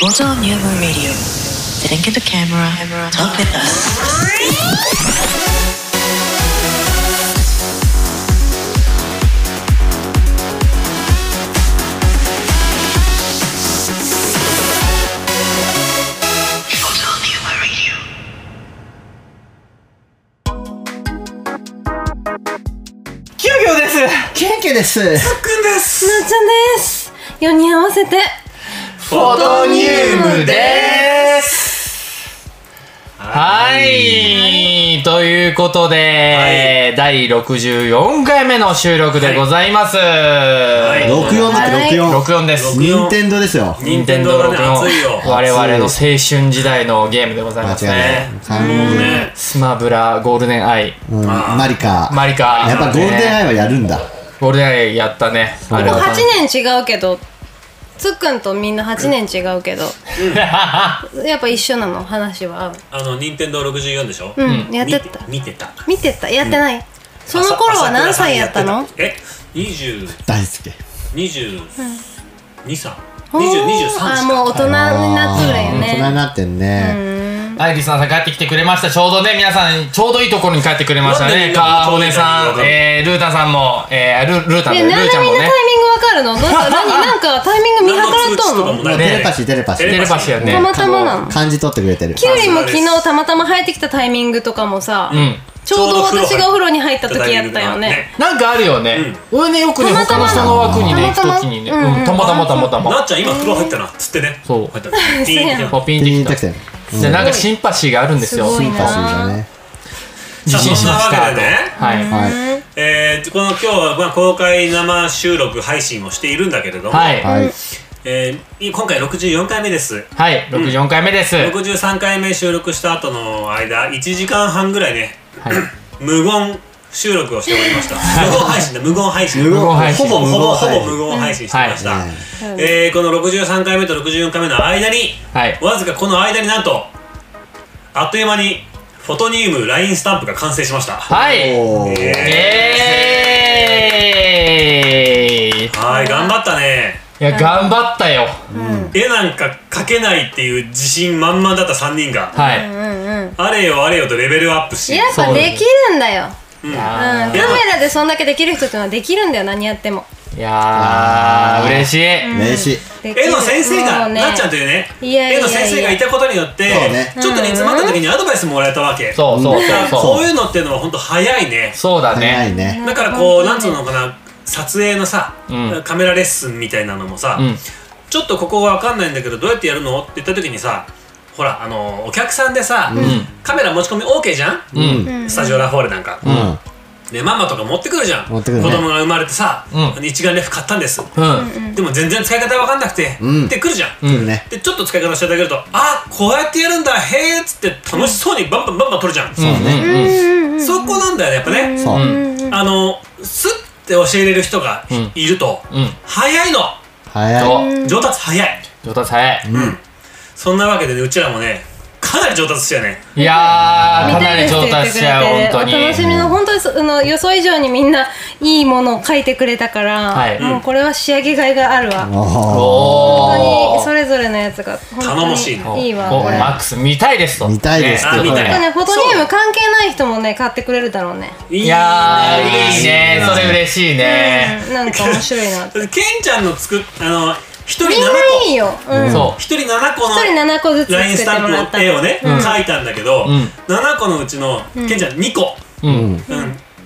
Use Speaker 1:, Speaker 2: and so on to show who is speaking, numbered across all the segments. Speaker 1: Total New Moon Radio. Then get the camera. Talk with us.
Speaker 2: キヨキヨです
Speaker 3: ケンケです。
Speaker 2: くんです
Speaker 4: なっちゃんです4人合わせて
Speaker 2: フォトニウムです
Speaker 5: はい、ということで、第64回目の収録でございます。
Speaker 2: い
Speaker 3: 64だっ
Speaker 4: は
Speaker 3: て
Speaker 4: い
Speaker 3: 64。
Speaker 5: 64です。
Speaker 3: 任天堂ですよ。
Speaker 2: 任天堂がね熱いよ
Speaker 5: 我々の青春時代のゲームでござい
Speaker 3: 間
Speaker 5: ます
Speaker 3: 違い
Speaker 5: ね
Speaker 3: ない。。完全
Speaker 2: ね
Speaker 5: スマブラ、ゴールデンアイ、
Speaker 3: うんマリカ。
Speaker 5: マリカ。
Speaker 3: やっぱゴールデンアイはやるんだ。
Speaker 5: ゴールデンアイやったね。あれ
Speaker 4: もう
Speaker 5: は
Speaker 4: 8年違うけどつっくんとみんな8年違うけど、やっぱ一緒なの話は合う
Speaker 2: あの任天堂64でしょ
Speaker 4: うん、やってた
Speaker 2: 見て見てた
Speaker 4: 見てたやってない、その頃は何歳やったの
Speaker 2: え二十
Speaker 3: 大好き。
Speaker 2: 二十二三
Speaker 4: おー
Speaker 2: 二十二十三
Speaker 4: あもう大人になってるよ
Speaker 3: あー大人に
Speaker 4: ね
Speaker 3: なってんね。
Speaker 5: アイリスさん帰ってきてくれました。ちょうどね、皆さん、ちょうどいいところに帰ってくれました
Speaker 2: なんで
Speaker 5: ね。
Speaker 2: みんな
Speaker 5: かおね
Speaker 2: ちょう
Speaker 5: さ
Speaker 2: どいい
Speaker 5: ん、えー、ルータさんも、えー、ルルータん
Speaker 4: え
Speaker 5: だよルー
Speaker 4: なんでみんな
Speaker 5: ちゃ
Speaker 4: タイ
Speaker 5: ん
Speaker 4: ミン
Speaker 5: も
Speaker 4: グ
Speaker 5: ね。
Speaker 4: わかるのどうした何なんかタイミング見計らっとんの
Speaker 2: な
Speaker 3: テ
Speaker 2: いね
Speaker 3: レパシーテレパシ
Speaker 2: テ
Speaker 5: テ
Speaker 3: ー。
Speaker 5: レパシーや
Speaker 4: た
Speaker 5: ね
Speaker 4: ま。たまなの
Speaker 3: 漢字取ってくれてる。
Speaker 4: キュウリも昨日たまたま生えてきたタイミングとかもさ、
Speaker 5: ん
Speaker 4: ちょうど私がお風呂に入った時やったよね
Speaker 5: なんかあるよね。俺ね、よくね、他の人の枠にね、行
Speaker 4: たまたま
Speaker 5: くときにね、
Speaker 4: うんうん
Speaker 5: うん、たまたまたまた
Speaker 2: な
Speaker 5: ま。
Speaker 2: っちゃん今風呂入ったなっつってね
Speaker 5: そう
Speaker 2: 入ったピーンって
Speaker 5: パピンって
Speaker 3: ピ
Speaker 5: き
Speaker 3: ンと
Speaker 5: た
Speaker 3: き。てる。
Speaker 5: じゃあなんかシンパシーがあるんですよ。
Speaker 4: すごい
Speaker 3: テレパシー
Speaker 4: な
Speaker 3: だね。
Speaker 5: 受信しまし
Speaker 2: そんなわ
Speaker 5: たと。
Speaker 2: けでね
Speaker 5: はい。
Speaker 3: は
Speaker 2: えー、この今日は、まあ、公開生収録配信をしているんだけれども、
Speaker 5: はい。
Speaker 3: い。はい。
Speaker 2: えー今回64回目です
Speaker 5: はい。64回目です。はい。
Speaker 2: 63回目収録した後の間1時間半ぐらいね無言収録をしておりま した無言配信だ無言配信
Speaker 3: 無言
Speaker 5: 配信
Speaker 2: ほぼほぼ
Speaker 3: 無言
Speaker 2: ほ
Speaker 3: 配
Speaker 2: ぼ
Speaker 3: 信
Speaker 2: 無言配信してました、
Speaker 3: はいね
Speaker 2: えーこの63回目と64回目の間に
Speaker 5: はい。
Speaker 2: わずかこの間になんとあっという間にフォトニウム LINE スタンプが完成しました
Speaker 5: はい。
Speaker 3: おー
Speaker 5: えー
Speaker 2: はい頑張ったね
Speaker 5: いや、頑張ったよ。
Speaker 2: 絵なんか描けないっていう自信満々だった3人が
Speaker 5: はい。
Speaker 2: あれよあれよとレベルアップし
Speaker 4: やっぱできるんだよ、
Speaker 5: い
Speaker 4: うん、
Speaker 5: や
Speaker 4: カメラでそんだけできる人ってのはできるんだよ何やっても
Speaker 5: ーいやー、嬉しい。
Speaker 3: 名刺。
Speaker 4: できる
Speaker 2: 絵の先生が、
Speaker 4: もう
Speaker 2: なっちゃんというね
Speaker 4: いやいやいや
Speaker 2: 絵の先生がいたことによって、
Speaker 3: そうね
Speaker 2: ちょっとね詰まった時にアドバイスもらえたわけ
Speaker 5: そうそうそう
Speaker 2: こ
Speaker 5: そうう。
Speaker 2: いうのっていうのは本当早いね
Speaker 5: そうだ
Speaker 3: 早い
Speaker 5: ね。
Speaker 3: ね。
Speaker 2: だからこう
Speaker 4: うん
Speaker 2: なんつうのかな撮影のさ、
Speaker 5: うん
Speaker 2: カメラレッスンみたいなのもさ、
Speaker 5: うん。
Speaker 2: ちょっとここが分かんないんだけどどうやってやるのって言った時にさほらあのお客さんでさ、
Speaker 5: ん
Speaker 2: カメラ持ち込み OK じゃん、
Speaker 5: うん。
Speaker 4: ん
Speaker 2: スタジオラフォーレなんか、
Speaker 3: うん。
Speaker 2: でママとか持ってくるじゃん
Speaker 3: 持ってくるね
Speaker 2: 子供が生まれてさ、
Speaker 5: うん
Speaker 2: 一眼レフ買ったんです、
Speaker 5: うん。
Speaker 2: でも全然使い方分かんなくて、
Speaker 3: うん
Speaker 2: で来るじゃん、
Speaker 3: 来るね。
Speaker 2: でちょっと使い方していただけるとあこうやってやるんだへえっつって楽しそうにバンバンバンバン撮るじゃん、
Speaker 5: うん。うん。
Speaker 2: そこなんだよねやっぱね、
Speaker 3: そう。
Speaker 2: あのスッて教えれる人が
Speaker 5: うん
Speaker 2: いると、
Speaker 5: うん。
Speaker 2: 早いの
Speaker 3: 早い。
Speaker 5: そ
Speaker 2: 上達早い、
Speaker 5: う。上達早い。
Speaker 2: そんなわけでねうちらもねかなり上達したよね
Speaker 5: いやー、
Speaker 4: 見
Speaker 5: か
Speaker 4: た
Speaker 5: ない
Speaker 4: で
Speaker 5: り
Speaker 4: すっ
Speaker 5: 上
Speaker 4: て言って
Speaker 5: 達
Speaker 4: く
Speaker 5: し
Speaker 4: れ
Speaker 5: ち
Speaker 4: て
Speaker 5: ゃう、本当に。
Speaker 4: お楽しみの本当にそあの予想以上にみんないいものを書いてくれたから、
Speaker 5: はい
Speaker 4: もうこれは仕上げがいがあるわ、
Speaker 3: おー。
Speaker 5: お
Speaker 4: 本当に
Speaker 5: ー。
Speaker 4: それぞれのやつが本当に
Speaker 2: 頼もしい
Speaker 5: お
Speaker 2: ね
Speaker 4: いいわ
Speaker 5: お
Speaker 4: これ
Speaker 5: マックス見たいですと。
Speaker 3: 見たいです
Speaker 2: と
Speaker 5: ね
Speaker 2: 見たい
Speaker 4: ね、フォトニウム関係ない人もね買ってくれるだろうね、
Speaker 2: い
Speaker 5: いやー、いいね。それ嬉しいね。
Speaker 4: うん、なんか面白いなって
Speaker 2: ケンちゃんの作っあの一人7
Speaker 4: みんないいよ、うん、
Speaker 5: そ
Speaker 2: 個一人7個の
Speaker 4: 一人7個ずつ
Speaker 2: ライン
Speaker 4: 作
Speaker 2: ス
Speaker 4: って
Speaker 2: タ
Speaker 4: もらっ
Speaker 2: ンプ
Speaker 4: た
Speaker 2: の絵をね、描いたんだけど、
Speaker 5: ん
Speaker 2: 7個のうちのケンちゃん2個、
Speaker 5: う。うん。
Speaker 2: うん、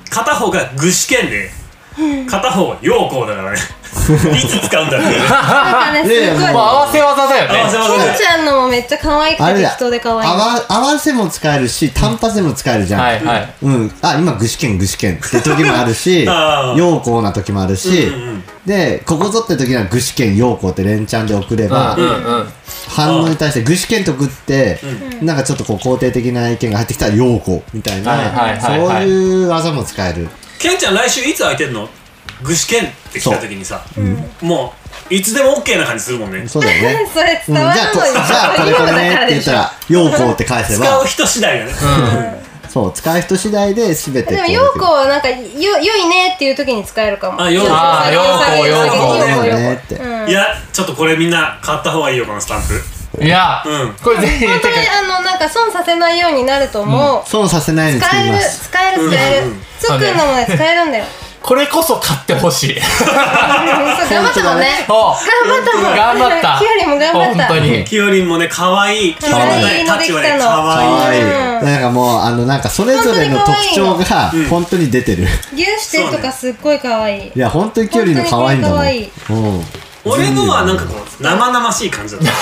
Speaker 2: 片方が具志堅で片方は陽光だからねいつ使うんだろうね
Speaker 4: なんかねす
Speaker 3: いやいや
Speaker 4: ごい
Speaker 5: まあ、合わせ技だ
Speaker 2: 合わ
Speaker 5: よ
Speaker 2: せ
Speaker 5: ね。
Speaker 2: 技
Speaker 4: ケン
Speaker 2: で
Speaker 4: ちゃんのもめっちゃ可愛く
Speaker 3: あれ
Speaker 4: て
Speaker 3: だ。
Speaker 4: 人で
Speaker 3: 合
Speaker 4: 可愛い
Speaker 3: わ合わせも使えるし、単発でも使えるじゃん。
Speaker 5: はいはい。
Speaker 3: うん、あ今具志堅具志堅って時もあ るし
Speaker 2: ああ
Speaker 3: 陽光な時もあるし、
Speaker 2: うんうん
Speaker 3: でここぞって時には具志堅陽光って連チャンで送れば、
Speaker 5: うんうんうん。
Speaker 3: 反応に対して具志堅と送って、なんかちょっとこう肯定的な意見が入ってきたら陽光みたいな、
Speaker 5: はいはいはいはい
Speaker 3: そういう技も使える
Speaker 2: ケンちゃん来週いつ空いてんの具志堅って来た時にさ、もういつでも OK な感じするもんね
Speaker 3: そうだよね
Speaker 4: それ
Speaker 3: うん
Speaker 4: 伝
Speaker 3: じ
Speaker 4: わ
Speaker 3: ゃ
Speaker 4: る
Speaker 3: あ
Speaker 4: の
Speaker 3: こ
Speaker 4: に
Speaker 3: じ ゃあこれこれねって言ったら陽光って返せ
Speaker 2: 使
Speaker 3: ば
Speaker 2: う人次第だね、
Speaker 3: そう使う人次第で全てこう
Speaker 4: でも陽子はなんかよ良いねっていう時に使えるかも
Speaker 2: あ陽子
Speaker 5: あー陽子陽子
Speaker 3: そう
Speaker 4: 陽
Speaker 3: だ
Speaker 4: 子
Speaker 3: よ
Speaker 4: 陽子
Speaker 3: ねって、
Speaker 2: いやちょっとこれみんな買った方がいいよこのスタンプ
Speaker 5: いや、
Speaker 2: うん
Speaker 5: これ全員
Speaker 4: 本当に
Speaker 5: てか
Speaker 4: あのなんか損させないようになると思う、
Speaker 3: 損させないように作
Speaker 4: 使
Speaker 3: り
Speaker 4: える
Speaker 3: ます
Speaker 4: 使える使える、
Speaker 2: うん
Speaker 4: つっくんのもね使えるんだよ
Speaker 5: これこそ買ってほしい
Speaker 4: そう頑張ったもんね
Speaker 5: お
Speaker 4: 頑張ったもん
Speaker 5: 頑張った
Speaker 4: キアリも頑張った
Speaker 5: 本当に
Speaker 2: キヨリンもね、可愛い。キヨリンのね、タッチはね、
Speaker 4: 可
Speaker 3: か
Speaker 2: 可
Speaker 3: わ
Speaker 2: 愛
Speaker 3: い
Speaker 2: い
Speaker 3: い。
Speaker 4: うん
Speaker 3: なんかもうあのなんかそれぞれの特徴が
Speaker 2: うん
Speaker 3: 本当に出てる、
Speaker 4: 牛してとかすっごい可愛い
Speaker 3: いや本当に距離の可愛いんだもん
Speaker 4: 本当に
Speaker 3: うん
Speaker 2: 俺のはなんかこう、生々しい感じだった。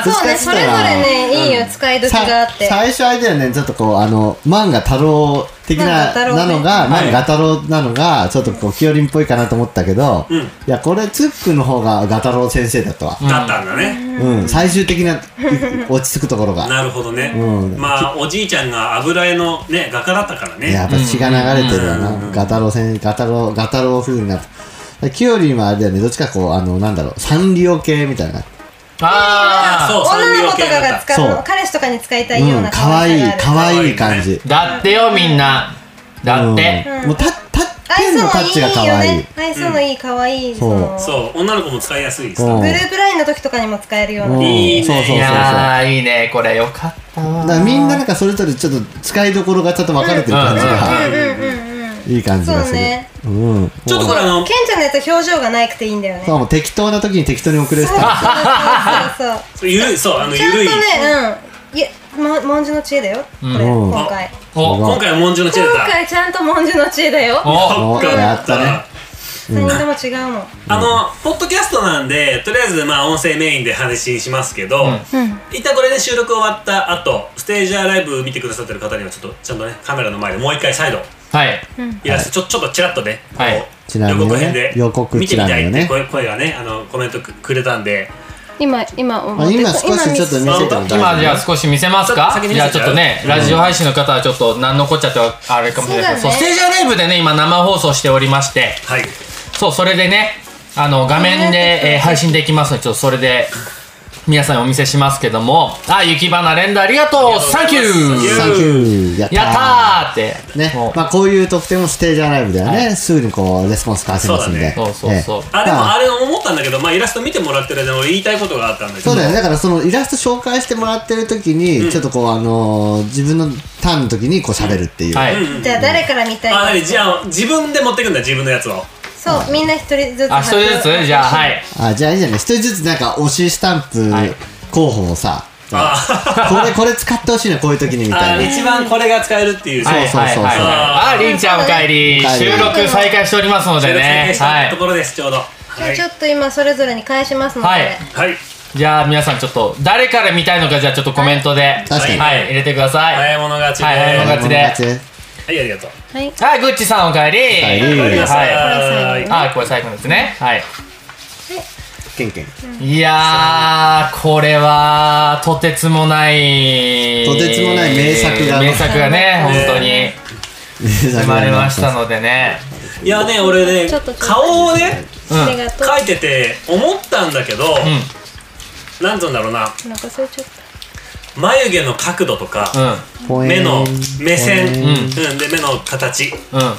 Speaker 3: あー
Speaker 4: そうねそれぞれねいいよ使い時
Speaker 3: さ
Speaker 4: があって
Speaker 3: 最初あれだよねちょっとこうあの漫画太郎的
Speaker 4: 漫画
Speaker 3: な
Speaker 4: 太郎ね
Speaker 3: なのが
Speaker 2: はい
Speaker 3: 漫画太郎なのがちょっとこうキヨリンっぽいかなと思ったけど、
Speaker 2: うん
Speaker 3: いやこれツックの方がガタロウ先生だったわ
Speaker 2: だったんだね。
Speaker 3: うん、最終的な落ち着くところが
Speaker 2: なるほどね
Speaker 3: う。ん
Speaker 2: まあ、おじいちゃんが油絵のね、画家だったから
Speaker 3: や
Speaker 2: ね。
Speaker 3: っぱ血が流れてるよな、ガタロウ先ガタロウガタロウ風になったキヨリンはあれだよねどっちかこうあのなんだろうサンリオ系みたいな
Speaker 5: あ
Speaker 2: そう、サン
Speaker 4: 女
Speaker 2: リ
Speaker 4: の
Speaker 2: オ
Speaker 4: 子と
Speaker 2: 系
Speaker 4: か
Speaker 2: だ
Speaker 4: が
Speaker 2: った。
Speaker 4: 使う
Speaker 3: そう
Speaker 4: 彼氏とかに使いたいよう
Speaker 3: うん
Speaker 4: な
Speaker 3: 可愛い
Speaker 4: 可愛さがある
Speaker 3: 可愛い感じ
Speaker 5: ーだってよみんなだって、
Speaker 3: うん、もうたたペンのタ
Speaker 4: 愛
Speaker 3: ッ
Speaker 4: 想
Speaker 3: チ
Speaker 4: の
Speaker 3: が
Speaker 4: いい
Speaker 3: 可
Speaker 4: よ
Speaker 3: 愛い
Speaker 4: ね愛想のいい可愛い
Speaker 3: ん
Speaker 4: その
Speaker 2: そう、女の子も使いやすいです
Speaker 3: う
Speaker 2: ね。
Speaker 3: ん
Speaker 4: グループラインの時とかにも使えるよう
Speaker 3: うん
Speaker 4: な
Speaker 2: ね
Speaker 3: そうそうそうそう
Speaker 5: い
Speaker 3: だか
Speaker 5: やーいいねこれよかったわ
Speaker 3: らみんななんかそれぞれちょっと使いどころがちょっと分かれてる感じ
Speaker 2: うん
Speaker 3: がいい感じがす
Speaker 4: そう
Speaker 3: る
Speaker 4: ね
Speaker 3: うん
Speaker 2: ちょっとこれあの
Speaker 4: ケ、ンちゃんのやつは表情がなくていいんだよね
Speaker 3: そうもう適当な時に適当に送れるから
Speaker 4: そ うそうそうそう
Speaker 2: ゆるい、そう、あの、
Speaker 4: ちゃん
Speaker 2: ゆ
Speaker 4: と
Speaker 2: る
Speaker 4: ね
Speaker 2: い。、
Speaker 4: うん。いや、ま、文字の知恵だよ。これ、
Speaker 3: うん
Speaker 4: 今回。
Speaker 5: お
Speaker 2: 今回は文字の知恵だっ
Speaker 4: 今
Speaker 2: た。
Speaker 4: 回ちゃんと文字の知恵だよ。
Speaker 5: お
Speaker 3: おやったね
Speaker 4: 何とも違うもん。
Speaker 2: あの、ポッドキャストなんで、とりあえず、まあ、音声メインで話しますけど、
Speaker 4: うん。
Speaker 2: 一旦これで収録終わった後、ステージアライブ見てくださってる方には、ちょっと、ちゃんとね、カメラの前でもう一回再度、
Speaker 5: はい
Speaker 2: いらっしゃちょ、ちょっとちらっとね、
Speaker 5: はい
Speaker 2: こう
Speaker 3: ちなみにね
Speaker 2: 予告編で、
Speaker 3: 予告
Speaker 2: 見てみたいっ
Speaker 3: ちなみ
Speaker 2: て
Speaker 3: に
Speaker 2: 声声がね、あの、コメントくくれたんで、
Speaker 4: 今、今、
Speaker 3: あ今少しちょっと見せて
Speaker 5: 今
Speaker 3: も大
Speaker 5: じ
Speaker 3: 丈
Speaker 5: ゃあ少し見せますか
Speaker 2: ちょっと先に見
Speaker 5: じ
Speaker 2: せち
Speaker 5: ゃあちょ
Speaker 2: ゃう
Speaker 5: っとね、ラジオ配信の方はちょっと何のこっちゃってはあれかもしれないけど
Speaker 4: そ
Speaker 5: そうう
Speaker 4: だね
Speaker 5: ステージアライブでね今生放送しておりまして
Speaker 2: はい。
Speaker 5: そうそれでねあの画面で、えー配信できますのでちょっとそれで皆さんにお見せしますけどもあ雪花連打ありがとうサンキュ
Speaker 3: 夫
Speaker 5: ー
Speaker 3: サンキューやったー
Speaker 5: やったーって
Speaker 3: ね
Speaker 5: もう
Speaker 3: まあ、こういう得点もステージアライブではね、
Speaker 5: はい
Speaker 3: すぐにこうレスポンス返せますんで
Speaker 5: そうだねそうそうそう
Speaker 3: ええ
Speaker 2: あ、で
Speaker 3: ま
Speaker 2: も、あれ思ったんだけど、まあ、イラスト見てもらってる間に俺言いたいことがあったんだけど、、
Speaker 3: そうだよね。だからそのイラスト紹介してもらってる時に、ちょっとこうあのー自分のターンの時にこう喋るっていう。
Speaker 5: はいう
Speaker 2: ん
Speaker 4: じゃあ誰から見
Speaker 2: あ、
Speaker 4: たい
Speaker 2: 何じゃあ、自分で持ってくんだ、自分のやつを。
Speaker 4: そう、みんな一人ずつ。
Speaker 5: あ一人ずつじゃあはい。
Speaker 3: あ、じゃあいいじゃない。一人ずつなんか推しスタンプ
Speaker 5: はい
Speaker 3: 候補をさ、
Speaker 2: あ
Speaker 3: これこれ使ってほしいな、こういう時にみた
Speaker 2: あ
Speaker 3: い
Speaker 2: 一番これが使えるっていう。
Speaker 5: はい
Speaker 3: そうそう
Speaker 5: はい
Speaker 3: そう
Speaker 5: はいありんちゃんおかえり
Speaker 3: おかえり
Speaker 5: 収録再開しておりますの
Speaker 2: 収
Speaker 5: で
Speaker 2: 録再
Speaker 5: ね
Speaker 2: 開し
Speaker 5: は
Speaker 2: たと
Speaker 5: い
Speaker 2: ころです、ちょうど。
Speaker 4: じゃ
Speaker 2: は
Speaker 4: あ
Speaker 2: い
Speaker 4: ちょ。っと今それぞれに返しますの
Speaker 5: はい
Speaker 4: で。
Speaker 2: はい。
Speaker 5: じゃあ皆さんちょっと誰から見たいのかじゃあちょっとコメントで
Speaker 3: 確かに
Speaker 5: はい入れてください
Speaker 2: 早い者勝ちで。
Speaker 5: はい早い
Speaker 3: な。
Speaker 5: 者勝ちで
Speaker 3: 友達
Speaker 2: はい、ありがとう。
Speaker 4: はい。
Speaker 5: はい、グッチさんおかえり。
Speaker 3: え
Speaker 2: お
Speaker 3: り
Speaker 2: かえりなさい。
Speaker 4: は
Speaker 2: はいい。
Speaker 5: あ、これ最後ですね。はい。
Speaker 3: ケンケン。
Speaker 5: いやー、これは、とてつもない。
Speaker 3: とてつもない名作が
Speaker 5: 名作がね、本当に
Speaker 4: ね
Speaker 5: 生
Speaker 3: 生
Speaker 5: まれま した。のでね。
Speaker 2: いやね、俺ね
Speaker 4: ちょっと、
Speaker 2: 顔をね、
Speaker 5: うん
Speaker 4: ありがとう。
Speaker 2: 描いてて思ったんだけど、
Speaker 5: うん、
Speaker 2: なんつうんだろうな、
Speaker 4: お腹空いちゃった。
Speaker 2: 眉毛の角度とか、
Speaker 3: ポエン
Speaker 2: 目の目線、
Speaker 3: ポエ
Speaker 2: う
Speaker 3: ン
Speaker 2: ん、で、目の形。
Speaker 5: うん、うん、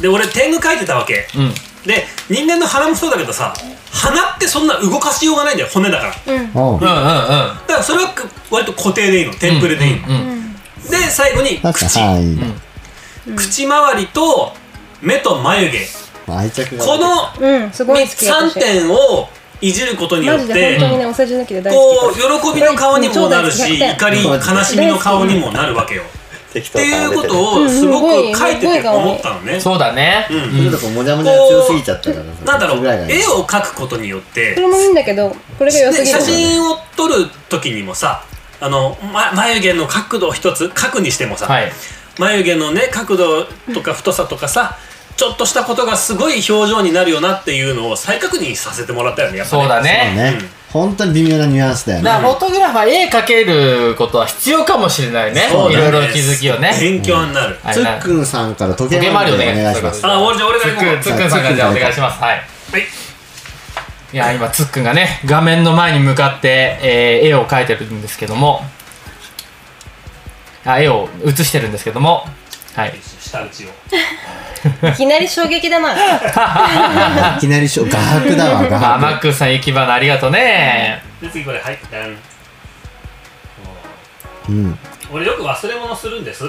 Speaker 2: で、俺天狗描いてたわけ。
Speaker 5: うん。
Speaker 2: で、人間の鼻もそうだけどさ、鼻ってそんな動かしようがないんだよ、骨だから。だ
Speaker 4: うん。
Speaker 3: お
Speaker 5: うん、う
Speaker 3: う
Speaker 5: ん、
Speaker 2: からそれは割と固定でいいの、テ
Speaker 5: うん。
Speaker 2: ンプレでいいの。
Speaker 5: うん、うん
Speaker 2: で、最後に
Speaker 3: なんか
Speaker 2: 口。
Speaker 3: 範囲だ。
Speaker 2: 口周りと目と眉毛。
Speaker 3: 愛着が。
Speaker 2: この
Speaker 4: うん、すごい好き。
Speaker 2: 3
Speaker 4: 私
Speaker 2: 点をいじることによ
Speaker 4: マ
Speaker 2: っ
Speaker 4: ジで
Speaker 2: て
Speaker 4: 本当にね、お世辞抜きで大
Speaker 2: こ
Speaker 4: 好
Speaker 2: う
Speaker 4: き。
Speaker 2: 喜びの顔にもなるし
Speaker 4: 超大好き
Speaker 2: 怒り悲しみの顔にもなるわけよ
Speaker 3: 適
Speaker 2: っていうことをすごく書いてて思ったのね
Speaker 5: そうだね。
Speaker 2: うん
Speaker 5: うん
Speaker 3: ちょっとこうもじゃもじゃ強すぎちゃったからさ
Speaker 2: なんだろう
Speaker 3: ぐらいがいい
Speaker 2: 絵を描くことによって
Speaker 4: これもいいんだけど、これが良す
Speaker 2: で
Speaker 4: ぎる
Speaker 2: 写。真を撮る時にもさあの、ま、眉毛の角度一つ描くにしてもさ、
Speaker 5: はい。
Speaker 2: 眉毛のね角度とか太さとかさ、ちょっとしたことがすごい表情になるよなっていうのを再確認させてもらったよねやっぱね
Speaker 5: そうだ
Speaker 3: そう
Speaker 5: ね。
Speaker 3: ね
Speaker 2: うん。
Speaker 3: 本当に微妙なニュアンスだよね
Speaker 5: だ。から、フォトグラファー絵描けることは必要かもしれないね。い
Speaker 2: そうだね
Speaker 5: ろいろ気づきをね。
Speaker 2: 勉強になる、
Speaker 5: はい
Speaker 3: つっくんさんから時計回りお願いします。
Speaker 2: あ、俺じゃあ俺
Speaker 5: つっ
Speaker 2: が
Speaker 5: くん、
Speaker 2: 行こ
Speaker 5: つっくんさんからじゃあお願いします。はい。
Speaker 2: う。はい。
Speaker 5: いや今つっくんがね画面の前に向かって、えー絵を描いてるんですけどもあ絵を写してるんですけどもはい
Speaker 2: 下打ちを
Speaker 4: いきなり衝撃だな。
Speaker 3: いきなりしょ画伯だわ画
Speaker 5: あ
Speaker 3: 伯
Speaker 5: マックさん行き場のありがとうね
Speaker 2: で次これはいダンも
Speaker 3: うん
Speaker 2: う俺よく忘れ物するんです、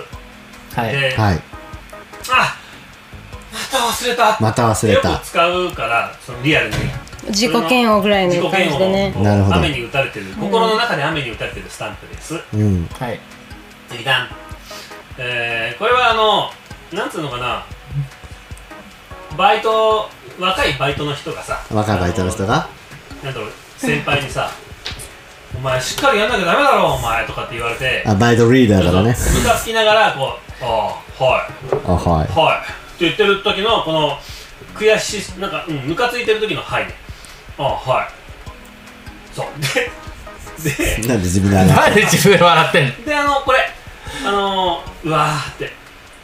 Speaker 5: はい
Speaker 2: で、
Speaker 3: はい
Speaker 2: あまた忘れた
Speaker 3: また忘れ
Speaker 2: よ
Speaker 3: た
Speaker 2: く使うからそのリアルに
Speaker 4: 自己嫌悪ぐらい
Speaker 2: 自
Speaker 4: の
Speaker 2: 己
Speaker 4: 感
Speaker 2: 嫌
Speaker 4: じ
Speaker 2: 悪
Speaker 4: でね。
Speaker 3: なるほど
Speaker 2: の雨に打たれてる心の中で雨に打たれてるスタンプです
Speaker 3: うん
Speaker 5: はい
Speaker 2: 次段えー、これはあのなんつうのかなバイト若いバイトの人がさ
Speaker 3: 若いバイトの人が
Speaker 2: あのなんだろう先輩にさ「お前しっかりやんなきゃダメだろお前」とかって言われて
Speaker 3: あバイトリーダーだからね
Speaker 2: ムカつきながらこう「ああはい
Speaker 3: あはい
Speaker 2: はい」って言ってる時のこの悔しいなんかうんムカついてる時の「はい」ね「ああはい」そうでで
Speaker 3: なんで自分であれ
Speaker 5: なんで自分で笑ってんの
Speaker 2: であのこれあのー、うわーって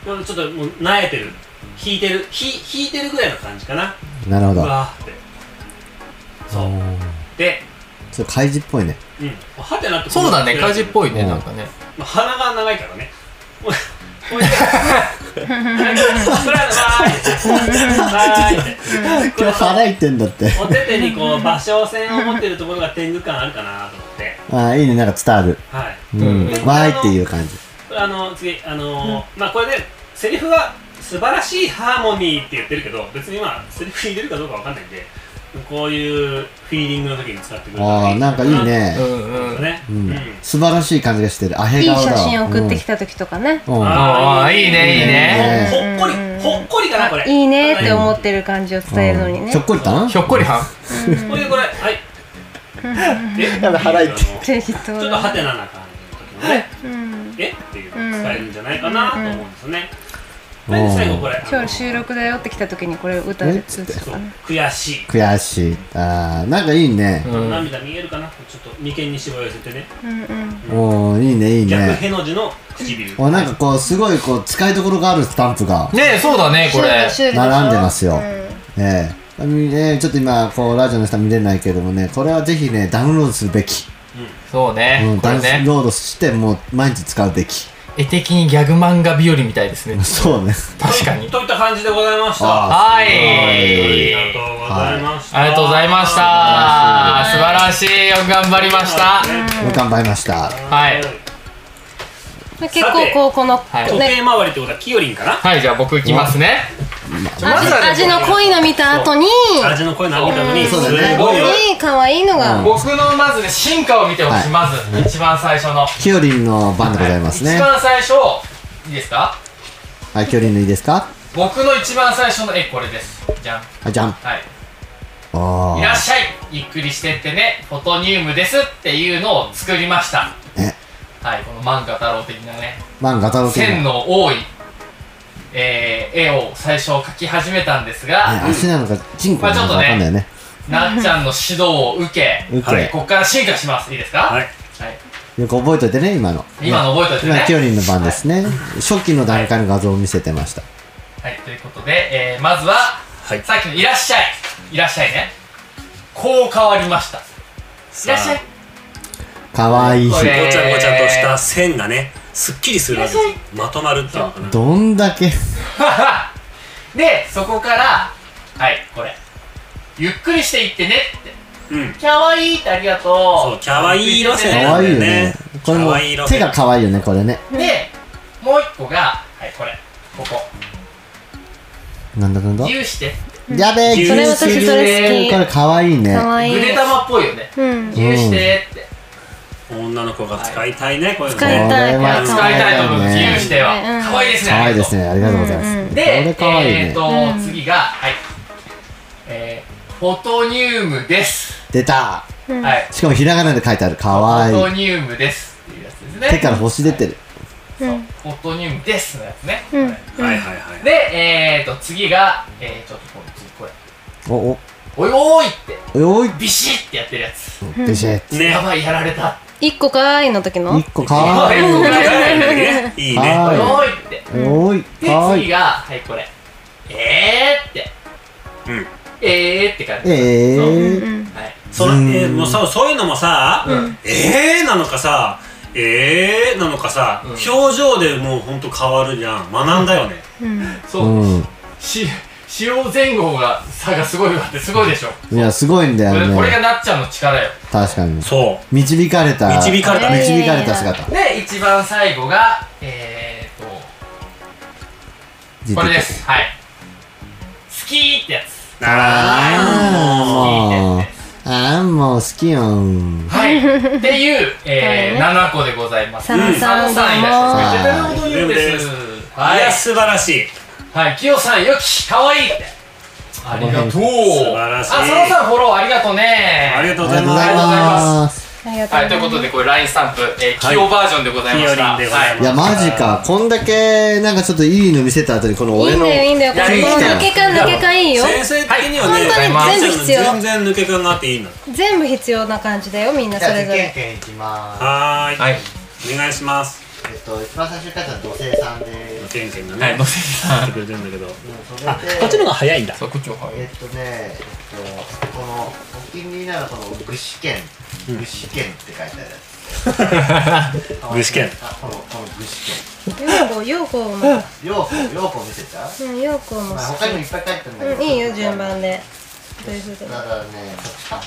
Speaker 2: もうちょっともうなえてる引いてるひ引いてるぐらいの感じかな
Speaker 3: なるほ
Speaker 2: う
Speaker 3: ど
Speaker 2: わーってそうで
Speaker 3: ちょっと怪獣っぽいね
Speaker 2: うんはてなって
Speaker 5: そうだねカジっぽいね
Speaker 3: うん
Speaker 5: なんかね
Speaker 2: まあ、鼻が長いからねもうもう一回それ はわーいってわーいって
Speaker 3: 今日腹いってんだって
Speaker 2: お手手にこう馬掌線を持ってるところが天狗感あるかなと思って
Speaker 3: あーいいねなんか伝わる
Speaker 2: はい
Speaker 3: うん
Speaker 2: うん
Speaker 3: わーいっていう感じ
Speaker 2: これあの次あのーまあこれでセリフは素晴らしいハーモニーって言ってるけど別にまあセリフ入れるかどうかわかんないんでこういうフィーリングの時に使ってくれたら
Speaker 3: あーなんかいいね
Speaker 5: うん
Speaker 2: う
Speaker 5: うん
Speaker 2: んね、
Speaker 3: うん
Speaker 2: うん
Speaker 3: 素晴らしい感じがしてるあ
Speaker 4: い
Speaker 3: へ
Speaker 4: い
Speaker 3: 顔だ
Speaker 4: 写
Speaker 3: わ
Speaker 4: 真送ってきた時とかね。
Speaker 3: うんうん
Speaker 5: あーいいねいい
Speaker 3: ね
Speaker 2: ほほっこりほっこりかなこれ
Speaker 4: いいねって思ってる感じを伝えるのにね
Speaker 3: ひょ。っこりたん
Speaker 5: ひょっこりはん
Speaker 2: これこれはいえ
Speaker 3: やだ腹痛い
Speaker 2: ちょっ
Speaker 4: 適当
Speaker 2: とハ
Speaker 4: だ。
Speaker 2: テナな感じの時のね
Speaker 4: うん。
Speaker 2: えっていうのを使えるんじゃないかなと思うんですよねそれで最後これあの
Speaker 4: 今日収録だよって来た時にこれ歌で通知と
Speaker 2: そう
Speaker 4: かね。
Speaker 2: 悔しい
Speaker 3: 悔しいあーなんかいいね
Speaker 5: うん
Speaker 2: 涙見えるかなちょっと眉間にしわ寄せてね
Speaker 4: うんうん。
Speaker 3: おーいいねいい
Speaker 2: 逆
Speaker 3: ね
Speaker 2: への字の唇
Speaker 3: おなんかこうすごいこう使いどころがあるスタンプが
Speaker 5: ねそうだねこれ
Speaker 4: シュールでしょ
Speaker 3: 並んでますよ
Speaker 4: うん
Speaker 3: ええええちょっと今こうラジオの人は見れないけどもねこれはぜひねダウンロードするべき、
Speaker 5: そう
Speaker 3: う
Speaker 5: ね
Speaker 3: ん、
Speaker 5: こ
Speaker 3: ダ
Speaker 5: れ
Speaker 3: ウン
Speaker 5: ね
Speaker 3: ロードしてもう毎日使うべき
Speaker 5: 絵的にギャグ漫画日和みたいですね
Speaker 3: そうね
Speaker 5: 確かに
Speaker 2: といった感じでございました
Speaker 3: あ
Speaker 5: は
Speaker 2: はい
Speaker 5: い
Speaker 2: ありがとうございました、
Speaker 5: ありがとうございました素晴らしいよく頑張りました
Speaker 3: もう頑張りました
Speaker 5: はい
Speaker 4: 結構こうこの
Speaker 5: い
Speaker 2: 時
Speaker 4: ね
Speaker 2: 計回りってことはキヨリンかな
Speaker 5: はいじゃあ僕いきますね
Speaker 4: 味味の濃いの見た後に
Speaker 2: 味の声の上げたのにす
Speaker 3: そう
Speaker 2: ご
Speaker 3: だ
Speaker 2: いよ
Speaker 3: ね
Speaker 4: ね可愛いのが
Speaker 5: 僕のまずね進化を見てほしいまず一番最初の
Speaker 3: きよりんの番でございます
Speaker 5: 一
Speaker 3: ね
Speaker 5: 番最初いいですか
Speaker 3: はいきよりんのいいですか
Speaker 5: 僕の一番最初の絵これですじゃん
Speaker 3: はいじゃん
Speaker 5: はい
Speaker 3: お
Speaker 5: いらっ
Speaker 3: ー
Speaker 5: しゃいゆっくりしてってねフォトニウムですっていうのを作りました
Speaker 3: え
Speaker 5: はいこの漫画太郎的なね
Speaker 3: 漫画太郎
Speaker 5: 線
Speaker 3: 君
Speaker 5: の多い、えー絵を最初描き始めたんですが、
Speaker 3: 足なのかチンコなのかわかんないよね
Speaker 5: なっちゃんの指導を受け
Speaker 3: 受け
Speaker 5: はいここから進化しますいいですか、
Speaker 2: はい
Speaker 5: はい
Speaker 3: よく覚えといてね今の
Speaker 5: 今の覚えておいて
Speaker 3: 今
Speaker 5: ね
Speaker 3: きよりんの番ですね初期の段階の画像を見せてました
Speaker 5: はい、ということで、えーまずは、
Speaker 2: はい
Speaker 5: さっきの「いらっしゃい」「いらっしゃいね」こう変わりましたい
Speaker 2: さ
Speaker 5: らっしゃい
Speaker 2: あ
Speaker 5: い
Speaker 3: かわいい
Speaker 5: これ
Speaker 2: ごちゃごちゃとした線がねすっきりするわけですよまとまるっていうのかな
Speaker 3: どんだけ
Speaker 5: でそこからはいこれゆっくりしていってねって
Speaker 2: うん
Speaker 5: キャワイイってありが
Speaker 2: そ
Speaker 5: と
Speaker 2: う
Speaker 5: う
Speaker 2: キャワイイ路線
Speaker 3: かわいいよねこれも
Speaker 2: 可愛いロケ
Speaker 3: 手がかわいいよねこれね
Speaker 5: でもう一個がはいこれここ
Speaker 3: なんだかんだ
Speaker 5: 牛して
Speaker 3: やべえ、
Speaker 2: それ
Speaker 4: 私それ好き
Speaker 3: これかわいいね。
Speaker 4: 可愛
Speaker 5: ぐ
Speaker 4: い
Speaker 5: で玉っぽいよね
Speaker 4: うん
Speaker 5: 牛してって
Speaker 2: 女の子が使いたいねこういうの
Speaker 4: 使い
Speaker 2: ね
Speaker 4: たい
Speaker 3: これは
Speaker 5: 使いたいと思う
Speaker 3: 可愛
Speaker 5: 自
Speaker 3: い
Speaker 5: 由
Speaker 3: ね
Speaker 5: しては
Speaker 4: うん
Speaker 5: 可愛いですね
Speaker 3: かわいいですね。ありがとうございます。
Speaker 5: あ
Speaker 3: こ
Speaker 5: りがとう
Speaker 3: れ
Speaker 5: で
Speaker 3: かわいい
Speaker 5: えー
Speaker 3: ね。
Speaker 5: と次がはいえーフォトニウムです
Speaker 3: 出た
Speaker 5: はい
Speaker 3: しかもひらがなで書いてある。かわい
Speaker 5: フォ
Speaker 3: い。
Speaker 5: トニウムですっていうやつですね
Speaker 3: 手から星出てる。
Speaker 5: そうフォトニウムですのやつね
Speaker 4: うん
Speaker 5: はい
Speaker 2: はいはいはい
Speaker 5: でえーと次がえーちょっとこの次これ
Speaker 3: お、
Speaker 5: おいおーいって
Speaker 3: お、おい、
Speaker 5: ビシッってやってるやつ
Speaker 3: ビシッ。
Speaker 2: ね
Speaker 5: やばいやられた
Speaker 4: 一個可愛いの時の
Speaker 3: 一個かわいい。
Speaker 5: うん
Speaker 2: ねいいね
Speaker 5: おい
Speaker 3: は
Speaker 5: おいって
Speaker 3: おい、
Speaker 5: で
Speaker 3: かわい
Speaker 5: 次
Speaker 3: い。
Speaker 5: がはいこれえーって
Speaker 2: うん
Speaker 5: えーって感じ
Speaker 3: え
Speaker 5: そう
Speaker 4: うんう
Speaker 3: ー。
Speaker 4: ん
Speaker 5: はい
Speaker 2: そのえーもうそうそういうのもさ
Speaker 5: うん
Speaker 2: えーなのかさえーなのかさ、表情でもうほんと変わるじゃん学んだよね、
Speaker 5: そう、
Speaker 6: うん
Speaker 5: し使用前後が差がすごいわってすごいでしょ、
Speaker 6: いやすごいんだ
Speaker 5: これ
Speaker 6: よ
Speaker 5: これ
Speaker 6: ね
Speaker 5: がなっちゃんの力よ
Speaker 6: 確かに
Speaker 2: そ
Speaker 6: 導かれた
Speaker 2: 導かれた
Speaker 6: 導かれた姿
Speaker 5: で一番最後がえー、っとこれですはいスキーってやつ
Speaker 2: うあ
Speaker 6: あーあーもう好きよん
Speaker 5: はいっていう、えー
Speaker 4: これね
Speaker 5: 7個でございます
Speaker 4: サノさん
Speaker 5: サノさんいらっしゃいますめちゃめちゃなこと言うんで
Speaker 2: は
Speaker 5: す
Speaker 2: ー
Speaker 5: はいい
Speaker 2: や素晴らしい
Speaker 5: はいキヨさんよきかわいいってありがとう
Speaker 6: 素
Speaker 2: 晴らしい
Speaker 5: あサノさんフォローありがとうね
Speaker 2: ありがと
Speaker 6: あ
Speaker 2: う
Speaker 6: り
Speaker 2: ご
Speaker 6: がと
Speaker 2: ざいう
Speaker 6: ござい
Speaker 2: ま
Speaker 6: ま
Speaker 2: す
Speaker 6: す
Speaker 4: ありがとうござい
Speaker 5: は
Speaker 4: ます
Speaker 5: い、ということで、これ、ラインスタンプ、えー、
Speaker 2: はい
Speaker 5: 企業バージョンでございました。
Speaker 2: 企業でございます
Speaker 6: いやマジかこんだけなんかちょっといいの見せた後にこの俺
Speaker 4: いいん
Speaker 6: の
Speaker 4: だよいいんだよこ
Speaker 5: いや
Speaker 4: のこの抜け感抜け感いいよ
Speaker 2: 先生的には
Speaker 4: はい
Speaker 2: ね、
Speaker 4: 本当に全部必要
Speaker 2: 全然抜け感があっていいの
Speaker 4: 全部必要な感じだよみんなそれぞれ
Speaker 3: 券いきま
Speaker 2: はーい、
Speaker 5: はい。
Speaker 2: お願いします
Speaker 3: すえっと一番最初に書いたのは土星さんです
Speaker 2: ケンケンがね、
Speaker 5: はい、のせさ
Speaker 2: やって
Speaker 5: ん。
Speaker 2: くれてるんだけど
Speaker 3: うんそれ
Speaker 2: あ
Speaker 3: で
Speaker 2: こっちの方が早いんだ
Speaker 5: そう、こっちをは
Speaker 3: えっとね、えっと、このお気に入りなのはこの具志堅具志堅って書いてある
Speaker 5: い。
Speaker 3: やつ
Speaker 2: 具志堅
Speaker 3: あこのこの具志
Speaker 4: ようこようこも
Speaker 3: 堅ようこようこ見せちゃう
Speaker 4: うんようこも
Speaker 3: まあ
Speaker 4: 好
Speaker 3: 他にもいっぱい書いてあるんだけど
Speaker 4: きうんいいよ順番でということ
Speaker 3: た
Speaker 4: で
Speaker 3: だね、こっちかこ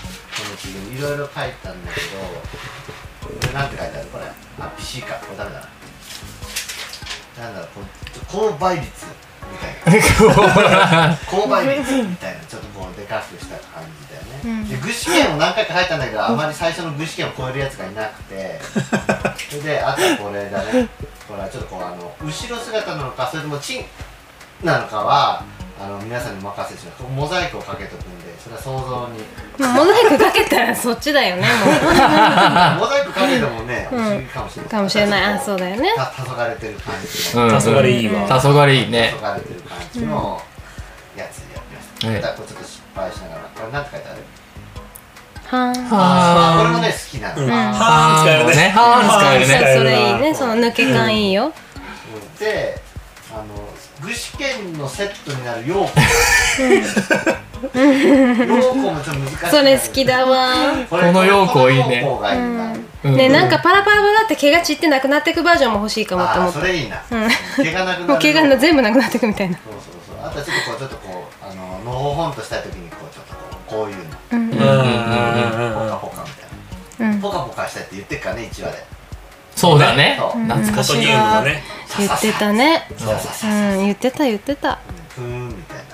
Speaker 3: の次いろいろ書いたんだけどこれなんて書いてあるこれあ、ビシか、これダメだななんだろう、こう購買率みたいな購買率みたいなちょっとこうでかくした感じだよね、
Speaker 4: うん
Speaker 3: で具志堅を何回か入ったんだけどあまり最初の具志堅を超えるやつがいなく てそれであとはこれだねこれはちょっとこうあの後ろ姿なのかそれともチンなのかはあの皆さんにお任せしますモザイクをかけとくんでそれは想像 に
Speaker 4: もうモザイクかけたらそっちだよね
Speaker 3: モザイクかけてもね
Speaker 4: ん
Speaker 3: 不思議かもしれな い、
Speaker 4: もうかもしれないあそう
Speaker 3: だ
Speaker 4: だよね
Speaker 3: た黄昏れてる感じ
Speaker 5: う
Speaker 3: の、
Speaker 5: ん。
Speaker 2: 黄昏いいわ
Speaker 5: 黄昏いいね。
Speaker 3: 黄昏れてる感じのやつでやってました、
Speaker 5: ええ
Speaker 3: だからこれちょっと失敗しながらこれなんて書いてある
Speaker 4: はーん
Speaker 3: あこれも
Speaker 5: は
Speaker 3: ね好きなの、
Speaker 2: うん
Speaker 3: で
Speaker 2: はーん使えるね
Speaker 5: はーん使える
Speaker 4: そう
Speaker 5: ね
Speaker 4: それいい
Speaker 2: ね
Speaker 4: ねその抜け感いいよ
Speaker 3: あの具志堅のセットになるようこようこもちょっと難しいな
Speaker 4: それ好きだわ
Speaker 3: こ
Speaker 5: このようこいいね
Speaker 3: このようこがいいな、
Speaker 5: い。
Speaker 4: ねなんかパラパラパラって毛が散ってなくなってくバージョンも欲しいかもって
Speaker 3: あ
Speaker 4: 思
Speaker 3: あ
Speaker 4: っ
Speaker 3: そ
Speaker 4: た
Speaker 3: れいいな、
Speaker 4: ん
Speaker 3: 毛がなくなる
Speaker 4: もう毛が全部なくなってくみたいな
Speaker 3: そうそうそうあとはちょっとこうちょっとこうあののほほんとしたい時にこうちょっとこうこういうの
Speaker 4: うん
Speaker 2: うんうんうんうん
Speaker 3: ポカポカみたいな、
Speaker 4: うん
Speaker 3: ポカポカしたいって言ってっからね1話で
Speaker 5: そうだね。
Speaker 3: そう
Speaker 5: 懐か
Speaker 2: あと
Speaker 5: し
Speaker 2: ニ
Speaker 5: い
Speaker 2: ウム
Speaker 5: な
Speaker 2: の。ね
Speaker 4: 言ってたね
Speaker 3: そうそうそうう、うん
Speaker 4: 言ってた言ってた
Speaker 3: ふーんみたいなっ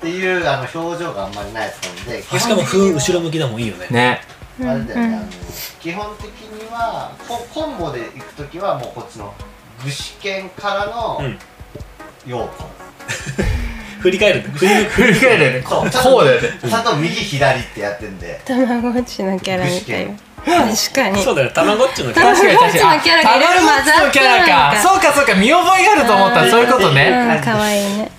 Speaker 3: ていうあの表情があんまりないやつなんで
Speaker 2: しかも風後ろ向きだもんいいよね
Speaker 5: ね。
Speaker 4: うん
Speaker 3: あれだよね、あの基本的にはココンボで行く時はもうこっちの具志堅からの
Speaker 2: うん
Speaker 3: 陽子、
Speaker 2: 振り返る振り向く
Speaker 5: 振り返るよね。こ
Speaker 3: そうう
Speaker 5: だよね。
Speaker 3: ちゃんと右左ってやってんで
Speaker 4: 卵っちのキャラみたいな確かに
Speaker 2: そうだよたまごっちのキャラ
Speaker 5: 確かに確かに。
Speaker 4: 卵っちのキャラがいろいろ混ざって
Speaker 5: 卵っ
Speaker 4: る
Speaker 5: ちのキャラか。そうかそうか、見覚えがあると思った。そういうことね。
Speaker 4: うん可愛いね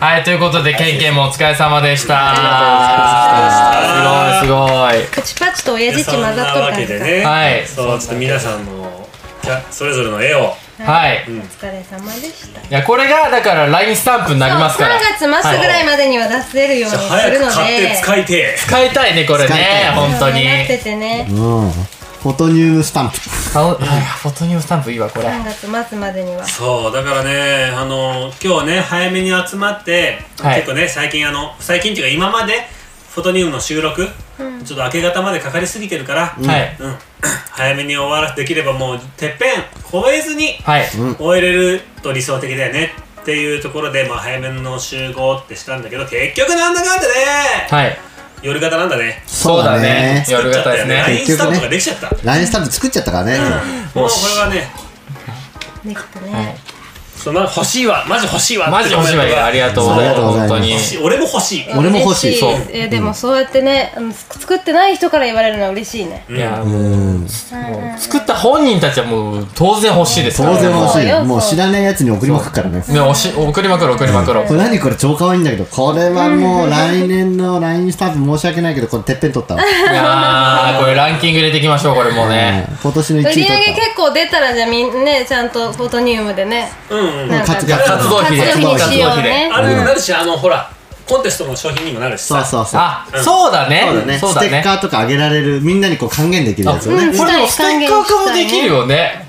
Speaker 5: はい、ということで、ケンケンもお疲れ様でした。
Speaker 2: あ
Speaker 5: す
Speaker 2: り
Speaker 5: ごい、すごい。
Speaker 4: プチパチと親父っち
Speaker 2: そん
Speaker 4: 混ざ
Speaker 2: な
Speaker 4: っとる
Speaker 2: わ
Speaker 4: 感
Speaker 2: け
Speaker 4: じ
Speaker 2: で
Speaker 4: か、
Speaker 2: ね
Speaker 5: はい
Speaker 2: そうちょっと皆さんのキャそれぞれの絵を
Speaker 5: はい。
Speaker 4: お疲れ様でした
Speaker 5: いや、これが、だから、ラインスタンプになりますから。
Speaker 4: 3月末ぐらいまでには出せるよう
Speaker 2: じ
Speaker 4: に
Speaker 2: ゃあ
Speaker 4: する
Speaker 2: 早
Speaker 4: の
Speaker 2: く買って
Speaker 4: で
Speaker 2: 使いて
Speaker 5: 使いたいね、これ
Speaker 6: 使いた
Speaker 5: ね
Speaker 6: い、
Speaker 5: 本当に。
Speaker 4: なっててね
Speaker 6: うんフォトニウムスタンプ
Speaker 5: あのあフォトニュースタンプいいわ、これ。
Speaker 4: 3月末までには
Speaker 2: そうだからねあの今日ね早めに集まって、
Speaker 5: はい
Speaker 2: 結構ね最近あの最近っていうか今までフォトニウムの収録、ちょっと明け方までかかりすぎてるから、
Speaker 5: はい。
Speaker 2: うん、早めに終わらできればもうてっぺん超えずに
Speaker 5: はい。
Speaker 2: 終えれると理想的だよねっていうところで、まあ、早めの集合ってしたんだけど結局なんだかんだね
Speaker 5: はい。
Speaker 2: 夜型なんだね
Speaker 5: そうだね。
Speaker 6: そ
Speaker 5: 夜型です
Speaker 2: 作っちゃったよ
Speaker 5: ね。
Speaker 2: ね LINE スタンプができちゃった、
Speaker 6: ラインスタンプ作っちゃったからね、
Speaker 2: もうこれはね
Speaker 4: できたね
Speaker 2: その欲しいわマジ欲しいわ
Speaker 5: マジ欲しいわよ。ありがとうございます。
Speaker 6: ありがと
Speaker 5: 本
Speaker 6: うございます
Speaker 5: 当に。
Speaker 2: 欲しい俺も欲しい、
Speaker 6: 俺も欲しい
Speaker 4: 嬉
Speaker 5: そう
Speaker 4: えでもそうやってねあの作作ってない人から言われるのは嬉しいね
Speaker 5: いや、もう、もう作った本人たちはもう、当然欲しいですから
Speaker 6: 当
Speaker 5: ね。
Speaker 6: 然欲しい
Speaker 4: そうよ
Speaker 6: よもう知らないやつに送りまくからね
Speaker 5: ね、おし送りまくる、送りまくる。
Speaker 6: これ何これ超可愛いんだけどこれはもう来年の LINE スタンプ申し訳ないけどこれてっぺん取ったわ、
Speaker 5: いやー、これランキング入れていきましょう、これもうね。
Speaker 6: うん今年の1位
Speaker 4: 売り
Speaker 6: 取っ
Speaker 4: 上げ結構出たらじゃあみんねちゃんとフォトニウムでね
Speaker 2: うんうん
Speaker 4: なんか
Speaker 6: 活動
Speaker 5: 活動費で
Speaker 4: 活動費にしようね
Speaker 2: あれにもなるし、あのほらコンテストの商品にもなるした
Speaker 6: そう
Speaker 2: さ
Speaker 6: そうそう
Speaker 5: あ、そうだね
Speaker 6: そうだね。
Speaker 5: そう
Speaker 6: ス
Speaker 5: だ
Speaker 6: テッ
Speaker 5: ね。
Speaker 6: カーとかあげられるみんなにこう還元できるやつよね
Speaker 4: うん
Speaker 5: これもステッカー化もできるよね。
Speaker 4: うん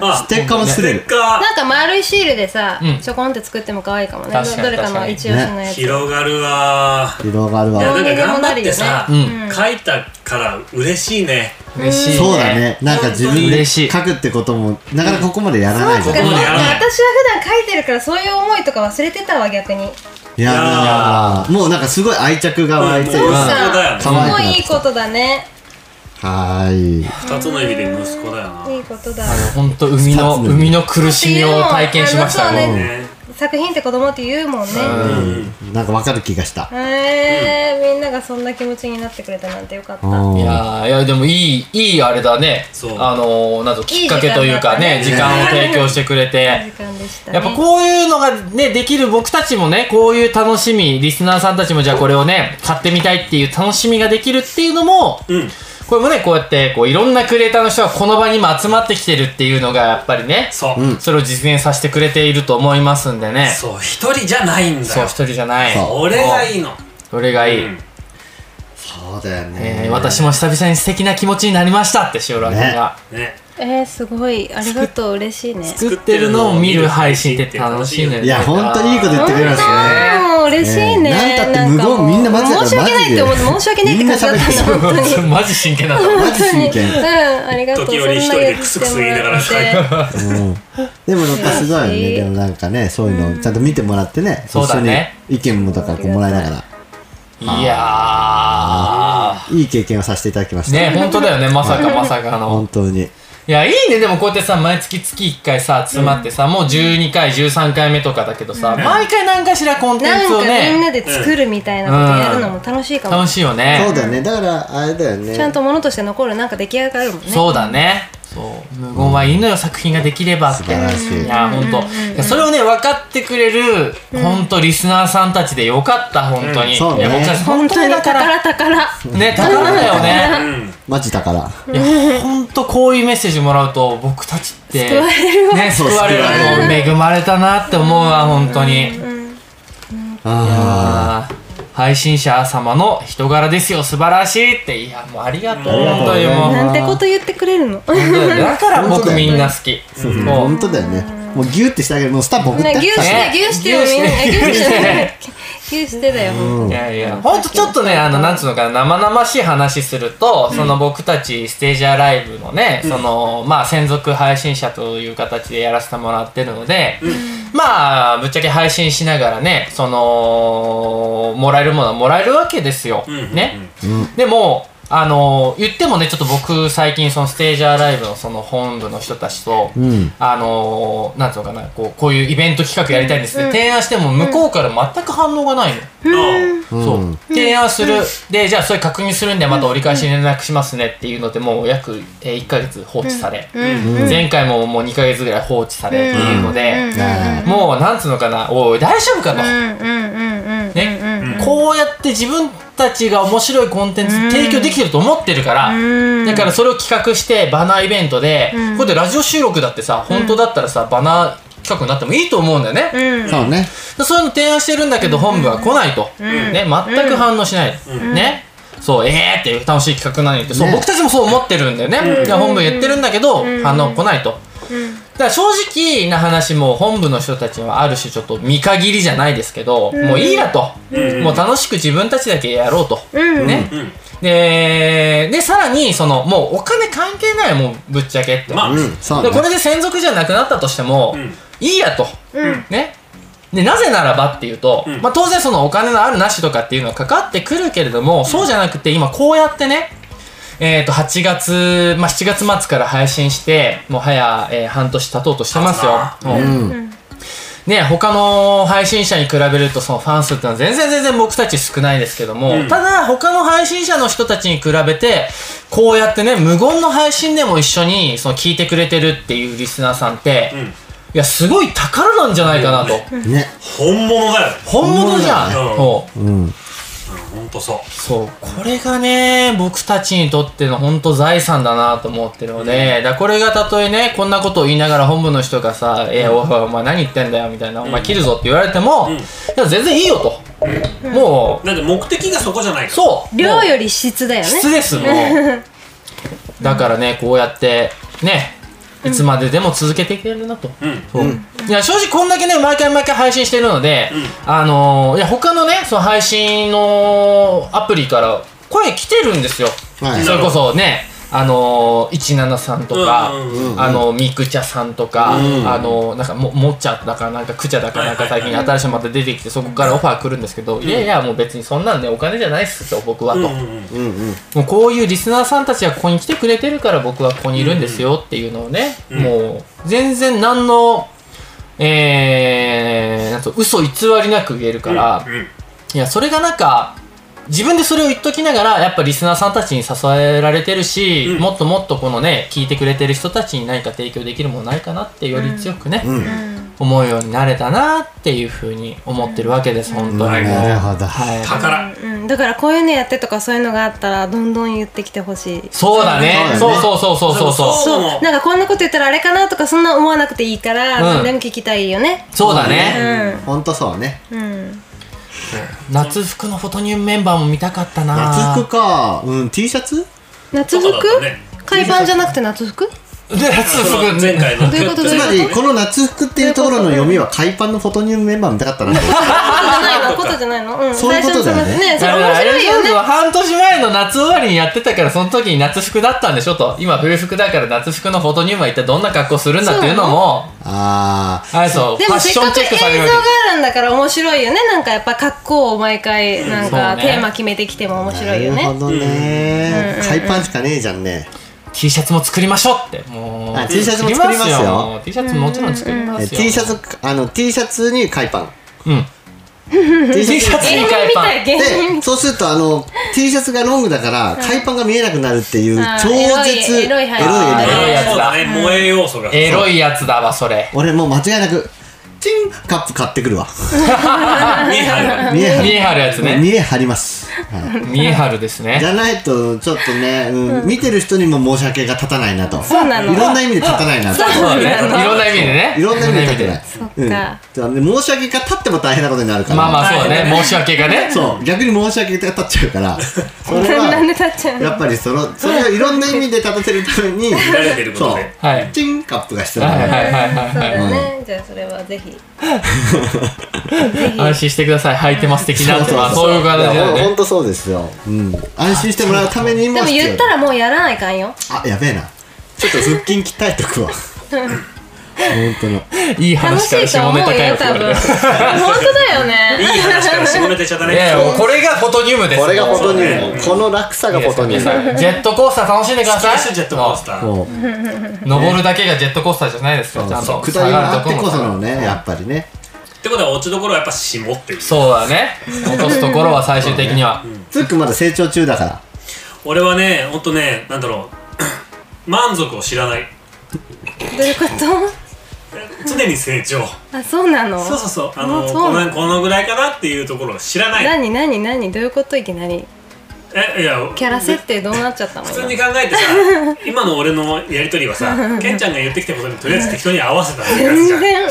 Speaker 2: あ
Speaker 3: ステッカーも作れる
Speaker 2: ステッカ
Speaker 4: なんか丸いシールでさ、
Speaker 5: うん
Speaker 4: ちょこんって作っても可愛いかもね
Speaker 5: 確かに
Speaker 4: どれか
Speaker 5: 確か
Speaker 4: の
Speaker 5: に
Speaker 4: 一押しの
Speaker 2: ー
Speaker 4: やつ、
Speaker 2: 広がるわー
Speaker 3: 色がある
Speaker 2: いや
Speaker 3: わ。
Speaker 2: なんか頑張ってさ、
Speaker 5: うん
Speaker 4: うん
Speaker 2: 書いたから嬉しいね
Speaker 5: 嬉しい、ね、
Speaker 3: そうだね。なんか自分で
Speaker 5: 嬉しい
Speaker 3: 書くってことも、なかなかここまでやらないじ
Speaker 4: そ
Speaker 3: ゃ。
Speaker 4: うんか
Speaker 2: こ
Speaker 4: そ
Speaker 2: こ
Speaker 4: う
Speaker 2: までや
Speaker 4: か
Speaker 2: らな
Speaker 4: 私
Speaker 2: い
Speaker 4: は普段書いてるからそういう思いとか忘れてたわ逆に
Speaker 3: いやだからもうなんかすごい愛着が湧いて
Speaker 2: う
Speaker 3: る
Speaker 2: ん。
Speaker 4: そう
Speaker 2: も
Speaker 3: は
Speaker 4: さ
Speaker 2: うん
Speaker 4: すごいいいことだね
Speaker 3: ーい。
Speaker 2: 二つの指で息子だよ
Speaker 4: いいことだ
Speaker 5: あの本当海の
Speaker 3: 二つの
Speaker 5: 海の苦しみを体験しました
Speaker 4: あのそう
Speaker 2: な
Speaker 4: ね
Speaker 5: ね
Speaker 2: ね
Speaker 4: 作品って子供って言うもんね
Speaker 3: うん。なんかわかる気がした。
Speaker 4: へえーみんながそんな気持ちになってくれたなんてよかった
Speaker 3: うん
Speaker 5: いやーいやでもいいいいあれだね
Speaker 2: そう
Speaker 5: あのーなんときっかけというかね
Speaker 4: いい
Speaker 5: 時
Speaker 4: 時
Speaker 5: 間
Speaker 4: 間
Speaker 5: を
Speaker 4: だったね
Speaker 5: 提供してくれて
Speaker 4: 時間でしたね
Speaker 5: やっぱこういうのがね、できる僕たちもね、こういう楽しみ、リスナーさんたちもじゃあこれをね、買ってみたいっていう楽しみができるっていうのも、
Speaker 2: うん
Speaker 5: これもね、こうやって、こういろんなクリエイターの人がこの場に今集まってきてるっていうのが、やっぱりね、
Speaker 2: そう、
Speaker 5: それを実現させてくれていると思いますんでね。
Speaker 2: そう一人じゃないんだ
Speaker 5: そう、
Speaker 2: よ
Speaker 5: 一人じゃない。
Speaker 3: そう
Speaker 2: 俺がいいの
Speaker 5: それがいい。
Speaker 2: うん
Speaker 3: そうだよ
Speaker 5: え
Speaker 3: ね
Speaker 5: ー。私も久々に素敵な気持ちになりましたって、塩浦君が。
Speaker 2: ね
Speaker 4: えー、すごいありがとう嬉しいね
Speaker 5: 作ってるのを見る配信って楽しいね。
Speaker 3: いや、ほんといいこと言ってくれますね。
Speaker 4: もう嬉しいね、
Speaker 3: ねなんたって
Speaker 4: ん
Speaker 3: 無言みんな待つやから
Speaker 4: 申し訳ないって思って
Speaker 3: マジで
Speaker 4: 申し訳ないって感じだったの本当に
Speaker 5: マジ真剣だった。
Speaker 3: マジ真剣。
Speaker 4: うんあり がとう
Speaker 2: 時折一人でクスクス言いながら
Speaker 4: そんなやつしてもらって
Speaker 3: うんでもなんかすごいよ
Speaker 4: 嬉し
Speaker 3: ね
Speaker 4: い
Speaker 3: でもなんかねそういうのちゃんと見てもらってね、
Speaker 5: そう
Speaker 3: 一緒
Speaker 5: だ
Speaker 3: に
Speaker 5: ね
Speaker 3: 意見もとかこうもらいながら
Speaker 5: いや
Speaker 3: いい経験をさせていただきまし
Speaker 5: ー。
Speaker 3: た、
Speaker 5: ね、本当だよね、まさかまさかの。
Speaker 3: 本当に
Speaker 5: いや、いいね、でもこうやってさ、毎月月1回さ、詰まってさ、もう12回、13回目とかだけどさ、毎回何かしらコンテンツ
Speaker 4: なん
Speaker 5: を
Speaker 4: かみん
Speaker 5: ね、
Speaker 4: なで作るみたいなことやるのも楽しいかも、
Speaker 5: 楽しいよ
Speaker 3: そう
Speaker 5: ね。
Speaker 3: だよねだからあれだよね
Speaker 4: ちゃんと物として残るなんか出来上がるもんね
Speaker 5: そうだね。そう。無言はいいのよ、作品ができればっ
Speaker 3: 素
Speaker 5: て。
Speaker 3: 晴らしい、
Speaker 5: いや、ほんと。いやそれをね、分かってくれる、ほんと、リスナーさんたちでよかった、ほんとに。
Speaker 2: うん
Speaker 5: い
Speaker 3: そうね
Speaker 5: や、僕たちほん
Speaker 4: 本
Speaker 5: と
Speaker 4: 当
Speaker 5: に
Speaker 4: に
Speaker 5: だから、
Speaker 4: 宝宝
Speaker 5: ね、宝だよ
Speaker 2: う
Speaker 5: ね。
Speaker 2: ん
Speaker 3: マジだから
Speaker 5: いや、ほんとこういうメッセージもらうと、僕たちって、
Speaker 4: 言われるわ、
Speaker 5: ね、救われる
Speaker 3: そう救わ。れ
Speaker 5: 恵まれたなって思うわ、ほんとに。あ
Speaker 3: あ
Speaker 5: ー配信者様の人柄ですよ素晴らしいっていやもうありがとう本当にもう
Speaker 4: なんてこと言ってくれるの
Speaker 5: 本当にだから
Speaker 3: 本当
Speaker 5: 僕
Speaker 3: だよね
Speaker 5: みんな好き
Speaker 3: あ
Speaker 5: もう
Speaker 3: 本当だよねもうギュッてしてあげるもうスタッフ送って
Speaker 4: ね、牛して、牛してよ、みんな。
Speaker 5: 牛
Speaker 4: 牛
Speaker 5: して
Speaker 4: して。牛してだよ、ほん
Speaker 5: いやいや本当ちょっとねあのなんつうのかな生々しい話するとその僕たちステージアライブのねそのまあ専属配信者という形でやらせてもらってるのでまあぶっちゃけ配信しながらねそのもらえるものはもらえるわけですよ
Speaker 2: うん
Speaker 5: ねでも、あの言ってもね、ちょっと僕、最近、そのステージアライブのその本部の人たちと、
Speaker 3: ん
Speaker 5: あのなんつうのかな、こう、こういうイベント企画やりたいんですって、提案しても、向こうから全く反応がないの。
Speaker 2: うん
Speaker 5: そう、提案する、でじゃあそれ確認するんでまた折り返しに連絡しますねっていうのでもう約えー1ヶ月放置され、前回ももう2ヶ月ぐらい放置されっていうので、
Speaker 3: ね
Speaker 5: もうなんつうのかなおい大丈夫かと、
Speaker 4: うんうんうんうん。
Speaker 5: ね、こうやって自分たちが面白いコンテンツ提供できてると思ってるから、だからそれを企画してバナーイベントで、これでラジオ収録だってさ本当だったらさバナー企画になってもいいと思うんだよね、
Speaker 3: そうね
Speaker 5: でそういうの提案してるんだけど本部は来ないと、ね、全く反応しない、ねそうえーっていう楽しい企画なのにってそう、
Speaker 3: ね
Speaker 5: 僕たちもそう思ってるんだよね、で本部言ってるんだけど、反応来ないと、だから正直な話もう本部の人たちはある種ちょっと見限りじゃないですけど、もういいやと、もう楽しく自分たちだけやろうと、ね、
Speaker 2: ん
Speaker 5: ででさらにそのもうお金関係ないもうぶっちゃけって、
Speaker 2: まあ、
Speaker 3: うんそう
Speaker 5: で
Speaker 3: ね
Speaker 5: これで専属じゃなくなったとしても、
Speaker 2: ん
Speaker 5: いいやと、ねでなぜならばっていうと、まあ、当然そのお金のあるなしとかっていうのはかかってくるけれども、そうじゃなくて今こうやってねえー、と8月、まあ、7月末から配信してもう早、えー半年経とうとしてますよ、うんね、他の配信者に比べるとそのファン数ってのは全然全然僕たち少ないですけども、ただ他の配信者の人たちに比べてこうやってね無言の配信でも一緒にその聞いてくれてるっていうリスナーさんって、いやすごい宝なんじゃないかなと、
Speaker 3: ね
Speaker 2: 本物だよ
Speaker 5: 本物じゃん、
Speaker 2: 本物だね
Speaker 5: そう
Speaker 3: うん
Speaker 2: ほんとそう
Speaker 5: そう、これがね、僕たちにとっての本当財産だなと思ってるので、だからこれがたとえね、こんなことを言いながら本部の人がさ、えー、おいおいお前何言ってんだよみたいな、お前切るぞって言われても、いや、全然いいよと。も
Speaker 2: だって目的がそこじゃないか
Speaker 5: う、
Speaker 2: ら
Speaker 5: そう。
Speaker 4: 量
Speaker 5: もう
Speaker 4: より質だよね。
Speaker 5: 質です、もう。だからね、こうやって、ね、いつまででも続けていけるなと。
Speaker 2: うん
Speaker 5: そういや正直こんだけね毎回毎回配信してるので、
Speaker 2: う
Speaker 5: あのーいや他のねその配信のアプリから声来てるんですよ、
Speaker 3: はい
Speaker 5: それこそねあのー、17さんとか、
Speaker 2: うん
Speaker 3: うんうん
Speaker 5: あのみくちゃさんとか、
Speaker 3: うん
Speaker 5: あのーなんかももっちゃだかなんかくちゃだかなんか
Speaker 2: はい
Speaker 5: 最
Speaker 2: はい
Speaker 5: 近新しいのまた出てきてそこからオファー来るんですけど、いやいやもう別にそんなんねお金じゃないっすと僕はと、
Speaker 2: うんう
Speaker 5: も
Speaker 2: んうん
Speaker 3: うんうん
Speaker 5: うこういうリスナーさんたちがここに来てくれてるから僕はここにいるんですよっていうのをね、
Speaker 2: うん
Speaker 5: もう全然何のえー、なんと嘘偽りなく言えるから、
Speaker 2: うん
Speaker 5: いやそれがなんか自分でそれを言っときながらやっぱリスナーさんたちに支えられてるし、
Speaker 2: うん
Speaker 5: もっともっとこのね聞いてくれてる人たちに何か提供できるものないかなってより強くね、
Speaker 3: うん
Speaker 5: 思うようになれたなっていうふうに思ってるわけです本当に、
Speaker 3: なるほど
Speaker 5: はい
Speaker 2: 宝
Speaker 4: うん、だからこういうのやってとかそういうのがあったらどんどん言ってきてほしい
Speaker 5: そうだね
Speaker 3: そ
Speaker 5: そうう
Speaker 3: だね
Speaker 5: そうそうそうそうそう
Speaker 2: そ
Speaker 5: そうう
Speaker 4: そう
Speaker 2: も
Speaker 4: なんかこんなこと言ったらあれかなとかそんな思わなくていいから、
Speaker 5: うん
Speaker 4: 何でも聞きたいよね
Speaker 5: だ
Speaker 4: う
Speaker 5: ね、
Speaker 4: ん
Speaker 3: ほんとそうね
Speaker 4: うん
Speaker 5: 夏服のフォトニウムメンバーも見たかったな
Speaker 3: 夏服かうん T シャツ
Speaker 4: 夏服
Speaker 2: そうだね
Speaker 4: 海パンじゃなくて 夏服
Speaker 5: で夏服
Speaker 2: そう前回の
Speaker 4: どういうこと
Speaker 2: ちょ
Speaker 3: つ
Speaker 2: っ
Speaker 3: まりこの夏服っていうところの読みは海パンのフォトニウムメンバー見たかったな
Speaker 4: ことじゃないのことじゃないの、うん、
Speaker 3: そういうことだよね
Speaker 4: 最初のねそれ
Speaker 5: だから
Speaker 4: 面
Speaker 5: あれ
Speaker 4: 白いよね
Speaker 5: 半年前の夏終わりにやってたからその時に夏服だったんでしょと今冬服だから夏服のフォトニウムは一体どんな格好するんだっていうのも
Speaker 3: あー
Speaker 5: あれそう
Speaker 4: で
Speaker 5: ファ
Speaker 4: も
Speaker 5: ッ
Speaker 4: せっ
Speaker 5: ショ
Speaker 4: か
Speaker 5: ン
Speaker 4: く
Speaker 5: チェ
Speaker 4: 映
Speaker 5: ッ
Speaker 4: 像
Speaker 5: クさ
Speaker 4: が
Speaker 5: れるわけ
Speaker 4: あるんだから面白いよねなんかやっぱ格好を毎回なんか、
Speaker 5: そうね
Speaker 4: テーマ決めてきても面白いよ
Speaker 3: なる
Speaker 4: ね
Speaker 3: ほどね海パンしかねえじゃんね
Speaker 5: T シャツも作りましょうっても
Speaker 3: あ
Speaker 5: う
Speaker 3: T シャツも作りますよ
Speaker 5: 作もう T シャツももちろん作りま
Speaker 3: え
Speaker 5: すよ
Speaker 3: T シャツあの T シャツに海パン
Speaker 5: うん
Speaker 3: T シ
Speaker 5: T シャ
Speaker 3: ャ
Speaker 5: ツ
Speaker 3: ツ
Speaker 5: に
Speaker 4: 芸人
Speaker 5: 海
Speaker 4: み
Speaker 5: パ
Speaker 4: たい
Speaker 5: ン
Speaker 4: 芸人
Speaker 3: でそうするとあの T シャツがロングだから海パンが見えなくなるっていう
Speaker 4: あー
Speaker 3: 超絶
Speaker 4: エロいエロい入り
Speaker 5: あーエ
Speaker 3: ね
Speaker 5: ロいやつだ
Speaker 2: そうだね萌え要素が
Speaker 5: エロいやつだわそれ
Speaker 3: 俺もう間違いなくチンカップ買ってくるわ
Speaker 2: 見えない
Speaker 3: 見え張
Speaker 5: 見え
Speaker 3: る
Speaker 5: 張るやつね
Speaker 3: 見え張ります、はい
Speaker 5: 見え張るです
Speaker 3: じ
Speaker 5: ね
Speaker 3: ゃないとちょっとね、うん見てる人にも申し訳が立たないなと
Speaker 4: そうなの
Speaker 3: いろんな意味で立たないなと
Speaker 5: そうだねいろんな意味でね
Speaker 3: いろんな意味で立てない。
Speaker 4: 味で
Speaker 3: うんで申し訳が立っても大変なことになるから。
Speaker 5: まあまあそうだ
Speaker 2: は
Speaker 5: ね申し訳がね
Speaker 3: そう、逆に申し訳が立っちゃうから、それ
Speaker 4: なんで
Speaker 3: は、
Speaker 4: 立っちゃう
Speaker 3: やっ
Speaker 4: の
Speaker 3: ぱりその、それをいろんな意味で立たせるために、
Speaker 2: 見られてることで
Speaker 5: はい
Speaker 3: チンカップが必要
Speaker 5: は
Speaker 3: だ
Speaker 5: い
Speaker 3: か
Speaker 5: はい
Speaker 3: ら
Speaker 5: はい
Speaker 4: そう
Speaker 5: はい
Speaker 4: だ
Speaker 5: は
Speaker 4: よね、じゃあそれはぜひ
Speaker 5: い安心してください履いてます的なってまあそういう感じだよ
Speaker 3: いやほん
Speaker 5: ね
Speaker 3: とそうですよ。うん。安心してもらうためにも
Speaker 4: でも
Speaker 3: 必要
Speaker 4: 言ったらもうやらないかんよ
Speaker 3: あ、やべえな。ちょっと腹筋鍛えとくわ。 本当の。
Speaker 5: いい
Speaker 4: 楽
Speaker 5: 話
Speaker 4: し
Speaker 5: から
Speaker 4: いと
Speaker 5: 下
Speaker 4: 思う
Speaker 5: ネ
Speaker 4: よ
Speaker 5: タかよって言
Speaker 4: 多
Speaker 5: われ
Speaker 4: 分
Speaker 5: る
Speaker 4: 本当だよ
Speaker 2: いい
Speaker 4: ね
Speaker 2: 話から下ネタしちゃっ
Speaker 5: い
Speaker 2: た
Speaker 5: やい
Speaker 2: ね
Speaker 5: やもうこれがフォトニウムです
Speaker 3: これがフォトニウ
Speaker 2: そう
Speaker 3: ム。この落差がフォトニウ
Speaker 5: 皆さ
Speaker 3: ム。
Speaker 5: んジェットコースター楽しんでください
Speaker 2: ジェットコースター
Speaker 3: そう。
Speaker 5: 登るだけがジェットコースターじゃないです
Speaker 3: そ
Speaker 5: か
Speaker 3: う
Speaker 5: ちゃんと
Speaker 3: 下りがあってこ
Speaker 5: 下
Speaker 3: そ
Speaker 5: がるとこ
Speaker 3: の
Speaker 5: も
Speaker 3: ね、やっぱりね。
Speaker 2: ってことは落ちどころはやっぱ下っていう
Speaker 5: そうだね落とすところは最終的には
Speaker 3: つっくんまだ成長中だから。
Speaker 2: 俺はねほんとねなんだろう 満足を知らない
Speaker 4: どういうこと
Speaker 2: 常に成長
Speaker 4: あそうなの
Speaker 2: そうそうそうあ
Speaker 4: あ
Speaker 2: の
Speaker 4: そう
Speaker 2: こ
Speaker 4: なの
Speaker 2: のこのぐらいかなっていうところを知らない
Speaker 4: 何何何どういうこといきなり
Speaker 2: えいや
Speaker 4: キャラ設定どうなっちゃったの
Speaker 2: 普
Speaker 4: 今
Speaker 2: 通に考えてさ今の俺のやりとりはさケンちゃんが言ってきたことにとりあえず適当に合わせたってやつじ
Speaker 4: 全
Speaker 2: ゃん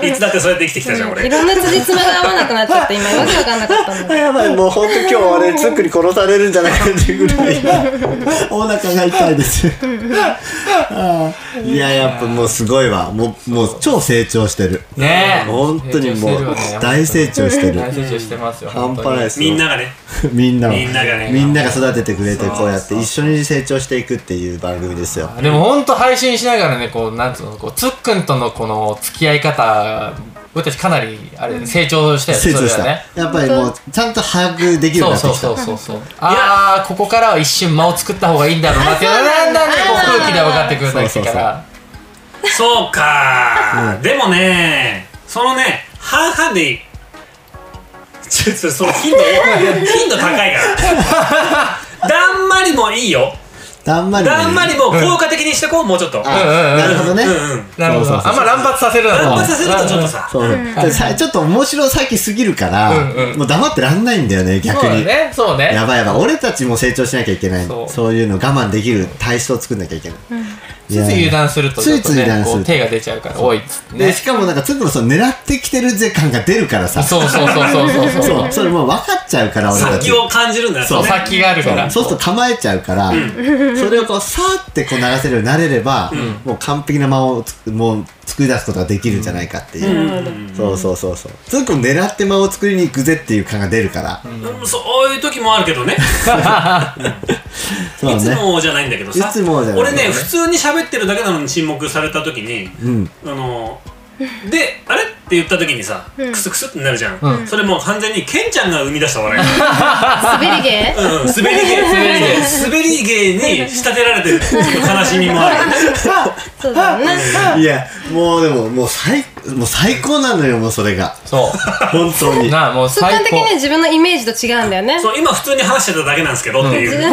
Speaker 4: 然
Speaker 2: いつだってそうやって生きてきたじゃん
Speaker 4: うんい
Speaker 2: 俺
Speaker 4: ろんな辻褄が合わなくなっちゃって今わけわかんなかった んだ
Speaker 3: やばいもう本当今日俺つっくに殺されるんじゃないかっていうぐらい お腹が痛 いですあーいややっぱもうすごいわもうもう超成長してる
Speaker 5: ねえ
Speaker 3: 本当にも
Speaker 5: 成長
Speaker 3: う
Speaker 5: してるよね
Speaker 3: 大成長してる
Speaker 5: 大成長してますよ
Speaker 3: 半
Speaker 5: 本
Speaker 3: 端
Speaker 5: 当
Speaker 3: ない
Speaker 5: に
Speaker 3: ですよ
Speaker 2: みんながね
Speaker 3: みんなを
Speaker 2: みんながね
Speaker 3: みんなが育ててくれてこうやって一緒に成長していくっていう番組ですよ
Speaker 5: でも本当配信しながらねこうなんつうのこうつっくんとのこの付き合い方俺たちかなりあれ成長したよね
Speaker 3: 成長し
Speaker 5: それ
Speaker 3: た
Speaker 5: はね
Speaker 3: やっぱりもうちゃんと把握できるよう
Speaker 5: そ
Speaker 3: に
Speaker 5: う
Speaker 3: なって
Speaker 5: そう
Speaker 3: きた
Speaker 5: そうそうそうああここからは一瞬間を作った方がいいんだろうなっていうのがだんだんねこう空気で分かってくるだけだから
Speaker 2: そうかー、でもねそのね半々でいいちょっとその頻度頻度高いからだんまりもいいよ
Speaker 3: だんまりね
Speaker 2: だんまりも効果的にしてこうもうちょっと
Speaker 3: あ
Speaker 5: うんうんうん
Speaker 3: なるほどね
Speaker 2: うんうん
Speaker 5: なるほ
Speaker 3: そ
Speaker 5: ど
Speaker 3: うそうそ
Speaker 5: あ
Speaker 3: う
Speaker 5: んま乱発させるな
Speaker 2: あんまさせるとちょっとさ
Speaker 3: そうでさちょっと面白さきすぎるから、
Speaker 5: うんうん
Speaker 3: もう黙ってらんないんだよね
Speaker 5: そう
Speaker 3: 逆
Speaker 5: だ
Speaker 3: に、
Speaker 5: ねそうね
Speaker 3: やばいやばい俺たちも成長しなきゃいけない
Speaker 5: そ
Speaker 3: そうういうの我慢できる体質を作んなきゃいけない、
Speaker 5: ついつい油断するとちょっと
Speaker 3: ついつい油
Speaker 5: ね
Speaker 3: 断す
Speaker 5: こ
Speaker 3: る
Speaker 5: う手が出ちゃうから多いっつって
Speaker 3: で
Speaker 5: ね
Speaker 3: しかもなんかつくのその狙ってきてる時間が出るからさ
Speaker 5: そうそうそうそうそうそう
Speaker 3: そうそれもう分かっちゃうから俺たち
Speaker 2: 先を感じるんだよね
Speaker 3: そう
Speaker 5: 先があるから
Speaker 3: そうすると構えちゃうから、それをこうさーってこう流せるようになれれば、もう完璧な間をつくもう作り出すことができるんじゃないかっていう、そうそうそうそうつうくん狙って間を作りに行くぜっていう感が出るから、
Speaker 2: うんそういう時もある けどね
Speaker 3: そう
Speaker 2: いつ
Speaker 3: ね
Speaker 2: もじゃないんだけどさ
Speaker 3: いつもじゃない
Speaker 2: 俺ね普通に喋ってるだけなのに沈黙された時に、
Speaker 3: うん
Speaker 2: あのであれって言った時にさ、クスクスってなるじゃん、それもう完全にケンちゃんが生み出した笑い、
Speaker 4: 滑り芸
Speaker 2: うん、滑り芸滑り芸に仕立てられてるっていう悲しみ もあるよね
Speaker 4: そうだね
Speaker 3: いやもうでももう最もう最高なのよもうそれが
Speaker 5: そ
Speaker 3: 本当
Speaker 5: う
Speaker 3: に
Speaker 5: なあもう
Speaker 4: 直感
Speaker 5: 最
Speaker 4: 的
Speaker 5: 高
Speaker 4: には自分のイメージと違うんだよね
Speaker 2: そう今普通に話してただけなんですけどっていう、
Speaker 4: 自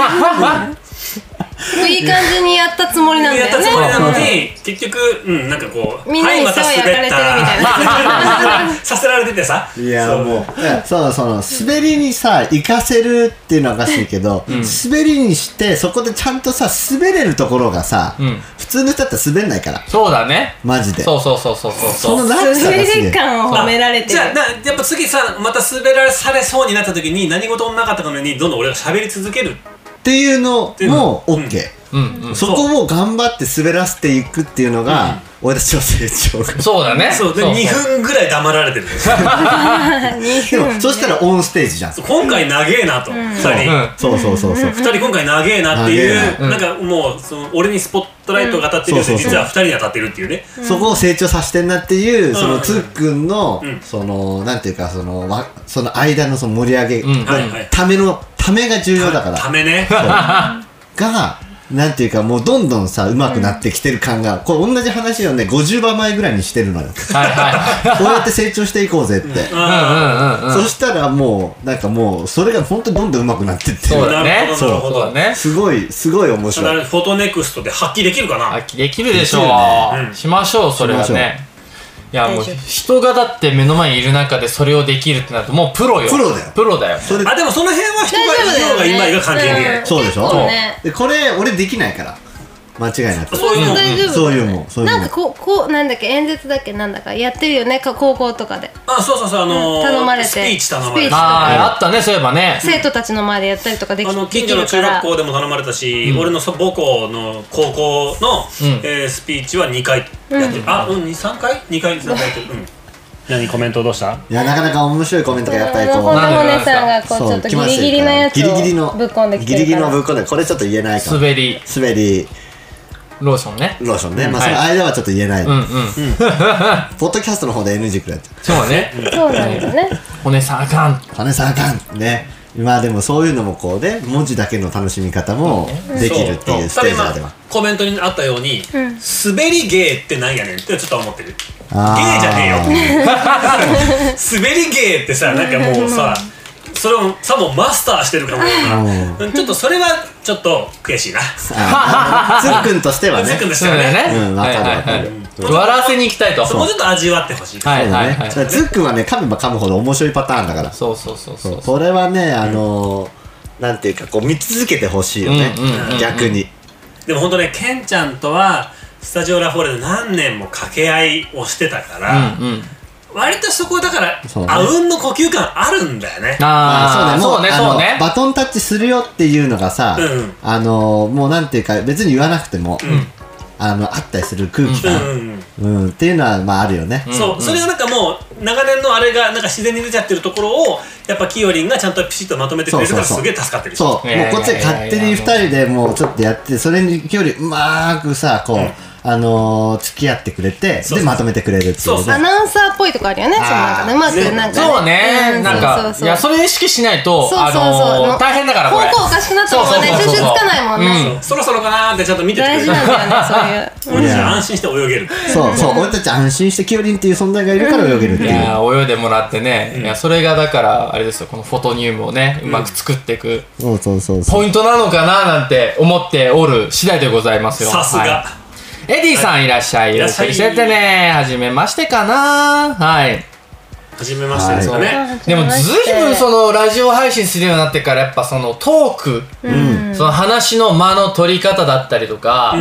Speaker 4: 分いい感じにやったつもりなんだ
Speaker 2: やった
Speaker 4: よ
Speaker 2: つ
Speaker 4: ね
Speaker 2: もりなのに結局うんなんかこう
Speaker 4: みんなに
Speaker 2: はいまた
Speaker 4: そう
Speaker 2: 滑
Speaker 4: やら
Speaker 2: っ
Speaker 4: れてるみたいな
Speaker 2: たさせられててさ
Speaker 3: いやもうそうその滑りにさ行かせるっていうのはおかしいけど、滑りにしてそこでちゃんとさ滑れるところがさ、
Speaker 5: ん
Speaker 3: 普通の人だったら滑んないから
Speaker 5: そうだね
Speaker 3: マジで
Speaker 5: そうそうそうそうそう
Speaker 3: その
Speaker 5: そう
Speaker 3: 落差がすげ
Speaker 4: 滑
Speaker 3: え
Speaker 4: り感を褒められて
Speaker 2: じ
Speaker 4: る
Speaker 2: ゃあなやっぱ次さまた滑らされそうになった時に何事もなかったかのようにどんどん俺が喋り続ける
Speaker 3: っていうのも OK、
Speaker 5: うんうん
Speaker 3: そこも頑張って滑らせていくっていうのが、俺たちの成長が
Speaker 5: そうだね
Speaker 2: そうで
Speaker 5: そう
Speaker 2: 2分ぐらい黙られてる
Speaker 3: でもそしたらオンステージじゃん、
Speaker 2: 今回長えなと2人
Speaker 5: うん
Speaker 3: そうそうそうそう、
Speaker 2: 2人今回長えなってい
Speaker 3: 長
Speaker 2: うなんかもうその俺にスポットライトが当たってるようで
Speaker 3: うんそうそうそう
Speaker 2: 実は2人に当たってるっていうね
Speaker 3: そこを成長させてんなっていう、その
Speaker 2: うん
Speaker 3: つっくんの、
Speaker 2: ん
Speaker 3: そのなんていうかそのわその間のその盛り上げ、
Speaker 5: ん
Speaker 2: はいはい
Speaker 3: ためのためが重要だから
Speaker 2: ためね
Speaker 3: がなんていうかもうどんどんさ上手くなってきてる感が、これ同じ話をね50倍前ぐらいにしてるの よこ
Speaker 5: はいは
Speaker 3: うやって成長していこうぜって、
Speaker 5: いうんうんうんうん
Speaker 3: そしたらもうなんかもうそれが本当にどんどん上手くなってってる
Speaker 5: そうだね
Speaker 2: なるほ
Speaker 5: そう
Speaker 2: どなるほど
Speaker 5: だね
Speaker 3: すごいすごい面
Speaker 2: だか
Speaker 3: 白い
Speaker 2: らフォトネクストで発揮できるかな
Speaker 5: 秋できるでしょう
Speaker 3: できるよ
Speaker 2: ねうん
Speaker 5: しましょうそれは
Speaker 3: しましょ
Speaker 5: ねいやもう
Speaker 4: 大丈夫
Speaker 5: 人がだって目の前にいる中でそれをできるってなるともうプロよ
Speaker 3: プロだよ
Speaker 5: プロだよ
Speaker 3: それ
Speaker 2: あでもその辺は人
Speaker 4: 大丈夫
Speaker 2: がい
Speaker 4: だ
Speaker 2: ようがいまい
Speaker 4: よ
Speaker 2: が関係
Speaker 4: ね
Speaker 2: ね
Speaker 3: そうでしょ
Speaker 4: 結構ね
Speaker 3: でこれ俺できないから間違いなく
Speaker 2: そういうの
Speaker 4: 大丈夫
Speaker 3: そういうもんそういうも
Speaker 4: なんんかこうこうなんだっけ演説だっけなんだかやってるよねか高校とかで
Speaker 2: あそうそうそうあのー
Speaker 4: 頼まれて
Speaker 2: スピーチ頼ま
Speaker 4: スピ
Speaker 2: れ
Speaker 4: ー
Speaker 2: て
Speaker 4: チ
Speaker 5: あああったねそういえばね
Speaker 4: 生徒たちの前でやったりとかでき
Speaker 2: あの
Speaker 4: で
Speaker 2: 近
Speaker 4: き
Speaker 2: 所の
Speaker 4: る
Speaker 2: 中
Speaker 4: か
Speaker 2: 学
Speaker 4: ら
Speaker 2: 校でも頼まれたし、俺のそ母校の高校の、
Speaker 5: ん
Speaker 2: えースピーチは2回やってる、あうん23回2回3回やってる、うん、何コメントどうした
Speaker 3: いやなかなか面白いコメントがやっぱりこ
Speaker 4: ほん
Speaker 5: なん
Speaker 4: で
Speaker 3: う
Speaker 5: か
Speaker 4: モネさんがこう
Speaker 3: そう
Speaker 4: ちょっと
Speaker 3: 来
Speaker 4: ギ
Speaker 3: ま
Speaker 4: リ
Speaker 3: す
Speaker 4: ギリのやつ
Speaker 3: ギリギリ
Speaker 4: を
Speaker 3: の
Speaker 4: ぶっこんできて
Speaker 3: ギリギ
Speaker 4: る
Speaker 3: リ
Speaker 4: か
Speaker 3: のぶ
Speaker 4: ら
Speaker 3: っこんでこれちょっと言えないから
Speaker 5: 滑り
Speaker 3: 滑り
Speaker 5: ローションね
Speaker 3: ローションね、ま
Speaker 5: は
Speaker 3: あ、そ
Speaker 5: い
Speaker 3: の間はちょっと言えない、
Speaker 5: うんうん
Speaker 3: ポッドキャストの方で NG くらいやっちゃ
Speaker 5: そうね
Speaker 4: そうなんですね
Speaker 5: お姉さんあかん
Speaker 3: う金さんあかんねまあでもそういうのもこうね文字だけの楽しみ方もできるっていうステージま
Speaker 2: ただ
Speaker 3: で
Speaker 2: 今
Speaker 3: は
Speaker 2: コメントにあったように、滑り芸ってなんやねんってちょっと思ってる
Speaker 3: あー
Speaker 2: 芸じゃねえよ 滑り芸ってさなんかもうさそれをさもマスターしてるからもうちょっとそれはちょっと悔しいな
Speaker 3: あーつっくんとしては
Speaker 2: つ
Speaker 3: ね
Speaker 2: っくんとし
Speaker 5: そ
Speaker 2: て
Speaker 5: う
Speaker 2: は
Speaker 5: だ
Speaker 2: ね
Speaker 5: よね
Speaker 3: うんわかるわかる
Speaker 5: はいはいはい笑わせに行きたいと
Speaker 2: もうちょっと味わってほしい
Speaker 5: は
Speaker 3: そ
Speaker 5: いう
Speaker 3: だ
Speaker 5: はい
Speaker 3: ね
Speaker 5: はい
Speaker 3: だからつっくんはね噛めば噛むほど面白いパターンだから
Speaker 5: そうそうそうそう
Speaker 3: これはねあのーなんていうかこう見続けてほしいよね
Speaker 5: うんうんうん
Speaker 3: 逆に
Speaker 2: でも本当ねケンちゃんとはスタジオラフォーレで何年も掛け合いをしてたから、
Speaker 5: うんうん
Speaker 2: 割とそこだから、
Speaker 3: そうね
Speaker 2: あうんの呼吸感あるんだよね
Speaker 5: ああ
Speaker 3: も
Speaker 5: そうね
Speaker 3: あの
Speaker 5: そうね
Speaker 3: バトンタッチするよっていうのがさ
Speaker 2: うんうん
Speaker 3: あのーもうなんていうか別に言わなくてもあのあったりする空気
Speaker 2: うん
Speaker 3: 感
Speaker 2: うんうん
Speaker 3: うんっていうのはまああるよね
Speaker 2: そう、それがなんかもう長年のあれがなんか自然に出ちゃってるところをやっぱキヨリンがちゃんとピシッとまとめてくれるから
Speaker 3: そうそ
Speaker 2: す
Speaker 3: うそう
Speaker 2: げえ助かってる
Speaker 3: そう、
Speaker 5: いやいやいや
Speaker 3: もうこっちで勝手に二人でもうちょっとやって、それに距離うまーくさ、こう、あのー、付き合ってくれて、
Speaker 2: そうそう
Speaker 3: で、まとめてくれるってい
Speaker 2: そう
Speaker 3: う
Speaker 2: そ
Speaker 4: ア
Speaker 3: ね。
Speaker 4: ナウンサーっぽいとこあるよねそのなんかうまくなんか
Speaker 5: そうね、
Speaker 4: うん
Speaker 5: なん
Speaker 4: そう
Speaker 5: か、
Speaker 4: そう
Speaker 5: い
Speaker 4: そう
Speaker 5: や、それ意識しないと、
Speaker 4: そうそう
Speaker 5: あ
Speaker 4: そう
Speaker 5: のー、大変だから、これ。
Speaker 4: 方向おかしくなったもんね
Speaker 5: そうそうそう
Speaker 4: 収
Speaker 5: そう
Speaker 4: 拾つかないもんね
Speaker 2: そうそろそろかなーってちゃんと見ててくれ
Speaker 4: 大
Speaker 2: る
Speaker 4: 事なんだよねそういう
Speaker 2: 俺たち
Speaker 3: いや
Speaker 2: は安心して泳げる
Speaker 3: そうそう、俺たち安心してキヨリンっていう存在がいるから泳げるって
Speaker 5: い
Speaker 3: いう。
Speaker 5: やー泳いでもらってね、いやそれがだからあれですよこのフォトニウムをねうまく作っていく
Speaker 3: そうそうそうそう。
Speaker 5: ポイントなのかななんて思っておる次第でございますよ
Speaker 2: さすが、
Speaker 5: はいエディさんいらっしゃい。
Speaker 2: い
Speaker 5: よ
Speaker 2: ら
Speaker 5: ろし
Speaker 2: っしゃい
Speaker 5: くしてってね。はじめましてかな。はい。
Speaker 2: 初めましてですかね、
Speaker 5: でも随分そのラジオ配信するようになってからやっぱそのトーク、
Speaker 4: うん
Speaker 5: その話の間の取り方だったりとか、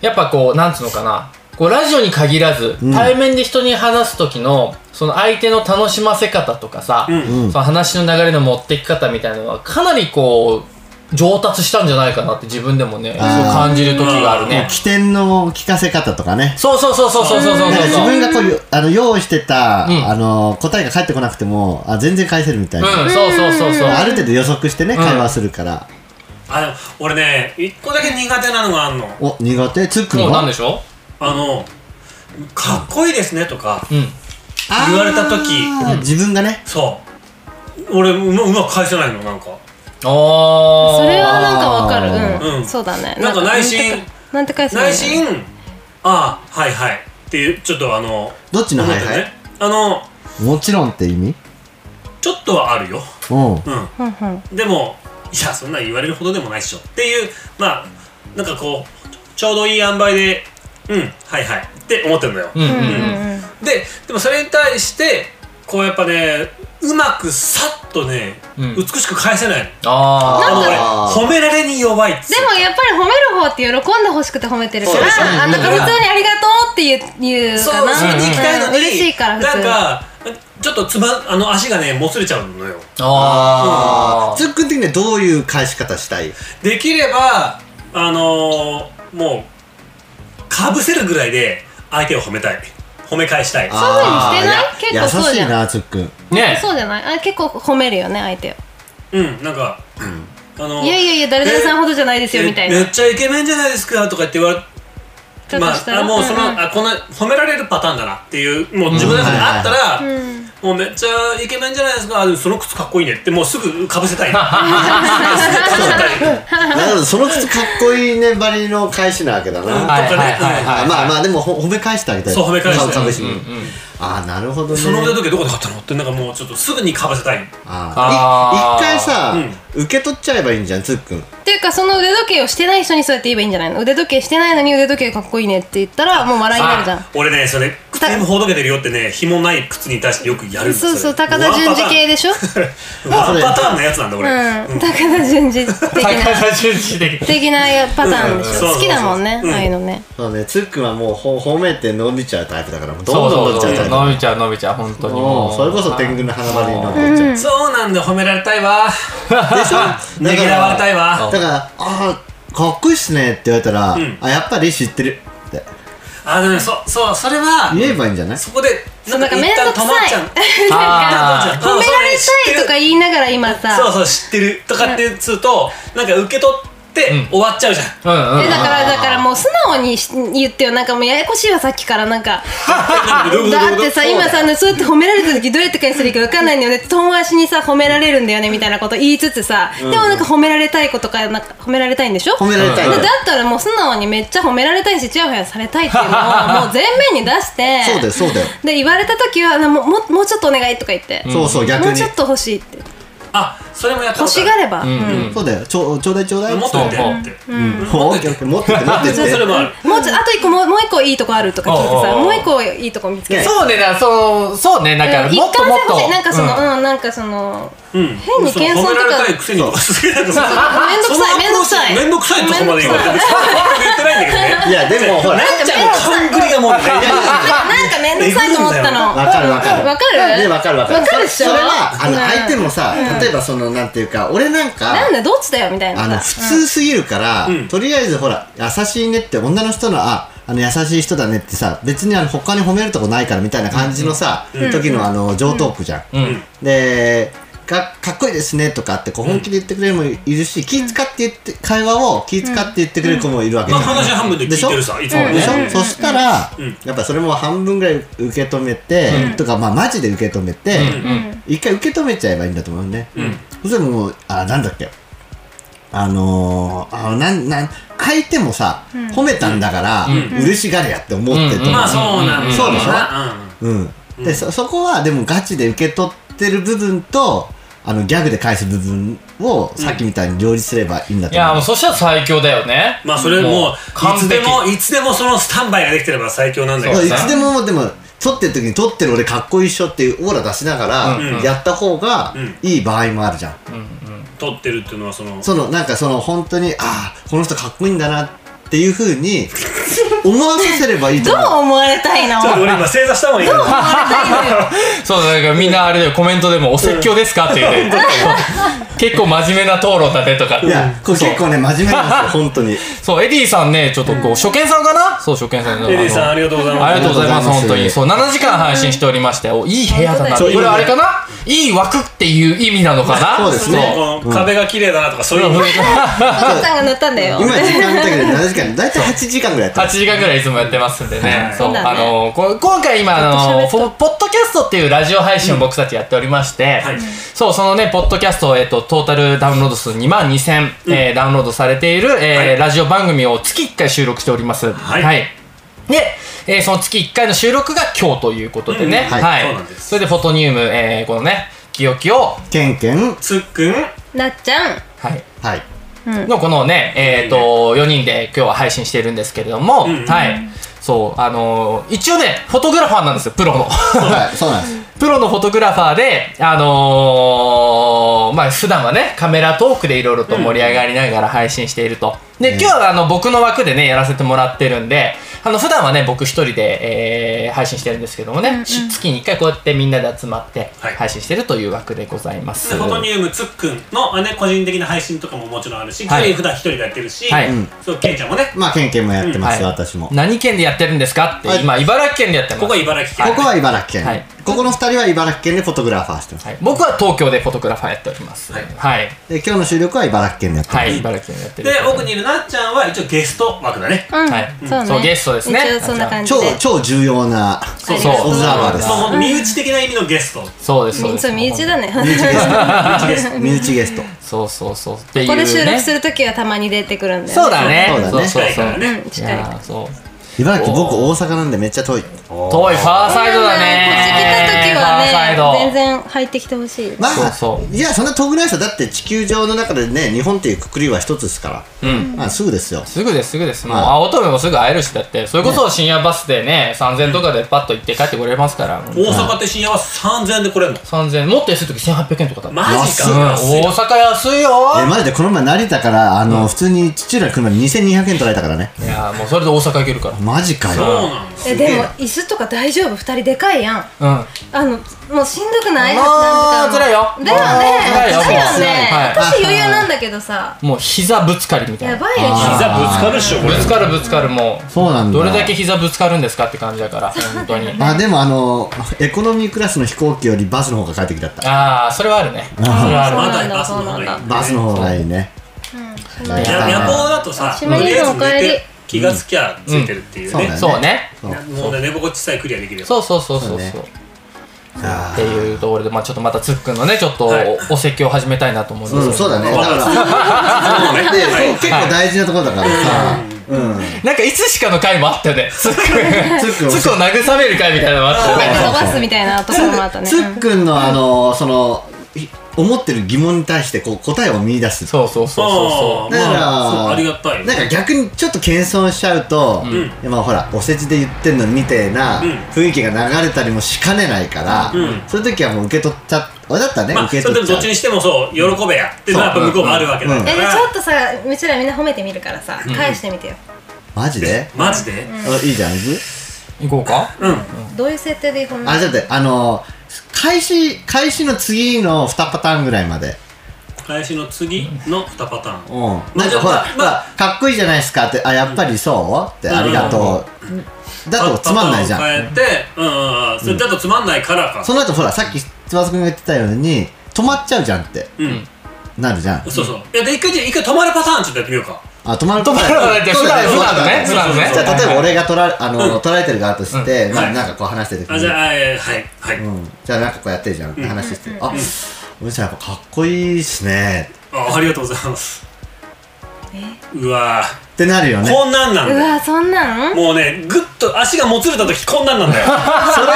Speaker 5: やっぱこうなんつうのかなこうラジオに限らず、
Speaker 3: ん
Speaker 5: 対面で人に話す時のその相手の楽しませ方とかさ、
Speaker 2: うん
Speaker 3: うん
Speaker 5: その話の流れの持ってき方みたいなのはかなりこう上達したんじゃないかなって自分でもねそう
Speaker 3: あー
Speaker 5: 感じる時があるね。
Speaker 3: 起点の聞かせ方とかね
Speaker 5: そうそうそうそうそうそうそう
Speaker 3: なんか自
Speaker 5: そう。
Speaker 3: 分がこういうあの用意してた、
Speaker 5: うん
Speaker 3: あの答えが返ってこなくてもあ全然返せるみたいな、
Speaker 5: うん、そうそうそうそう。
Speaker 3: ある程度予測してね、会話するから
Speaker 2: あでも俺ね一個だけ苦手なのがあんの
Speaker 3: お苦手つっくん
Speaker 5: もうなん
Speaker 3: は
Speaker 5: でしょ
Speaker 2: あの「かっこいいですね」とか
Speaker 5: う。うん。
Speaker 2: 言われた時
Speaker 3: あー自分がね
Speaker 2: そう俺うまうまく返せないのなんか
Speaker 5: ああ。
Speaker 4: それはなんかわかるうん、
Speaker 2: うん
Speaker 4: そうだね
Speaker 2: なんか内心
Speaker 4: なんて返すの
Speaker 2: 内心「ああはいはい」っていうちょっとあの
Speaker 3: どっちのはいは
Speaker 2: 思った
Speaker 3: い
Speaker 2: ねあの
Speaker 3: もちろんって意味
Speaker 2: ちょっとはあるよ
Speaker 3: うん
Speaker 2: うん
Speaker 4: ふんふん
Speaker 2: でもいやそんなん言われるほどでもないっしょっていうまあなんかこうちょうどいい塩梅でうんはいはいって思ってるんだよ、
Speaker 5: うんうん
Speaker 4: うん
Speaker 5: うん。
Speaker 4: うん
Speaker 2: ででもそれに対してこうやっぱねうまくさっとね、
Speaker 5: うん
Speaker 2: 美しく返せないの
Speaker 5: あ
Speaker 2: あの俺
Speaker 3: あー
Speaker 2: 褒められに弱いっつ
Speaker 4: で
Speaker 2: う
Speaker 4: もやっぱり褒める方って喜んでほしくて褒めてるか
Speaker 2: そうですね
Speaker 4: ら、あなんか普通にありがとうって言う言う
Speaker 2: そう
Speaker 4: かな。
Speaker 2: それに行きたいのに、
Speaker 4: うん嬉しいから普通
Speaker 2: なんかちょっとつまあの足がねもつれちゃうのよ
Speaker 5: ああ。
Speaker 3: つっくん的にはどういう返し方したい
Speaker 2: できればあのーもうかぶせるぐらいで相手を褒めたい褒め返したい
Speaker 4: そういうふうにしてない
Speaker 3: あー
Speaker 4: 結構そうじ
Speaker 3: 優し
Speaker 4: ゃん
Speaker 3: いなつっ くん
Speaker 5: ね
Speaker 4: そうじゃないあ結構褒めるよね相手を。
Speaker 2: うんなんか、あのー
Speaker 4: いやいやいや誰々さんほどじゃないですよみたいな。ち
Speaker 2: めめっちゃイケメンじゃないですかとかって言われ
Speaker 4: ょっ
Speaker 2: ま
Speaker 4: とした
Speaker 2: あ、
Speaker 4: ら。
Speaker 2: あもうその、
Speaker 4: ん
Speaker 2: あこの褒められるパターンだなっていうもう自分の中であったら、
Speaker 4: うん
Speaker 2: もうめっちゃイケメンじゃないですかあでもその靴かっこいいねってもうすぐかぶせた いかぶ せたい
Speaker 3: なるほどその靴かっこいいねばりの返しなわけだ
Speaker 2: うん
Speaker 3: な、
Speaker 5: はいはいはい
Speaker 3: あ
Speaker 5: はい。
Speaker 3: まあまあでもほ褒め返してあげたい
Speaker 2: そう褒め返して
Speaker 3: 顔隠し
Speaker 5: うんうん。
Speaker 3: ああなるほどね
Speaker 2: その腕時計どこで買ったのってなんかもうちょっとすぐにかぶせたい
Speaker 3: あーい一回さ、
Speaker 2: う
Speaker 3: 受け取っちゃえばいいんじゃんつっくん
Speaker 4: っていうかその腕時計をしてない人にそうやって言えばいいんじゃないの腕時計してないのに腕時計かっこいいねって言ったらもう笑いになるじゃん。
Speaker 2: 俺ねそれ靴全部ほどけてるよってね紐ない靴に対してよくやるんです
Speaker 4: そうそう高田純次系でしょ。うん
Speaker 2: ワンパターンのやつなんだ俺、
Speaker 4: 高田純次的
Speaker 5: 高
Speaker 4: な
Speaker 5: 田純次的。
Speaker 4: 的なパターンで
Speaker 2: うん
Speaker 4: し
Speaker 2: そうそうそう
Speaker 4: ょ。好きだもんね
Speaker 2: うん
Speaker 4: ああいうのね。
Speaker 3: そうねつっくんはもうほ褒めて伸びちゃうタイプだからもう
Speaker 5: そ
Speaker 3: ど
Speaker 5: うん
Speaker 3: どん伸
Speaker 5: そ
Speaker 3: び
Speaker 5: う
Speaker 3: ちゃ
Speaker 5: そ
Speaker 3: うタイ
Speaker 5: う。
Speaker 3: プ
Speaker 5: 伸びちゃう伸びちゃう、本当にも
Speaker 3: も
Speaker 5: う。
Speaker 3: うそれこそ天 狗の花丸に伸びちゃう、
Speaker 2: そうなんだ褒められたいわ
Speaker 3: で しょ
Speaker 2: ねぎらわれたいわ
Speaker 3: だから「あーかっこいいっすね」って言われたら「
Speaker 2: ん
Speaker 3: あやっぱり知ってる」って
Speaker 2: あでもねそうそうそれは
Speaker 3: 言えばいいんじゃない、
Speaker 2: そこでな
Speaker 4: うんなん
Speaker 2: か
Speaker 4: か
Speaker 2: 一
Speaker 4: 面
Speaker 2: 旦
Speaker 4: 倒く
Speaker 2: 止まっちゃ
Speaker 4: さ
Speaker 2: う
Speaker 4: い。
Speaker 5: あ
Speaker 2: 止 ま
Speaker 4: 褒
Speaker 2: っ
Speaker 4: め
Speaker 2: ちゃう
Speaker 4: られたいとか言いながら今さ
Speaker 2: そうそう知ってるとかってするとなんか受け取って終わっちゃうじゃん、
Speaker 5: あ。うんうん
Speaker 4: え。だからだからもう素直にし言ってよなんかもうややこしいわさっきからなんかだってさ今さそうやって褒められた時どうやって返せばいいか分かんないんだよね遠回しにさ褒められるんだよねみたいなこと言いつつさ、でもなんか褒められたいことかなんか褒められたいんでしょ
Speaker 3: 褒められたい
Speaker 4: だだったらもう素直にめっちゃ褒められたいしちやほやされたいってい うのをもう全面に出して
Speaker 3: そうだよそうだよ、
Speaker 4: で言われた時はなもうもうもうちょっとお願いとか言って、
Speaker 3: そうそう逆
Speaker 4: もう
Speaker 3: に
Speaker 4: ちょっと欲しいって
Speaker 2: あそれもやった
Speaker 4: 欲
Speaker 2: こと
Speaker 4: し
Speaker 2: あ
Speaker 4: が
Speaker 2: る
Speaker 4: れば、
Speaker 5: うん
Speaker 4: うん
Speaker 5: うん。
Speaker 3: そうだよちょちょうだいちょうだい
Speaker 2: 持っ
Speaker 3: って
Speaker 2: って
Speaker 5: そう
Speaker 2: って、
Speaker 3: もう OK 持ってって持ってっ
Speaker 2: それ
Speaker 3: て
Speaker 2: もある
Speaker 4: もうちょあと一個もうもう一個いいとこあるとか聞いてさ
Speaker 5: おうおうおう
Speaker 4: もう一個いいとこ見つけて
Speaker 5: そうね、だからその、そうね、だから
Speaker 4: うん
Speaker 5: もっ
Speaker 4: 一
Speaker 5: と
Speaker 4: 貫
Speaker 5: もっ
Speaker 4: 性
Speaker 5: と。
Speaker 4: 欲しいなんかその
Speaker 5: うん
Speaker 4: うんなんかそ の
Speaker 2: うん、
Speaker 4: 変に謙遜とか
Speaker 2: そう褒められたいくせにとかすげえなんかそ
Speaker 4: めんどくさいめんどくさい
Speaker 2: めんどくさいとこまで言われてる
Speaker 4: めんどくさい
Speaker 2: 言ってないんだけどね
Speaker 3: いやでもほら
Speaker 2: なっちゃんの勘ぐりがもう
Speaker 4: な
Speaker 2: ね
Speaker 4: んかめんどくさいと思ったの
Speaker 3: わかるわかる
Speaker 4: わかる
Speaker 3: ねわかるわかる
Speaker 4: わかるっしょ
Speaker 3: それそれはあの
Speaker 4: うん
Speaker 3: 相手もさ、例えばそのなんていうか俺なんか
Speaker 4: なんだどっちだよみたい
Speaker 3: あの
Speaker 4: な
Speaker 3: 普通すぎるから、
Speaker 2: うん
Speaker 3: とりあえずほら優しいねって女の人のああの優しい人だねってさ別にあの他に褒めるとこないからみたいな感じのさ、時のあの上等句じゃん、
Speaker 5: うん。
Speaker 3: でかかっこいいですねとかってこう本気で言ってくれる子もいるし、気使って言って会話を気使って言ってくれる子もいるわけ
Speaker 2: ま
Speaker 3: じゃ
Speaker 2: あ
Speaker 3: ん、
Speaker 2: 話半分で聞いてるさいつもね
Speaker 3: でしょ、そしたら、
Speaker 2: うん
Speaker 3: やっぱそれも半分ぐらい受け止めて、とかまあマジで受け止めて、一回受け止めちゃえばいいんだと思うね、
Speaker 2: ん
Speaker 3: そしたらもうあなんだっけあのー、あなんなん相手もさ、褒めたんだから、嬉しがれやって思ってると思う、
Speaker 2: まあそうなんだ
Speaker 3: そうでしょ
Speaker 2: うん
Speaker 3: うん、でそそこはでもガチで受け取ってる部分とあのギャグで返す部分をさっきみたいに両立すればいいんだ
Speaker 5: い
Speaker 3: と思う、
Speaker 5: や、もうそしたら最強だよね。
Speaker 2: まあそれもう
Speaker 5: 完
Speaker 2: いつで
Speaker 5: 璧。
Speaker 2: もいつでもそのスタンバイができてれば最強なんだけ
Speaker 3: ま
Speaker 2: ど
Speaker 3: あい
Speaker 5: そう
Speaker 3: つでもでも撮ってる時に撮ってる俺かっこいいっしょっていうオーラ出しながら、
Speaker 5: うん
Speaker 2: うん
Speaker 3: やった方が
Speaker 2: うん
Speaker 3: いい場合もあるじゃん。
Speaker 2: 撮ってるっていうのはその
Speaker 3: そのなんかその本当にああこの人かっこいいんだなっていうふうに思わさせればいいと
Speaker 4: どう
Speaker 3: 思う。
Speaker 4: 思われたいの
Speaker 2: ちょっと俺今正座した方がいいの
Speaker 4: 思われたいのよ
Speaker 5: そうだからみんなあれだよコメントでも「お説教ですか?」って言うて 結構真面目な討論だねとか
Speaker 3: いや、これ結構ね、真面目なんですよ、本 当に。
Speaker 5: そうエディさんねちょっとこう初見さんかなそう初見さんの
Speaker 2: エディさん
Speaker 5: あ
Speaker 2: ありがとうござい
Speaker 5: のあ
Speaker 2: ま
Speaker 5: り
Speaker 2: す
Speaker 5: がとうございます
Speaker 3: ありがとうございます
Speaker 5: 本当にそう7時間配信しておりましておいい部屋だなこ
Speaker 3: そう
Speaker 5: れあれかないい枠っていう意味なのかな
Speaker 3: そうですね
Speaker 2: この壁が綺麗だなとかそういうの
Speaker 4: お父さんが乗ったんだよ
Speaker 3: 今時間だけ で7時間、だいたい8時間ぐらいやって
Speaker 5: 8
Speaker 3: ます。
Speaker 5: 時間ぐらいいつもやってますんでね、
Speaker 2: い
Speaker 5: そう
Speaker 4: そうだ
Speaker 5: あ
Speaker 4: ね
Speaker 5: のこ今回今あ
Speaker 4: ず
Speaker 5: の
Speaker 4: っと喋
Speaker 5: ポ
Speaker 4: っ
Speaker 5: ポッドキャストっていうラジオ配信を僕たちやっておりまして、
Speaker 2: はい
Speaker 5: そうそのねポッドキャスト、えっとトータルダウンロード数2万2000、えーダウンロードされている、えー
Speaker 2: はい
Speaker 5: ラジオ番組を月1回収録しております
Speaker 2: はい
Speaker 5: で、えーその月1回の収録が今日ということでね、
Speaker 2: うん
Speaker 3: はい
Speaker 5: はい
Speaker 2: そうなんです
Speaker 5: それでフォトニウム、えーこのねきよきよ、
Speaker 3: ケンケン、
Speaker 2: つっくん
Speaker 4: なっちゃん
Speaker 5: はい、
Speaker 3: はい。
Speaker 5: のこのね、えっ、と、4人で今日は配信してるんですけれども、
Speaker 2: んうん
Speaker 5: はい。そう、あのー一応ね、フォトグラファーなんですよ、プロの。
Speaker 3: はい、そうなんです。
Speaker 5: プロのフォトグラファーで、あのーまあ、普段はね、カメラトークでいろいろと盛り上がりながら配信していると。で、今日はあの、僕の枠でね、やらせてもらってるんで、あの、普段はね、僕一人で、えー配信してるんですけどもね、し月に1回こうやってみんなで集まって
Speaker 2: はい
Speaker 5: 配信してるという枠でございます。
Speaker 2: でフォトニウムつっくんのあね個人的な配信とかももちろんあるし、
Speaker 5: はい
Speaker 2: ケイ普段一人でやってるし、
Speaker 5: はい
Speaker 3: うん
Speaker 2: そうケンちゃんもね、
Speaker 3: まあ、ケンケンもやってます、
Speaker 5: はい
Speaker 3: 私も。こ
Speaker 5: 何県でやってるんですかって、
Speaker 3: はい
Speaker 5: 今茨城県でやってます
Speaker 2: ここは茨城県。
Speaker 3: こは茨城県。
Speaker 5: はい
Speaker 3: ここの2人は茨城県でフォトグラファーしてます。
Speaker 5: はい、僕は東京でフォトグラファーやっております
Speaker 2: はい
Speaker 5: はい、
Speaker 3: で、今日の収録は茨城県でやってます。
Speaker 5: はい、茨城県でやってる
Speaker 2: で奥にいるなっちゃんは一応ゲスト枠だね。
Speaker 4: うん
Speaker 5: はい
Speaker 4: そう
Speaker 5: そう
Speaker 4: ね
Speaker 5: ゲストですね
Speaker 4: 一応そんな感じ
Speaker 3: 超
Speaker 4: で、
Speaker 3: 超重要な、
Speaker 5: そう
Speaker 4: あり
Speaker 5: そ
Speaker 4: が
Speaker 5: う
Speaker 4: とう
Speaker 3: オブザーバーです
Speaker 2: そうほんと身内的な意味のゲスト。
Speaker 5: そうですそう
Speaker 4: み
Speaker 5: です
Speaker 4: そう身内だね
Speaker 3: 身内ゲスト。身内ゲスト。
Speaker 5: そうそうそうっていう、ね、
Speaker 4: ここで収録するときはたまに出てくるんだ
Speaker 5: そ
Speaker 4: よね
Speaker 5: うだね
Speaker 3: そうだね
Speaker 5: そうそう
Speaker 2: 近いから
Speaker 5: い
Speaker 2: ね
Speaker 4: うん近い
Speaker 5: やーそう
Speaker 3: 茨城、僕大阪なんでめっちゃ遠い。
Speaker 5: 遠いファーサイドだね
Speaker 4: こっち来た時
Speaker 5: ファーサイド
Speaker 4: はね全然入ってきてほしい
Speaker 3: まあ、
Speaker 5: そうそう
Speaker 3: いや、そんな遠くないですよ。だって地球上の中でね、日本っていうくくりは一つですから。
Speaker 5: うん
Speaker 3: まあ、すぐですよ。
Speaker 5: すぐですすぐですもう
Speaker 3: はい
Speaker 5: 青乙女もすぐ会えるしだってそれこそ深夜バスでね3000とかでパッと行って帰ってこれますから
Speaker 2: 大阪って深夜は3000円で来れるの。
Speaker 5: 3000もっと安い時1800円とかだった
Speaker 2: マジ
Speaker 5: うん、
Speaker 2: か。安い
Speaker 5: 大阪安いよ
Speaker 3: え、マジでこの前成田から、あの、普通に土浦車に2200円取られたからね。
Speaker 5: いやーもうそれで大阪行けるか
Speaker 3: マジか
Speaker 2: そう
Speaker 3: よ。
Speaker 2: なんです。
Speaker 4: えでも椅子とか大丈夫二人でかいやん
Speaker 5: らうん
Speaker 4: あのもうしんどくない
Speaker 5: もう
Speaker 4: なんか
Speaker 5: 辛いよ
Speaker 4: だよね
Speaker 5: 辛いよもう
Speaker 4: だよね
Speaker 5: 辛い
Speaker 4: 私余裕なんだけどさ
Speaker 5: もう膝ぶつかりみたいな
Speaker 4: やばいよ
Speaker 5: あ
Speaker 2: 膝ぶつかるっしょ
Speaker 5: ー
Speaker 2: こ
Speaker 5: ぶ
Speaker 2: れ。
Speaker 5: つかるぶつかるもう
Speaker 3: そうなんだ
Speaker 5: どれだけ膝ぶつかるんですかって感じだから本当に
Speaker 3: あ、でもあの、エコノミークラスの飛行機よりバスの方が快適だった。
Speaker 5: ああそれはあるねそれはある
Speaker 2: ま
Speaker 4: そうなんだ
Speaker 2: だバスの方がい
Speaker 3: バスの
Speaker 4: そうなん
Speaker 2: い。
Speaker 3: 方がいいね。
Speaker 2: いや夜行だとさ、と
Speaker 4: し
Speaker 2: り
Speaker 4: ま
Speaker 2: あ
Speaker 4: り
Speaker 2: え
Speaker 4: のお
Speaker 2: ず
Speaker 4: 帰り
Speaker 2: 寝て気がつきゃついてるっていう
Speaker 3: うん
Speaker 2: ね。
Speaker 5: そうね
Speaker 3: そう
Speaker 2: もうね寝心地さえクリアできるよ。
Speaker 5: そうそうそうそうそう
Speaker 3: そう
Speaker 5: っ
Speaker 3: あ
Speaker 5: ていうところで、まあ、ちょっとまたつっくんのねちょっと
Speaker 2: はい
Speaker 5: お説教を始めたいなと思うん
Speaker 3: ーうん、
Speaker 5: ですけ
Speaker 3: そう
Speaker 5: ど、
Speaker 3: だね。だ
Speaker 2: わ
Speaker 3: か
Speaker 2: かる
Speaker 3: ら、
Speaker 2: そうね。
Speaker 3: で、そう
Speaker 2: はい
Speaker 3: 結構大事なところだからさ。うん。
Speaker 5: なんかいつしかの回もあったよねつっく
Speaker 3: つっくん
Speaker 5: んつっくんを慰める回みたいなのもあったよ
Speaker 4: なん
Speaker 5: ね
Speaker 4: か伸ばすみたいなところもあったね
Speaker 3: つっくんのあのそのい思ってる疑問に対してこう答えを見出す
Speaker 5: そうそうそうそ
Speaker 2: あー
Speaker 5: う
Speaker 3: だから、
Speaker 2: まあそうありがたい
Speaker 3: なんか逆にちょっと謙遜しちゃうと、
Speaker 2: ん
Speaker 3: いやまあほらお世辞で言ってんのみたいな
Speaker 2: うん
Speaker 3: 雰囲気が流れたりもしかねないから、
Speaker 2: うん
Speaker 3: そういう時はもう受け取っちゃ俺だったらね、
Speaker 2: まあ、
Speaker 3: 受
Speaker 2: それ
Speaker 3: け
Speaker 2: で
Speaker 3: 取
Speaker 2: も
Speaker 3: っちゃ
Speaker 2: どっ
Speaker 3: う
Speaker 2: ちにしてもそう喜べやっていうのはやっぱ向こうもあるわけだか
Speaker 4: えで
Speaker 2: ら
Speaker 4: ちょっとさうちらみんな褒めてみるからさ返してみてよ
Speaker 3: マジで、
Speaker 2: マジで
Speaker 3: あいいじゃん行く
Speaker 5: 行こうか
Speaker 2: うん
Speaker 4: どういう設定でこんな
Speaker 3: あちょっと待ってあの開始開始の次の2パターンぐらいまで
Speaker 2: 返しの次の2パターン
Speaker 3: うん、
Speaker 2: まあ
Speaker 3: なんかほら、
Speaker 2: まあまあ
Speaker 3: ほらかっこいいじゃないですかって、あ、やっぱりそうって、
Speaker 2: うん
Speaker 3: ありがとう。だとつまんないじゃ
Speaker 2: パ
Speaker 3: ん。
Speaker 2: ターンを変えてうんうんうんそれだとつまんないからか
Speaker 3: その後ほら、さっき翼くんが言ってたように、止まっちゃうじゃんって、
Speaker 2: うん
Speaker 3: なるじゃん。
Speaker 2: そうそういやで一回じゃあ一回止まるパターンちょっとやってみようか
Speaker 3: あ、止まる
Speaker 5: 止まるのね
Speaker 3: そうだよ
Speaker 5: 普段のね普
Speaker 3: そうだよ
Speaker 5: 段のね
Speaker 3: じゃあ、例えば俺が取ら、あの、取られてる側として、
Speaker 2: うん
Speaker 3: ま
Speaker 2: は
Speaker 3: あ、
Speaker 2: い
Speaker 3: なんかこう話してる時
Speaker 2: あ
Speaker 3: に
Speaker 2: じゃああえーはいはい
Speaker 3: うん。じゃあ、なんかこうやってるじゃんって話してる。あ、お兄さんやっぱかっこいいっすね。
Speaker 2: あありがとうございますうわ
Speaker 3: ってなるよ
Speaker 2: ー
Speaker 3: ね。
Speaker 2: こんなんなん
Speaker 4: う
Speaker 2: だよ
Speaker 4: わそんなん
Speaker 2: もうねぐっと足がもつれた時こんなんな んだよ
Speaker 3: それ、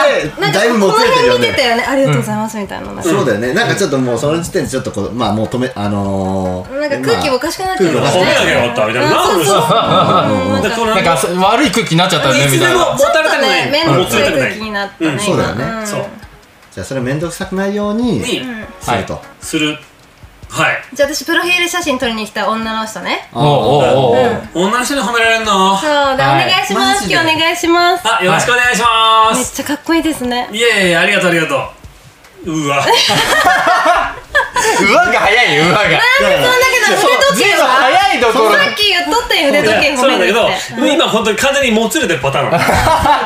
Speaker 3: だいぶもつれてるよ
Speaker 4: この辺見てた
Speaker 3: ね。
Speaker 4: よねありがとうございますみたいななんか
Speaker 3: そうだよね。なんかちょっともう、その時点でちょっとこう、まあ、もう止め、あのー、
Speaker 4: なんか空気おかしくなっちゃう
Speaker 3: まあ
Speaker 2: 褒
Speaker 3: 空気お
Speaker 2: めなきゃよかったみたいななんで
Speaker 4: そうそう
Speaker 2: さ
Speaker 4: うんなん
Speaker 2: だ
Speaker 4: か
Speaker 2: か
Speaker 5: な
Speaker 2: ら
Speaker 5: んか悪い空気になっちゃったね
Speaker 2: いつ
Speaker 5: み
Speaker 2: で
Speaker 5: たい
Speaker 2: も
Speaker 5: な
Speaker 2: 持たれたくくない
Speaker 4: ね面倒くさい
Speaker 2: もったいな
Speaker 4: 空
Speaker 2: い
Speaker 4: 気になったね、
Speaker 2: うん
Speaker 3: そうだよね
Speaker 4: ん
Speaker 2: そう
Speaker 3: じゃあそれ面倒くさくないようにす
Speaker 2: に
Speaker 4: うん
Speaker 3: ると、
Speaker 2: するはい
Speaker 4: じゃあ私プロフィール写真撮りに来た女の人ね
Speaker 5: おうおうおうおう
Speaker 2: 女の人に褒められるの
Speaker 4: そうだ、
Speaker 5: はい
Speaker 4: お願いします
Speaker 5: マジで
Speaker 4: 今日お願いします
Speaker 2: あよろしくお願いしま
Speaker 4: めっ
Speaker 2: す、
Speaker 4: ちゃかっこいいですね
Speaker 2: い、えいえありがとうありがとううわ
Speaker 5: うわが早いよ、うわが。
Speaker 3: だから
Speaker 4: だけど腕時計
Speaker 5: 随分
Speaker 4: は
Speaker 5: 早いところ。
Speaker 4: さっき言っとったよ腕時計
Speaker 2: そ
Speaker 4: 褒
Speaker 2: うなん
Speaker 4: め
Speaker 2: だ
Speaker 4: る
Speaker 2: け
Speaker 4: っ
Speaker 2: ど、
Speaker 4: て
Speaker 2: 今本当に完全にもつれてるパターンな の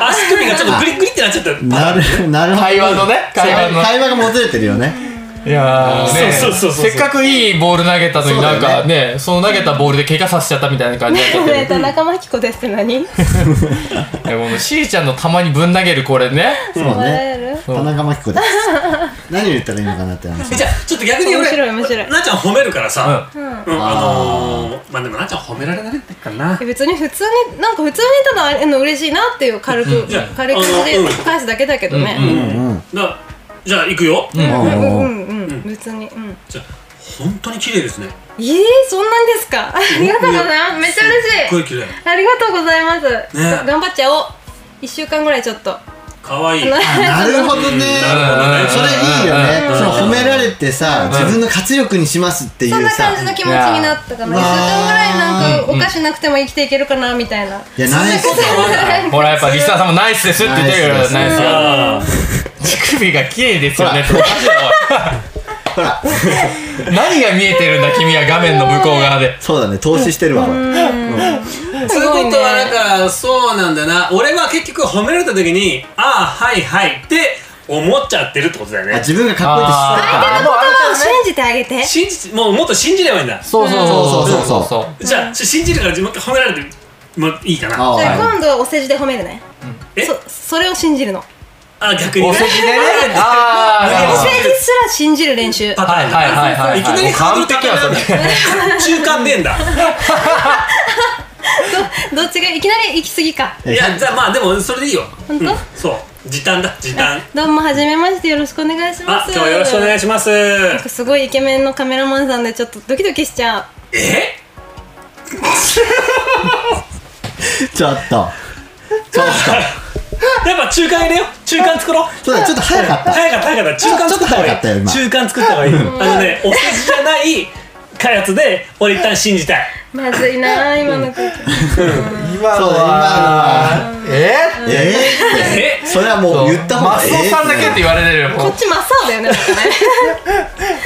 Speaker 2: 足首がちょっとグリグリってなっちゃった
Speaker 3: なるなるほど
Speaker 5: 会話のね、
Speaker 3: そう
Speaker 5: 会話の。
Speaker 3: 会話がもつれてるよね
Speaker 5: いやーね
Speaker 2: そうそうそうそう
Speaker 5: せっかくいいボール投げたのになん
Speaker 3: そうだ
Speaker 5: か
Speaker 3: よ
Speaker 5: ねその投げたボールで怪我させちゃったみたいな感じになっちゃ
Speaker 4: ねえ
Speaker 5: って
Speaker 4: 田中真紀子ですって何
Speaker 5: るいやもうしーちゃんのたまにぶん投げるこれね
Speaker 3: そうね
Speaker 4: 笑え
Speaker 3: 田
Speaker 4: る
Speaker 3: 中真紀子です何を言ったらいいのかなって話
Speaker 2: えじゃあちょっと逆に
Speaker 4: 面
Speaker 2: 俺
Speaker 4: 白い面白い
Speaker 2: なっちゃん褒めるからさ、
Speaker 4: うん
Speaker 2: うんあのー、まあでもなっちゃん褒められないんだからな
Speaker 4: え別に普通になんか普通にただあれの嬉しいなっていう軽く、
Speaker 2: じゃあ
Speaker 4: 軽く
Speaker 2: あのうん
Speaker 4: で返すだけだけどね、
Speaker 5: うん
Speaker 3: うんうん
Speaker 2: だじゃあ行くよ、
Speaker 5: うん
Speaker 4: うんうん
Speaker 3: お
Speaker 4: う
Speaker 3: ー
Speaker 4: んうん、別に、うん、
Speaker 2: じゃあ本当に綺麗ですね
Speaker 4: えー、そんなんですかありがとうございますめっちゃ
Speaker 2: すっ
Speaker 4: 嬉し
Speaker 2: ご
Speaker 4: い
Speaker 2: い綺麗
Speaker 4: ありがとうございます、
Speaker 2: ね
Speaker 4: 頑張っちゃおう一週間ぐらいちょっと
Speaker 2: 可愛 い
Speaker 4: な
Speaker 3: なるほどね
Speaker 2: なるほどね
Speaker 3: それいいよね
Speaker 2: うん
Speaker 3: その褒められてさ
Speaker 5: うん
Speaker 3: 自分の活力にしますってい
Speaker 4: そん
Speaker 3: う
Speaker 4: な
Speaker 3: さ
Speaker 4: 感じの気持ちになったかな一週間ぐらいなんかお菓子なくても生きていけるかなみたい
Speaker 3: い
Speaker 4: な、
Speaker 3: やナイス
Speaker 5: ほらやっぱリスナーさんもナイスですって言ってるよナ
Speaker 3: ナ
Speaker 5: イ
Speaker 3: イ
Speaker 5: ス
Speaker 3: ス
Speaker 5: よ
Speaker 2: あー
Speaker 5: 乳首が綺麗ですよねっておかしい
Speaker 3: ほら
Speaker 5: なおい何が見えてるんだ君は画面の向こう側で
Speaker 3: そうだね投資してるわこれ
Speaker 2: そういうことはだからそうなんだな俺は結局褒められた時にああはいはいって思っちゃってるってことだよ
Speaker 3: あ
Speaker 2: ね
Speaker 3: 自分がかっこいいって知ってるから
Speaker 5: あーもうあれだよね
Speaker 4: 信じてあげて
Speaker 2: 信じもうもっと信じればいいんだ
Speaker 5: そうそうそうそうそうそう
Speaker 2: じゃあ信じるから自分が褒められてもいいかな
Speaker 3: あ
Speaker 4: じゃあ
Speaker 3: はい
Speaker 4: 今度はお世辞で褒めるね、
Speaker 2: え
Speaker 4: そそれを信じるの
Speaker 2: あ逆にね
Speaker 5: お世辞でねあーなる
Speaker 4: お
Speaker 5: ほ
Speaker 4: 世辞すら信じる練習
Speaker 2: パタ
Speaker 5: どはい
Speaker 2: ーンだ
Speaker 5: はいはいはい
Speaker 2: いきなりハードル高いな
Speaker 5: 完璧や
Speaker 2: 中間でん だ
Speaker 4: どっちがいきなり行き過ぎか
Speaker 2: い
Speaker 3: え
Speaker 2: やじゃあまあでもそれでいいよ
Speaker 4: 本当、
Speaker 2: そう時短だ時短
Speaker 4: どうもはじめましてよろしくお願いしま
Speaker 2: あ
Speaker 4: す
Speaker 2: 今日はよろしくお願いします
Speaker 4: なんかすごいイケメンのカメラマンさんでちょっとドキドキしちゃう
Speaker 2: え
Speaker 3: ちょっとちょっ
Speaker 2: やっぱ中間入れよう中間作ろう
Speaker 3: とそうだちょっと早かった
Speaker 2: 早かった早かった中間作った方がい
Speaker 3: ちょっと早かったよ
Speaker 2: い
Speaker 3: 今
Speaker 2: 中間作った方がいいあのねお世辞じゃない開発で俺一旦信じたい
Speaker 4: まずいなー今の空気
Speaker 5: 今
Speaker 3: そうだ今のは
Speaker 5: え
Speaker 3: えー
Speaker 2: え
Speaker 3: それはもう言った方
Speaker 5: マ
Speaker 3: が
Speaker 5: ス
Speaker 3: え
Speaker 5: オさんだけって言われてるよもう
Speaker 4: こっち真っ青だよねなんかね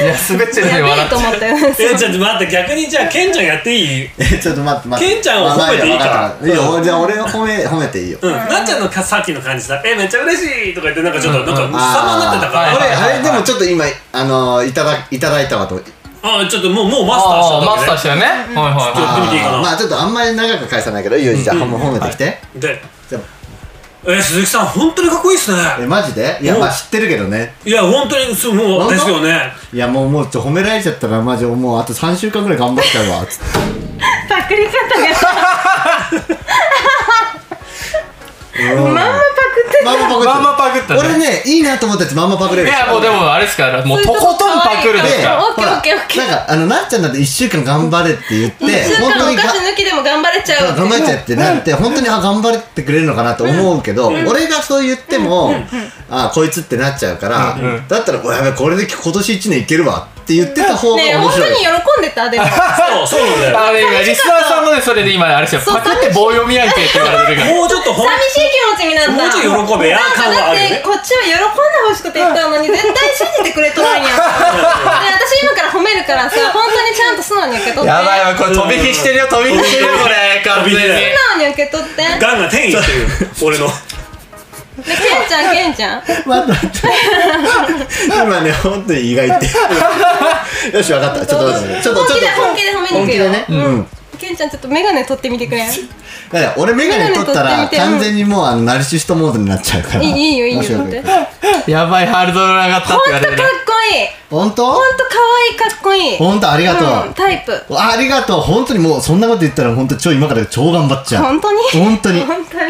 Speaker 5: いや滑ってるね
Speaker 4: やべ
Speaker 5: 笑
Speaker 4: え
Speaker 5: っ
Speaker 4: と
Speaker 5: ち
Speaker 4: 思
Speaker 5: ゃ
Speaker 4: っ
Speaker 5: う
Speaker 4: たよね
Speaker 2: えちょっと待って逆にじゃあケンちゃんやっていい
Speaker 3: えちょっと待って待って
Speaker 2: ケンちゃんを褒めていいか
Speaker 3: まあまあいいよわかったいいよじゃあ俺を褒め褒めていいよ
Speaker 2: うん、なっちゃんのかさっきの感じさ「えめっちゃ嬉しい」とか言ってなんかちょっとなんか
Speaker 5: うん
Speaker 2: 様になってたか
Speaker 5: あ
Speaker 2: ら
Speaker 5: ー
Speaker 3: 俺
Speaker 5: はい
Speaker 2: 俺
Speaker 5: はい
Speaker 3: あれでもちょっと今あのーいただいただいたわと思って
Speaker 2: あちょっともうもうマスターし
Speaker 5: あ
Speaker 2: た
Speaker 5: あマスター
Speaker 2: わ
Speaker 5: したよねはいはい
Speaker 2: ちょっ
Speaker 5: は
Speaker 2: と見ていいかな
Speaker 3: あーまあちょっとあんまり長く返さないけどいいよじゃあ褒めてきて
Speaker 2: けね
Speaker 3: じゃ
Speaker 2: で「え鈴木さん本当にかっこいいっす
Speaker 3: あえ
Speaker 2: ね
Speaker 3: マジでいや
Speaker 2: うん
Speaker 3: まあ知ってるけどね
Speaker 2: いや本当にそうも
Speaker 3: 本
Speaker 2: う
Speaker 3: 当
Speaker 2: ですよね
Speaker 3: いやもうもうちょっと褒められちゃったらマジもうあと3週間ぐらい頑張っちゃうわつって
Speaker 4: パクり方が
Speaker 3: まんまパクってまんまパクって
Speaker 5: いまんまパクったね
Speaker 3: 俺ねいいなと思ったやつまんまパクれ
Speaker 5: い
Speaker 3: る
Speaker 5: やもうでもあれですからもうとことんパクる
Speaker 4: そう
Speaker 5: で
Speaker 4: い
Speaker 5: す
Speaker 4: うと
Speaker 5: か
Speaker 4: こ可愛いからら
Speaker 3: ほ
Speaker 4: オッケーオッケーオッケー
Speaker 3: らなんかあのなっちゃんだって1週間頑張れって言って
Speaker 4: 1週
Speaker 3: 本当
Speaker 4: 間お
Speaker 3: にが
Speaker 4: 菓子抜きでも頑張れちゃう
Speaker 3: 頑張っちゃってなって本当にあ頑張ってくれるのかなと思うけど、俺がそう言っても、あこいつってなっちゃうから、だったらおやべこれで今年1年いけるわって言ってた方が
Speaker 4: ねえ
Speaker 3: 面
Speaker 4: 本当
Speaker 3: 白い、
Speaker 4: に喜んでた でも
Speaker 2: そうそうなんだよ
Speaker 5: あれ今リスナーさんもねそれで今あれですよ
Speaker 4: そう
Speaker 5: パクって棒読みやんけって言われてるから
Speaker 2: もうちょっとほん
Speaker 4: 寂しい気持ちになった
Speaker 2: もうちょい喜べや
Speaker 4: なんか
Speaker 2: 感は
Speaker 4: だ
Speaker 2: あ
Speaker 4: っ
Speaker 2: るよ
Speaker 4: て
Speaker 2: ね
Speaker 4: こっちは喜んでほしくて言ったのに絶対信じてくれとるんやんで私今から褒めるからさ本当にちゃんと素直に受け取って
Speaker 5: やばいわこれ飛び火してるよ飛び火してるよこ れ完全に
Speaker 2: 飛び火だよ
Speaker 4: 素直に受け取ってで
Speaker 2: ガンが転移してるよ俺の
Speaker 4: ケンちゃんケンちゃん
Speaker 3: 待って待って 今ね本当に意外って よし分かったちょっと待ってちょっと
Speaker 4: 本
Speaker 3: ちょ
Speaker 4: 気
Speaker 3: っと
Speaker 4: で本気で褒めに行くよ
Speaker 3: 本気でねうん、
Speaker 4: ケンちゃんちょっとメガネ取ってみてくれんい
Speaker 3: だから俺眼鏡取った
Speaker 4: 眼鏡取っ
Speaker 3: ら
Speaker 4: てみてうん
Speaker 3: 完全にもうあのナルシストモードになっちゃうから
Speaker 4: いいいよいいよ
Speaker 3: 面白
Speaker 4: 取って
Speaker 3: くない
Speaker 4: ほ
Speaker 5: やばいハードル上がったって言わ
Speaker 4: ん
Speaker 5: れ
Speaker 4: と
Speaker 5: て
Speaker 4: かっ
Speaker 5: るね
Speaker 4: こいい
Speaker 3: 本当
Speaker 4: ほんとかわいいかっこいい
Speaker 3: 本当ありがとう、
Speaker 4: んタイプ
Speaker 3: ありがとう本当にもうそんなこと言ったら本当超今から超頑張っちゃう
Speaker 4: 本当に
Speaker 3: 本当に う
Speaker 4: 本当に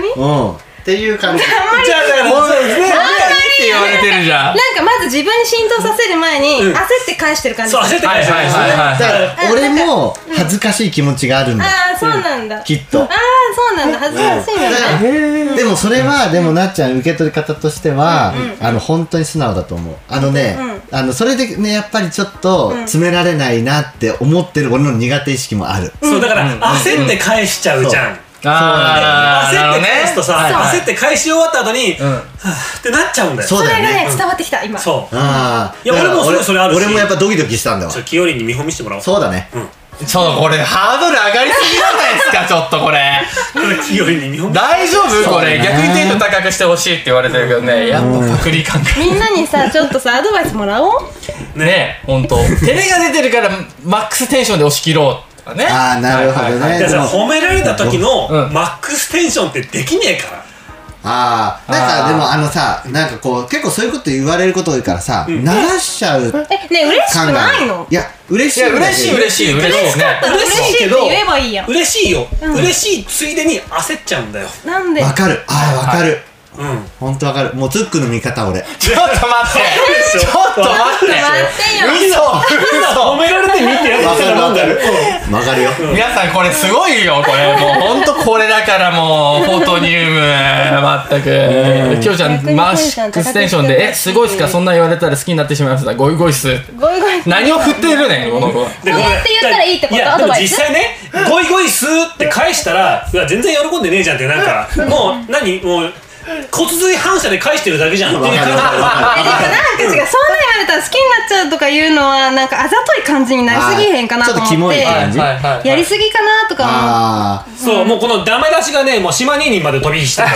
Speaker 3: んっていう感じ
Speaker 5: じゃあだからもう全然って言われてるじゃん
Speaker 4: なんかまず自分に浸透させる前に、
Speaker 2: うん
Speaker 4: 焦って返してる感じ
Speaker 2: そう焦って返して
Speaker 5: はいはいはい
Speaker 2: る
Speaker 5: はい
Speaker 3: だから俺も恥ずかしい気持ちがあるんだ
Speaker 4: ああそうなんだ、
Speaker 3: きっと
Speaker 4: ああそうなんだ恥ずかしいんだね、
Speaker 5: え
Speaker 3: でもそれは、でもなっちゃん受け取り方としては、あの本当に素直だと思うあのね、あのそれでねやっぱりちょっと詰められないなって思ってる俺の苦手意識もある、
Speaker 2: そうだから焦って返しちゃうじゃん、
Speaker 5: あー、なる
Speaker 2: 焦っ
Speaker 5: ほ
Speaker 2: て
Speaker 5: どね
Speaker 2: 返すとさ、
Speaker 5: はい
Speaker 2: 焦って返し終わった後に、
Speaker 5: うん
Speaker 2: ってなっちゃうんだよ
Speaker 3: そう
Speaker 4: それ
Speaker 3: だ
Speaker 4: が
Speaker 3: よね
Speaker 4: ね伝わってきた今
Speaker 2: そう
Speaker 3: ああ
Speaker 2: いや俺もすごいそれあるし
Speaker 3: 俺もやっぱドキドキしたんだわ
Speaker 2: ちょっとキヨリンに見本見してもらおう
Speaker 3: そうだね
Speaker 5: ちょっとこれハードル上がりすぎじゃないですかちょっとこれ
Speaker 2: キヨリンに見本見
Speaker 5: 大丈夫これ
Speaker 3: そうね
Speaker 5: 逆にテンション高くしてほしいって言われてるけどねやっぱパクリ感が
Speaker 4: みんなにさちょっとさアドバイスもらおう
Speaker 5: ね本当。照れが出てるからマックステンションで押し切ろうとかね
Speaker 3: ああなるほどね、
Speaker 5: はいはい
Speaker 2: だ
Speaker 3: で
Speaker 2: から
Speaker 3: も
Speaker 2: さ褒められた時の
Speaker 5: うん
Speaker 2: マックステンションってできねえから、
Speaker 3: ああなん
Speaker 5: あ
Speaker 3: か
Speaker 5: ー
Speaker 3: でもあのさなんかこう結構そういうこと言われること多いからさ、流しちゃう
Speaker 4: えねえ嬉しく
Speaker 3: 感がある
Speaker 4: ないの
Speaker 3: いや嬉し
Speaker 5: い
Speaker 3: い
Speaker 5: や
Speaker 3: んだけど
Speaker 5: 嬉しい嬉しい嬉しいですね
Speaker 2: 嬉しい
Speaker 4: 嬉しい
Speaker 2: けど
Speaker 4: って言えばいいやん
Speaker 2: 嬉しいよ、嬉しいついでに焦っちゃうんだよ
Speaker 4: なんで
Speaker 3: わかるああわかる、
Speaker 2: うん
Speaker 3: ほんとわかるもうツックの味方俺
Speaker 5: ちょっと待ってちょっと待って
Speaker 4: 待ってよ
Speaker 5: 嘘
Speaker 2: 褒められてみってやる
Speaker 3: わかるわかるわかるよ
Speaker 5: 皆さんこれすごいよこれもう本当これだからもうフォトニウムまったくきょうちゃん
Speaker 4: 逆に
Speaker 5: マックステンションで「えすごいっすかそんな言われたら好きになってしまいますゴイゴイっす
Speaker 4: ごいごい
Speaker 5: 何を振ってるねんこの子
Speaker 2: で
Speaker 4: そうやって言ったらいいってこと
Speaker 2: いや
Speaker 4: ア
Speaker 2: で
Speaker 4: ド
Speaker 2: も
Speaker 4: バイ
Speaker 2: 実
Speaker 4: ス
Speaker 2: 際ね「ゴイゴイスー」って返したらうわ全然喜んでねえじゃんってなんかもう何もう骨髄反射で返してるだけじゃんってい う感じ
Speaker 3: わかるわか
Speaker 4: えでもなんか違うそんなん言われたら好きになっちゃうとかいうのはなんかあざとい感じになりすぎへんかなと思っ
Speaker 3: あーちょっ
Speaker 4: て
Speaker 3: とキモい感じ
Speaker 5: はいはいはい
Speaker 4: やりすぎかなとか
Speaker 3: あー
Speaker 2: そうもうこのダメ出しがねもう島ニーニーまで飛び火してる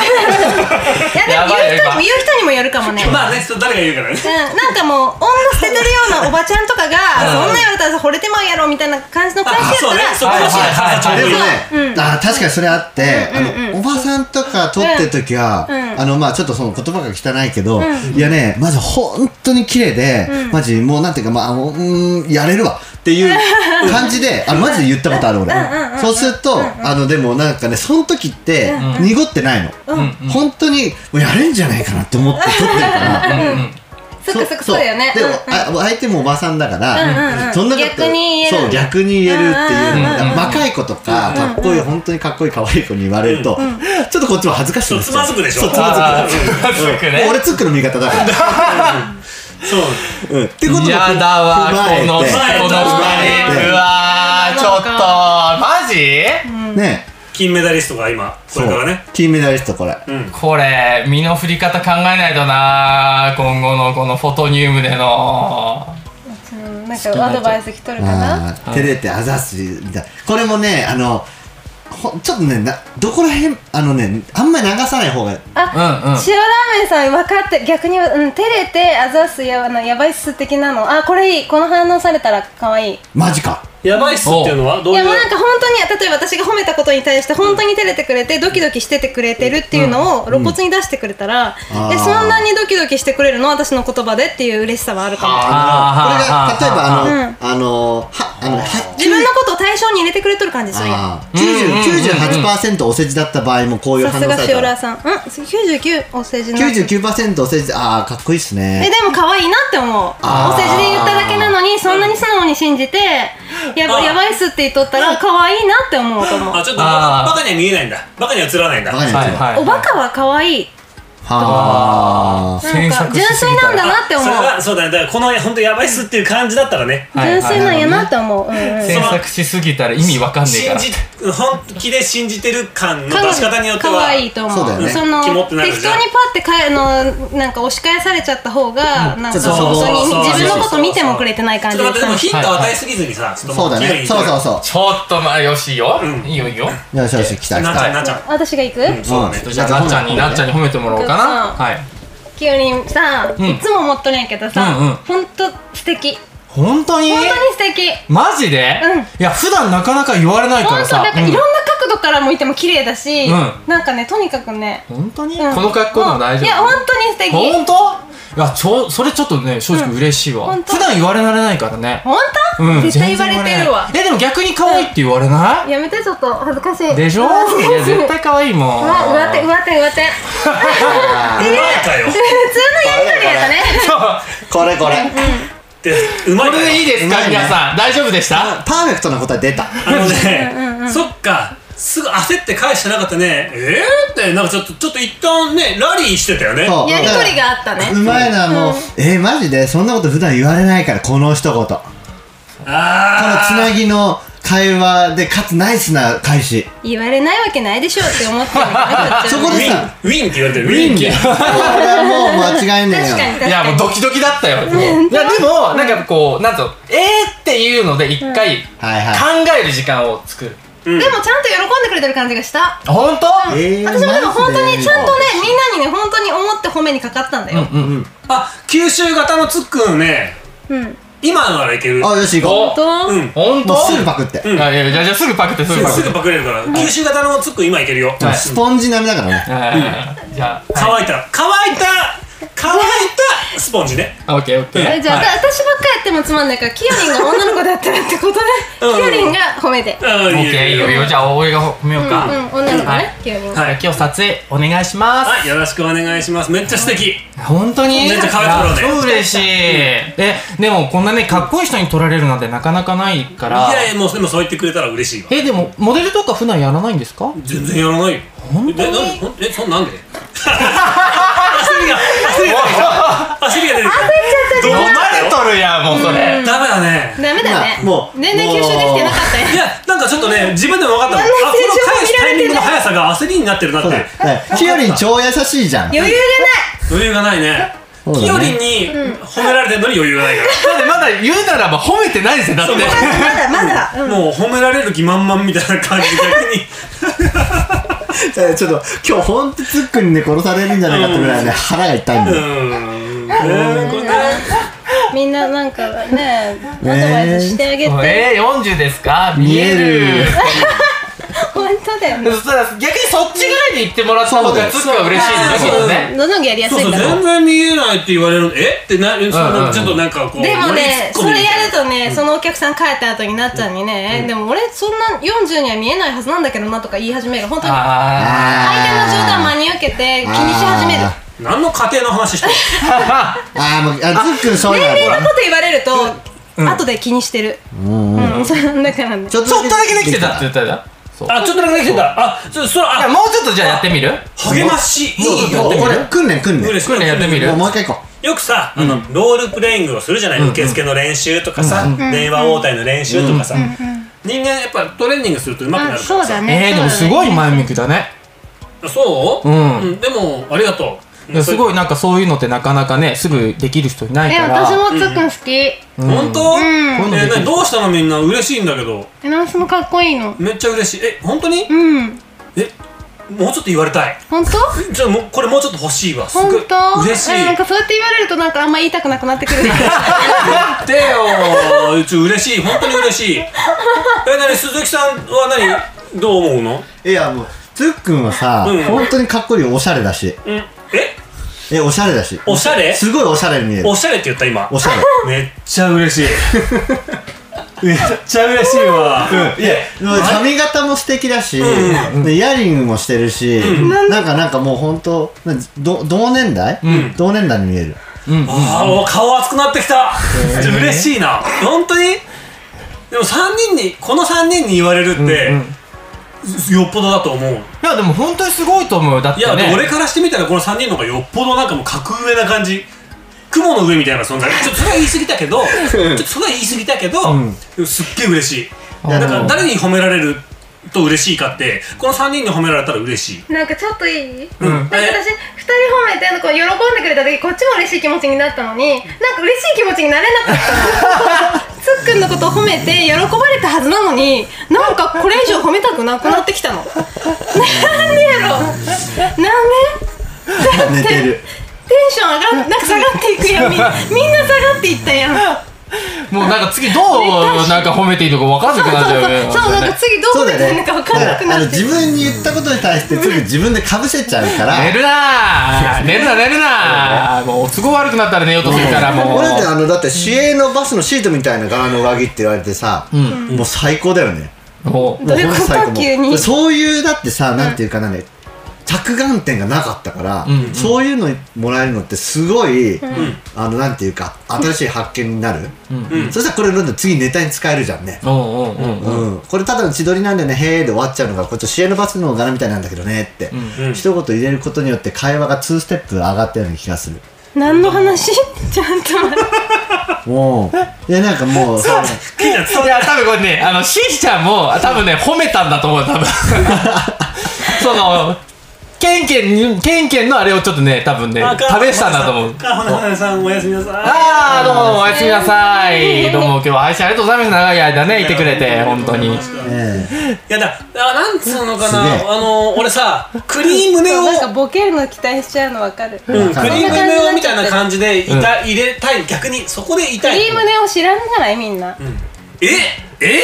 Speaker 4: 思っていやでも言う人に言う人にもよるかもね
Speaker 2: まあねちょっと誰が言うからね
Speaker 4: うん、なんかもう女捨ててるようなおばちゃんとかがそんな言われたら惚れてまうやろみたいな感じの返
Speaker 2: あ
Speaker 4: し
Speaker 2: そ
Speaker 4: や
Speaker 2: う
Speaker 4: っ
Speaker 2: ね
Speaker 4: た
Speaker 2: そ
Speaker 4: ら
Speaker 2: こは島
Speaker 5: はい
Speaker 2: ちゃん
Speaker 3: で
Speaker 2: と
Speaker 3: も
Speaker 2: 言
Speaker 3: ね
Speaker 2: う
Speaker 3: あー確かにそれあってあのおばさんとか撮ってる時は
Speaker 4: ん
Speaker 3: あのまあちょっとその言葉が汚いけどいやねまず本当に綺麗でマジもうなんていうかまああのうーんやれるわっていう感じであのマジで言ったことある俺そうするとあのでもなんかねその時って濁ってないの本当にもうやれんじゃないかなって思って撮ってるから
Speaker 4: そっかそっかそうだよね
Speaker 3: でも
Speaker 4: うんうん、
Speaker 3: あ相手もおばさんだか
Speaker 4: うんうん
Speaker 3: ら、そんなこと
Speaker 4: 逆に言える
Speaker 3: そう、逆に言えるってい
Speaker 5: う
Speaker 3: う
Speaker 5: んうん
Speaker 3: のが、若い子とか、かっこいい、本当にかっこいい、可愛い子に言われると、ちょっとこっちも恥ずかしいんですよ
Speaker 2: そうつまずくでしょ
Speaker 3: そう、つま
Speaker 5: あ
Speaker 3: ずく。
Speaker 5: ーすぐ
Speaker 3: もう
Speaker 5: ね
Speaker 3: 俺ツックの味方だから。
Speaker 2: そう
Speaker 3: うん。ってことも
Speaker 5: やだわこのこの
Speaker 3: 踏ま
Speaker 2: え
Speaker 5: 二
Speaker 2: て
Speaker 5: 人うわーちょっとマジ
Speaker 3: えて、ね、
Speaker 2: 金メダリストが今こ
Speaker 3: そ
Speaker 2: れから
Speaker 3: う
Speaker 2: ね、
Speaker 3: 金メダリストこれ。
Speaker 2: うん、
Speaker 5: これ身の振り方考えないとな今後のこのフォトニウムでの
Speaker 4: うんなんかアドバイス来とるかな
Speaker 3: あー照れてあざすみたいなこれもねあのほんちょっとねなどこら辺あのねあんまり流さない方が
Speaker 5: うんうん
Speaker 4: 塩ラーメンさん分かって逆に、うん、照れてあざすやあのやばいっす的なのあこれいいこの反応されたら可愛い
Speaker 3: マジか
Speaker 2: やばいっすっていうのはど
Speaker 4: いう
Speaker 2: い
Speaker 4: や
Speaker 2: う
Speaker 4: もうなんか本当に例えば私が褒めたことに対して本当に照れてくれてドキドキしててくれてるっていうのを露骨に出してくれたら、
Speaker 3: うん
Speaker 4: え
Speaker 3: あー
Speaker 4: そんなにドキドキしてくれるの私の言葉でっていう嬉しさはあるかも
Speaker 5: あー
Speaker 3: これが例えばあの、
Speaker 4: うん
Speaker 3: あのはあのは
Speaker 4: 自分のことを対象に入れてくれとる感じするやん
Speaker 3: ああ90 98%お世辞だった場合もこういう
Speaker 4: さ
Speaker 3: 反
Speaker 4: す
Speaker 3: 応
Speaker 4: が
Speaker 3: され
Speaker 4: 塩
Speaker 3: た
Speaker 4: ラ
Speaker 3: ら
Speaker 4: ーさんうん99お世辞の
Speaker 3: 99%お世辞ああかっこいいっす
Speaker 4: えで
Speaker 3: ね
Speaker 4: も可愛いなって思うお
Speaker 3: あー
Speaker 4: 世辞で言っただけなのにそんなに素直に信じてやば
Speaker 2: あー
Speaker 4: やばいっすって言っとったら可愛いなって思うと思う
Speaker 2: あちょっとバ
Speaker 5: あー
Speaker 2: カバカには見えないんだバカには映らないんだ
Speaker 3: わかりま
Speaker 5: は
Speaker 3: す
Speaker 5: い
Speaker 3: よ
Speaker 5: はい
Speaker 4: おバカは可愛い
Speaker 3: はあ
Speaker 4: なんか純粋なんだなって思
Speaker 2: そうれはそうだねだからこの本当やばいっすっていう感じだったらね
Speaker 4: 純粋なんやなって思ううんうん
Speaker 5: 詮索しすぎたら意味わかんねえか
Speaker 2: 信
Speaker 5: ら
Speaker 2: じ本気で信じてる感の
Speaker 4: 彼
Speaker 2: 出
Speaker 4: 女
Speaker 2: し方によっては
Speaker 4: 可愛いと思う
Speaker 3: そうだよね
Speaker 4: の
Speaker 2: キモ
Speaker 4: 適
Speaker 2: って
Speaker 4: 当
Speaker 2: なる
Speaker 4: に
Speaker 2: じ
Speaker 4: パ
Speaker 2: ゃん
Speaker 4: ってかあのなんか押し返されちゃった方が、なんか
Speaker 3: ちょっ
Speaker 4: 本
Speaker 3: と
Speaker 4: 当に
Speaker 3: そうそうそう
Speaker 4: 自分のこと見てもくれてない感
Speaker 2: ち
Speaker 4: じ
Speaker 2: ょっと待ってでもヒントを
Speaker 5: はいは
Speaker 2: 与
Speaker 5: い
Speaker 2: えすぎずにさちょっとも
Speaker 3: そうだ
Speaker 2: 綺麗
Speaker 3: ね
Speaker 2: に
Speaker 3: そうそうそ
Speaker 5: ちょっとまあよしよ、
Speaker 2: うん
Speaker 5: いいよいいよ
Speaker 3: うよしよし来た来
Speaker 2: なっちゃんな
Speaker 3: た
Speaker 2: っちゃん
Speaker 4: 私が行く、
Speaker 2: うんそうだね
Speaker 3: うん
Speaker 5: じゃあなっちゃんになっちゃんに褒めてもらおうかな
Speaker 4: うん
Speaker 5: はい
Speaker 4: きよりんさん、
Speaker 5: ん
Speaker 4: いつも思っとるんやけどさ、
Speaker 5: うんうん
Speaker 4: ほんと素敵
Speaker 5: 本当に
Speaker 4: 本当に素敵
Speaker 5: マジで、
Speaker 4: うん
Speaker 5: いや普段なかなか言われないか
Speaker 4: 本
Speaker 5: ら
Speaker 4: 当
Speaker 5: さ
Speaker 4: なんかいろんな角度からもいても綺麗だし、
Speaker 5: うん
Speaker 4: なんかねとにかくね、
Speaker 5: うん本当に、
Speaker 4: うん
Speaker 5: この格好でも大丈夫
Speaker 4: いや本当に素敵
Speaker 5: 本当いやちょそれちょっとね正直嬉しいわ、
Speaker 4: うん本当
Speaker 5: 普段言われられないからね
Speaker 4: 本当、絶対
Speaker 5: 全然
Speaker 4: 言われてるわ
Speaker 5: 言れないえでも逆に可愛いって言われない、
Speaker 4: やめてちょっと恥ずかしい
Speaker 5: で しょいや
Speaker 4: 恥ずかしいう
Speaker 5: 絶対可愛いもん
Speaker 4: わ上手上手上手
Speaker 2: うまいかよ
Speaker 4: 普通のやりとりやったね
Speaker 3: これこれ
Speaker 2: でうまい
Speaker 5: こ
Speaker 2: か
Speaker 5: れ
Speaker 2: よ
Speaker 5: でいいです
Speaker 3: うま
Speaker 5: か、
Speaker 3: いね
Speaker 5: 皆さん大丈夫でした
Speaker 3: パーフェクトな答え出た
Speaker 2: あのねそっかすぐ焦って返してなかったねえー、ってなんかちょっとちょっと一旦ねラリーしてたよね
Speaker 3: そう
Speaker 4: やりとりがあったね
Speaker 3: うまいなもう、えー、マジでそんなこと普段言われないからこの一言このつ
Speaker 2: ああ
Speaker 3: なぎの会話でかつナイスな返し
Speaker 4: 言われないわけないでしょって思ってるから
Speaker 3: そこ
Speaker 2: ウ
Speaker 3: で
Speaker 2: ィン
Speaker 3: さ
Speaker 2: ウィンって言われてるウィンって
Speaker 3: これはもう間違いねえよ
Speaker 4: 確かに確
Speaker 5: いや
Speaker 4: か
Speaker 5: もう
Speaker 4: に
Speaker 5: ドキドキだったよいやでもなんかこうなんとえーっていうので一回考
Speaker 3: はいは
Speaker 5: える時間を作る
Speaker 2: うん
Speaker 4: でもちゃんと喜んでくれてる感じがした
Speaker 5: 本当
Speaker 3: いえー
Speaker 4: 私もでも本当
Speaker 3: マジ
Speaker 4: に
Speaker 3: で
Speaker 4: ちゃんとねみんなにね本当に思って褒めにかかったんだよ
Speaker 5: うんうん
Speaker 2: あ九州型のつっくんね
Speaker 4: うん
Speaker 2: 今ならいける
Speaker 3: あよし行こ
Speaker 5: お
Speaker 4: と
Speaker 2: うん
Speaker 5: 本
Speaker 3: うもう
Speaker 5: 当
Speaker 3: すぐパクって、
Speaker 5: いやいやじゃあじゃあすぐパクってすぐパク
Speaker 2: す
Speaker 5: って
Speaker 2: ぐパクれるから九州型のつっくん今いけるよ
Speaker 5: はい
Speaker 3: スポンジ並みだからね
Speaker 5: はいじゃあ
Speaker 2: 乾いた乾いた乾いたスポンジね
Speaker 5: オッケーオッケ
Speaker 2: うん
Speaker 5: ー
Speaker 4: えじゃあ、
Speaker 2: はい
Speaker 4: 私ばっかやってもつまんないからキヨリンが女の子だったらってことで
Speaker 2: うん
Speaker 4: キヨリンが褒めて
Speaker 2: うん
Speaker 5: オッケーいいよいいよじゃあ俺が褒めよう
Speaker 4: うん
Speaker 5: か
Speaker 4: うん女の子
Speaker 5: は
Speaker 4: ね
Speaker 5: い
Speaker 4: キヨリン
Speaker 2: は
Speaker 5: はいい今日撮影お願いします
Speaker 2: はいよろしくお願いしますめっちゃ素敵
Speaker 5: 本当に
Speaker 2: めっちゃ可愛いところで
Speaker 5: いや超嬉しいえでもこんなねかっこいい人に撮られるなんてなかなかないから
Speaker 2: いやいやもうでもそう言ってくれたら嬉しいわ
Speaker 5: えでもモデルとか普段やらないんですか
Speaker 2: 全然やらないよ
Speaker 5: 本当に
Speaker 2: えなんでほんえそんなんで 焦りが焦りが出てきた焦りが出てきたどうなったよ
Speaker 5: と るやんもうそれ
Speaker 2: ダメだね
Speaker 4: ダメだね
Speaker 3: まあもう
Speaker 4: 全然吸収できてなかったよ
Speaker 2: いやなんかちょっとね自分でも分かったもん
Speaker 4: だ
Speaker 2: あ
Speaker 4: んだん
Speaker 2: この返
Speaker 4: 成長
Speaker 2: す
Speaker 4: が
Speaker 2: タ
Speaker 4: 見られてない
Speaker 2: イミングの速さが焦りになってるなっ
Speaker 3: そうだ
Speaker 2: て
Speaker 3: よきよりん超優しいじゃん
Speaker 4: 余裕
Speaker 2: 余裕がないね
Speaker 3: そうだね
Speaker 2: きよりんに褒められてるのに余裕がないか
Speaker 5: だってまだ言うならば褒めてないですよだって
Speaker 2: そう
Speaker 4: がないまだまだ
Speaker 2: らもう褒められる気満々みたいな感じで逆に
Speaker 3: えーちょっと今日ほんとつっくんにね殺されるんじゃないかってぐらいね腹が痛いんだよ
Speaker 2: うーんねこれね
Speaker 4: みんななんかねアドバイスしてあげて、
Speaker 5: えー、40ですか見える
Speaker 3: 見える
Speaker 4: 本当だよね
Speaker 5: そしたら逆にそっちぐらいに行ってもらった方がつっか嬉しいんだけどね
Speaker 4: どの方がやりやす
Speaker 2: そう
Speaker 4: い
Speaker 2: そ
Speaker 4: ん
Speaker 2: う
Speaker 4: だろ
Speaker 2: 全
Speaker 4: う
Speaker 2: 然見えないって言われるのえってなるそ
Speaker 5: うんうんう
Speaker 2: の
Speaker 5: ん
Speaker 2: ちょっとなんかこう
Speaker 4: でもねそ
Speaker 2: 乗り
Speaker 4: れ
Speaker 2: ツッコミみたいな
Speaker 4: やるとね、そのお客さん帰った後になっちゃんにね、えでも俺そんな40には見えないはずなんだけどなとか言い始める本当に相
Speaker 5: あ
Speaker 4: 手の冗談
Speaker 3: あ
Speaker 4: 真に受けて気にし始める
Speaker 3: あ
Speaker 2: 何の家庭の話してる
Speaker 3: ーあーもうあつっくんそう
Speaker 4: 年
Speaker 3: だ
Speaker 4: 齢の
Speaker 3: よ
Speaker 4: こと言われると、後で気にしてるうん、そうだからね
Speaker 3: ちょっ
Speaker 5: ーちょっとだけできてたって言ったじゃんそう
Speaker 2: あちょっとだけできてたあちょそれ
Speaker 5: いや
Speaker 2: あ
Speaker 5: もうちょっとじゃあやってみる
Speaker 2: 励ましいい
Speaker 3: もうこれ訓練訓練
Speaker 2: 嬉しい
Speaker 5: これやってみる
Speaker 3: もうもう一回行こ
Speaker 2: よくさあのロールプレイングをするじゃない受付の練習とかさ電話応対の練習とかさ人間やっぱトレーニングすると上手くなるからさ
Speaker 5: えー、でもすごい前向きだね
Speaker 2: そう
Speaker 5: うん
Speaker 2: うんでもありがと
Speaker 5: いうやす
Speaker 2: い
Speaker 5: ごいなんかそういうのってなかなかねすぐできる人いない
Speaker 7: え
Speaker 5: から
Speaker 7: 私もつっくん好き、え
Speaker 2: 本当
Speaker 5: こういうの
Speaker 2: え
Speaker 5: でき
Speaker 2: な
Speaker 5: る
Speaker 2: どうしたのみんな嬉しいんだけど
Speaker 7: なんかそのかっこいいの
Speaker 2: めっちゃ嬉しいえ本当に
Speaker 7: うん
Speaker 2: えもうちょっと言われたい
Speaker 7: 本当
Speaker 2: じゃあもうこれもうちょっと欲しいわすご
Speaker 7: 本
Speaker 2: い
Speaker 7: 当
Speaker 2: 嬉しい
Speaker 7: えなんかそうやって言われるとなんかあんま言いたくなくなってくる
Speaker 2: 待ってようち嬉しい本当に 嬉しいえなに鈴木さんは何どう思うの
Speaker 3: ういやもうつっくんはさ
Speaker 2: うん
Speaker 3: 本当にかっこいいおしゃれだし
Speaker 2: うんえ
Speaker 3: えおしゃれだし
Speaker 2: おしゃれ
Speaker 3: すごいおしゃれに見える
Speaker 2: おしゃれって言った今
Speaker 3: おしゃれ
Speaker 2: めっちゃ嬉しいめっちゃ嬉しいわ
Speaker 3: いや髪型も素敵だし、でイヤリングもしてるし、なんかなんかもう本当など同年代、同年代に見 える
Speaker 5: うん
Speaker 2: あーお顔熱くなってきたちょ嬉しいな本当にでも三人にこの3人に言われるって
Speaker 5: うん
Speaker 2: よっぽどだと思う
Speaker 5: いやでも本当にすごいと思うよだっ
Speaker 2: い
Speaker 5: て
Speaker 2: や、
Speaker 5: ね
Speaker 2: 俺からしてみたらこの3人の方がよっぽどなんかもう格上な感じ雲の上みたいな存在ちょっとそれは言い過ぎたけど ちょっとそれは言い過ぎたけど、でもすっげえ嬉しい
Speaker 5: いや
Speaker 2: だか
Speaker 5: で
Speaker 2: ら
Speaker 5: も
Speaker 2: 誰に褒められると嬉しいかってこの3人に褒められたら嬉しい
Speaker 7: なんかちょっといい
Speaker 2: うん、
Speaker 7: なんか
Speaker 2: え
Speaker 7: 私2人褒めてこう喜んでくれた時こっちも嬉しい気持ちになったのになんか嬉しい気持ちになれなかった
Speaker 4: つっくんのことを褒めて喜ばれたはずなのになんかこれ以上褒めたくなくなってきたのなんでやろなんで
Speaker 3: 寝てる
Speaker 4: テンション上がっなんか下がっていくやんみんなみんな下がっていったやん
Speaker 5: もうなんか次どうなんか褒めていいとか分かんなくなっちゃうよね
Speaker 4: そうそうそうなんか次どう
Speaker 3: そう
Speaker 4: な
Speaker 3: だ
Speaker 4: っていいの
Speaker 3: ね
Speaker 4: か分かんなく
Speaker 3: だからあ
Speaker 4: な
Speaker 3: の
Speaker 4: って
Speaker 3: 自分に言ったことに対してすぐ自分でかぶせちゃうから
Speaker 5: 寝るなー寝るな寝るなーもう都合悪くなったら寝ようとするからもう
Speaker 3: 俺だってあのだって市営のバスのシートみたいな柄の上着って言われてさ、もう最高だよね
Speaker 5: もう
Speaker 4: どういうこと
Speaker 3: もうほんと最高もう
Speaker 4: 急に
Speaker 3: そういうだってさなんていうかなね、着眼点がなかったから、
Speaker 5: うんうん
Speaker 3: そういうのもらえるのってすごい、
Speaker 2: ん
Speaker 3: あのなんていうか新しい発見になる、
Speaker 5: うん
Speaker 2: うん
Speaker 3: そしたらこれどんどん次ネタに使えるじゃんね、
Speaker 5: おうおうおうおう
Speaker 3: うん、これただの千鳥なんだよねへーで終わっちゃうのがこっち試合のバスの方がなみたいなんだけどねって、
Speaker 5: うん
Speaker 2: うん
Speaker 3: 一言入れることによって会話が2ステップ上がったような気がする
Speaker 4: 何の話 ちゃんと待って
Speaker 3: もういやなんかもうそう
Speaker 2: 金ちゃん
Speaker 5: いや、多分これね、あの、しんちゃんも、多分ね、褒めたんだと思う、多分。 その、ケンケン、ケンケンのあれをちょっとね、多分ね、試したんだと思う。
Speaker 2: 川原さんおやすみなさい
Speaker 5: あー、どうも、おやすみなさい。どうも、今日は愛しありがとうございます。長い間ね、いてくれて、本当に。
Speaker 3: ええ
Speaker 2: いやだあなんつうのか
Speaker 3: すげえ
Speaker 2: なあの俺さクリームネオ
Speaker 4: なんかボケるの期待しちゃうのわかるクリー
Speaker 2: うんクリームネオみたいな感じでいた、
Speaker 5: うん
Speaker 2: 入れたい逆にそこで痛い
Speaker 4: ムネオ知らんじゃないみんな
Speaker 2: ええ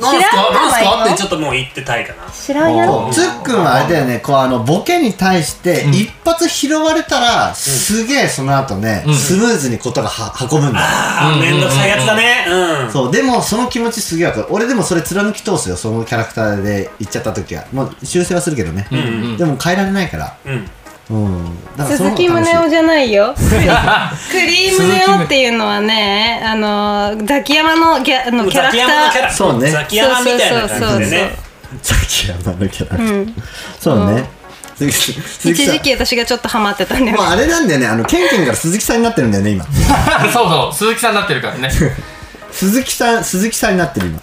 Speaker 2: なんすか
Speaker 4: 知ら
Speaker 2: なん
Speaker 4: ん
Speaker 2: す
Speaker 4: か
Speaker 2: か
Speaker 4: も
Speaker 2: っ
Speaker 4: いいの
Speaker 2: てちょっともう言ってたいかな
Speaker 4: 知らんやろ
Speaker 3: つっくんはあれだよねこうあのボケに対して一発拾われたら、すげえその後ね、
Speaker 5: ん
Speaker 3: スムーズにことがは運ぶんだよ
Speaker 2: あ
Speaker 5: う
Speaker 2: ー
Speaker 5: ん
Speaker 2: めんどくさいやつだねうん
Speaker 3: そうでもその気持ちすげえわかる俺でもそれ貫き通すよそのキャラクターで言っちゃった時はもう修正はするけどね、
Speaker 5: ん
Speaker 3: でも変えられないから
Speaker 2: うん
Speaker 3: うんだからその
Speaker 4: 鈴
Speaker 3: 方
Speaker 4: 木
Speaker 3: が楽しい
Speaker 4: 宗男じゃないよクリームネオっていうのはねあのザキヤマのギャあのキャラ
Speaker 2: ザ
Speaker 4: ク
Speaker 2: キヤマのキャ
Speaker 4: タ
Speaker 2: ラ
Speaker 4: ー
Speaker 3: そうね
Speaker 2: ザキヤマみたいな感じでね
Speaker 3: さっき山のキャラクター、
Speaker 4: うん
Speaker 3: そうね鈴木鈴
Speaker 4: 一
Speaker 3: 木さん
Speaker 4: 時期私がちょっとハマってたんだよ
Speaker 3: もうあれなんだよねあのケンケンから鈴木さんになってるんだよね今
Speaker 5: そうそう、鈴木さんに なってるからね。
Speaker 3: 鈴木さん鈴木さんになってる今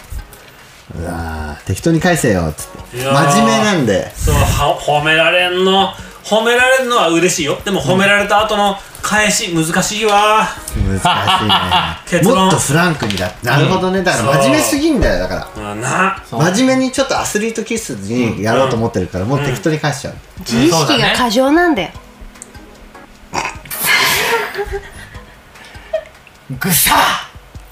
Speaker 3: うわー適当に返せよっつって
Speaker 2: いやー
Speaker 3: 真面目なんで
Speaker 2: そうは褒められんの褒められるのは嬉しいよでも褒められた後の返し難しいわ
Speaker 3: 難しいね
Speaker 2: 結論
Speaker 3: もっとフランクにだなるほどねだから真面目すぎんだよだから
Speaker 2: あな
Speaker 3: 真面目にちょっとアスリート気質にやろうと思ってるから、もう適当に返しちゃう、
Speaker 4: 自意識が過剰なんだよ
Speaker 5: ぐさ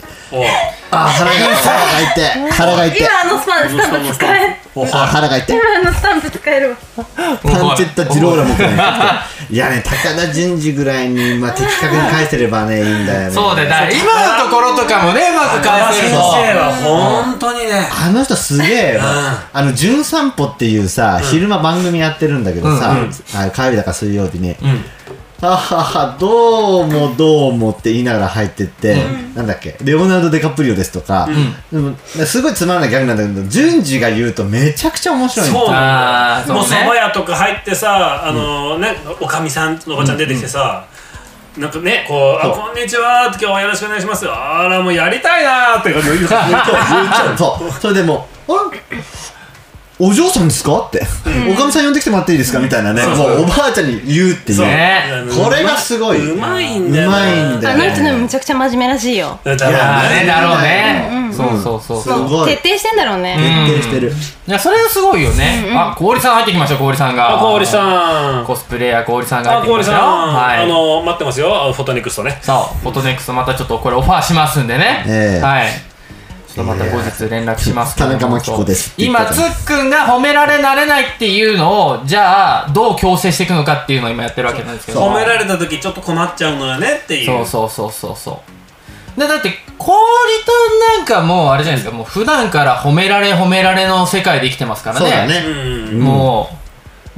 Speaker 2: おう
Speaker 3: ああ腹が痛い腹が痛い
Speaker 7: 今あのスパンスタンプ使え
Speaker 3: 腹が痛いあ腹が痛い
Speaker 7: 今あのスタンプ使えるわ
Speaker 3: パンチェッタジローラも来ないいやね高田純次ぐらいに、まあ、的確に返せればねいいんだよね
Speaker 5: そうだよ、だから今のところとかもね、うまく
Speaker 2: 川
Speaker 5: 返せ
Speaker 2: 先
Speaker 5: る
Speaker 2: 生
Speaker 5: と。
Speaker 2: は本当にね
Speaker 3: あの人すげえよあの「じゅん散歩」っていうさ、昼間番組やってるんだけどさ、
Speaker 5: うんうん
Speaker 3: あ火曜日だか水曜日に、
Speaker 5: ん
Speaker 3: あははどうもどうもって言いながら入ってって、なんだっけレオナルド・デカプリオですとか、でもすごいつまらないギャグなんだけど順次が言うとめちゃくちゃ面白いの
Speaker 2: そうな
Speaker 5: あー
Speaker 2: んだよもう
Speaker 5: そう
Speaker 2: 蕎
Speaker 5: ね
Speaker 2: 麦屋とか入ってさあのねおかみさんのおばちゃん出てきてさなんかねこう「あ
Speaker 3: そう
Speaker 2: こんにちは」って今日はよろしくお願いしますあらもうやりたいなーって言 うから
Speaker 3: そうそれでもうあれお嬢さんですかって、おかみさん呼んできてもらっていいですかみたいなね、
Speaker 2: そう
Speaker 3: も
Speaker 2: そう
Speaker 3: うおばあちゃんに言うっていう
Speaker 2: そう
Speaker 5: ね
Speaker 3: これがすごいう
Speaker 2: まいんだよ
Speaker 3: うまいんだ
Speaker 4: あ
Speaker 3: よ
Speaker 4: の
Speaker 3: ね
Speaker 4: 人でもめちゃくちゃ真面目らしいよ
Speaker 2: だか
Speaker 3: い
Speaker 2: ら
Speaker 5: あ
Speaker 3: や
Speaker 5: ー
Speaker 2: ね
Speaker 5: ね、だろうね。そうそうそう
Speaker 3: す
Speaker 5: そう。
Speaker 3: ごい
Speaker 4: 徹底してんだろうね
Speaker 3: 徹底してる、
Speaker 5: いや、それがすごいよね。あ、氷さん入ってきました、氷さんが。
Speaker 2: あ氷さん
Speaker 5: コスプレイヤー氷さんが入
Speaker 2: あ
Speaker 5: ってきま
Speaker 2: 氷
Speaker 5: した
Speaker 2: さ
Speaker 5: よ。
Speaker 2: ん
Speaker 5: は
Speaker 2: あ
Speaker 5: い。
Speaker 2: の待ってますよフォトニクスとね
Speaker 5: さあ、フォトネクストまたちょっとこれオファーしますんでね。
Speaker 3: ええ
Speaker 5: はい。ちょっとまた後日連絡しますけども
Speaker 3: 田中真紀子です
Speaker 5: 今、つっくんが褒められなれないっていうのを、じゃあ、どう強制していくのかっていうのを今やってるわけなんですけど。
Speaker 2: 褒められた時ちょっと困っちゃうのよねっていう
Speaker 5: そうそうそうそうそうでだって氷となんかもうあれじゃないですかもう普段から褒められ褒められの世界で生きてますからね
Speaker 3: そうだね、
Speaker 2: うん
Speaker 5: もう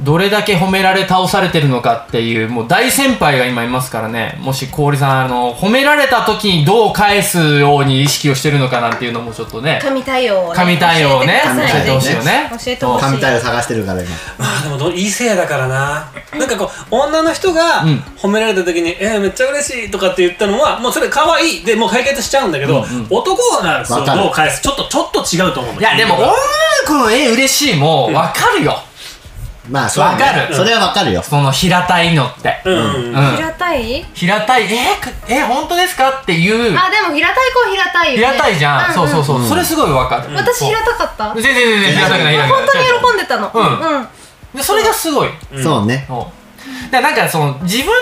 Speaker 5: どれだけ褒められ倒されてるのかっていうもう大先輩が今いますからねもし氷さんあの褒められた時にどう返すように意識をしてるのかなんていうのもちょっとね
Speaker 7: 神対応をね
Speaker 5: 神対応をね
Speaker 7: 教えてください
Speaker 5: 教えてほしいよね
Speaker 7: 教えてほしい
Speaker 3: 神対を探してるから今
Speaker 2: まあでもど異性だからななんかこう女の人が
Speaker 5: うん
Speaker 2: 褒められた時に「えー、めっちゃ嬉しい」とかって言ったのはもうそれ可愛いでもう解決しちゃうんだけど、男がそう
Speaker 3: わかる
Speaker 2: どう返すちょっとちょっと違うと思うい
Speaker 5: いやでも女の子の絵嬉しいも
Speaker 2: ん
Speaker 5: わかるよ、
Speaker 3: まあそうだね
Speaker 5: わかる
Speaker 3: それはわかるよ
Speaker 5: その平たいのって、
Speaker 2: うん、うん
Speaker 5: うん
Speaker 7: 平たい
Speaker 5: 平たいえーかえ本当ですかっていう
Speaker 7: あでも平たい子は平たいよね
Speaker 5: 平たいじゃん、
Speaker 7: うん
Speaker 5: そうそうそう、
Speaker 3: うん
Speaker 5: それすごいわかる、
Speaker 7: 私平たかった
Speaker 5: 全然全然平たくない平たくない
Speaker 7: 本当に喜んでたの
Speaker 5: うん
Speaker 7: うん
Speaker 5: でそれがすごい、
Speaker 3: そうね
Speaker 5: そうだからなんかその自分の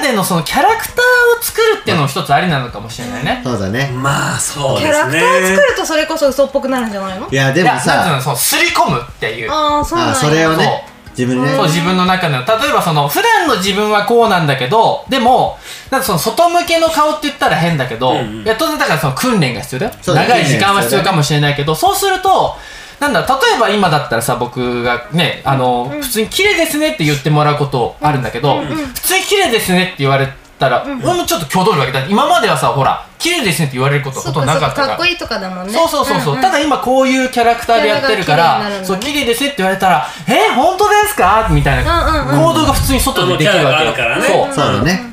Speaker 5: 中でのそのキャラクターを作るっていうのも一つありなのかもしれないね、
Speaker 3: そうだね
Speaker 2: まあそう
Speaker 7: キ
Speaker 2: で
Speaker 7: ャラ
Speaker 2: す
Speaker 7: クター作
Speaker 2: ね
Speaker 7: るとそれこそ嘘っぽくなるんじゃないの
Speaker 3: いや
Speaker 5: い
Speaker 3: でも
Speaker 5: やなんていう
Speaker 3: さ
Speaker 5: のその刷り込むっていう
Speaker 7: ああそうなん
Speaker 3: あ
Speaker 7: や
Speaker 3: それをね自分でね
Speaker 5: そう自分の中の例えばその普段の自分はこうなんだけどでもなんかその外向けの顔って言ったら変だけど、
Speaker 2: うんうん
Speaker 5: いや当然だからその訓練が必要だよ
Speaker 3: そうだ
Speaker 5: 長い時間は必要かもしれないけどそうするとなんだ例えば今だったらさ僕がねあの、普通に綺麗ですねって言ってもらうことあるんだけど、普通に綺麗ですねって言われたら、俺もちょっと挙動るわけだって今まではさほら綺麗ですねって言われることほ
Speaker 4: そっ
Speaker 5: とん
Speaker 4: か
Speaker 5: どなか
Speaker 4: そっ
Speaker 5: った
Speaker 4: か
Speaker 5: か
Speaker 4: からっこいいとかだもんね
Speaker 5: そうそうそうそう、ただ今こういうキャラクターでやってるから
Speaker 4: キャラが綺麗になるのね
Speaker 5: そう綺麗ですって言われたら「え本当ですか?」みたいな
Speaker 4: うんうんうん
Speaker 5: 行動が普通に外でできるわけよ
Speaker 2: あのキャラがあるからね
Speaker 5: そう
Speaker 3: そうだね。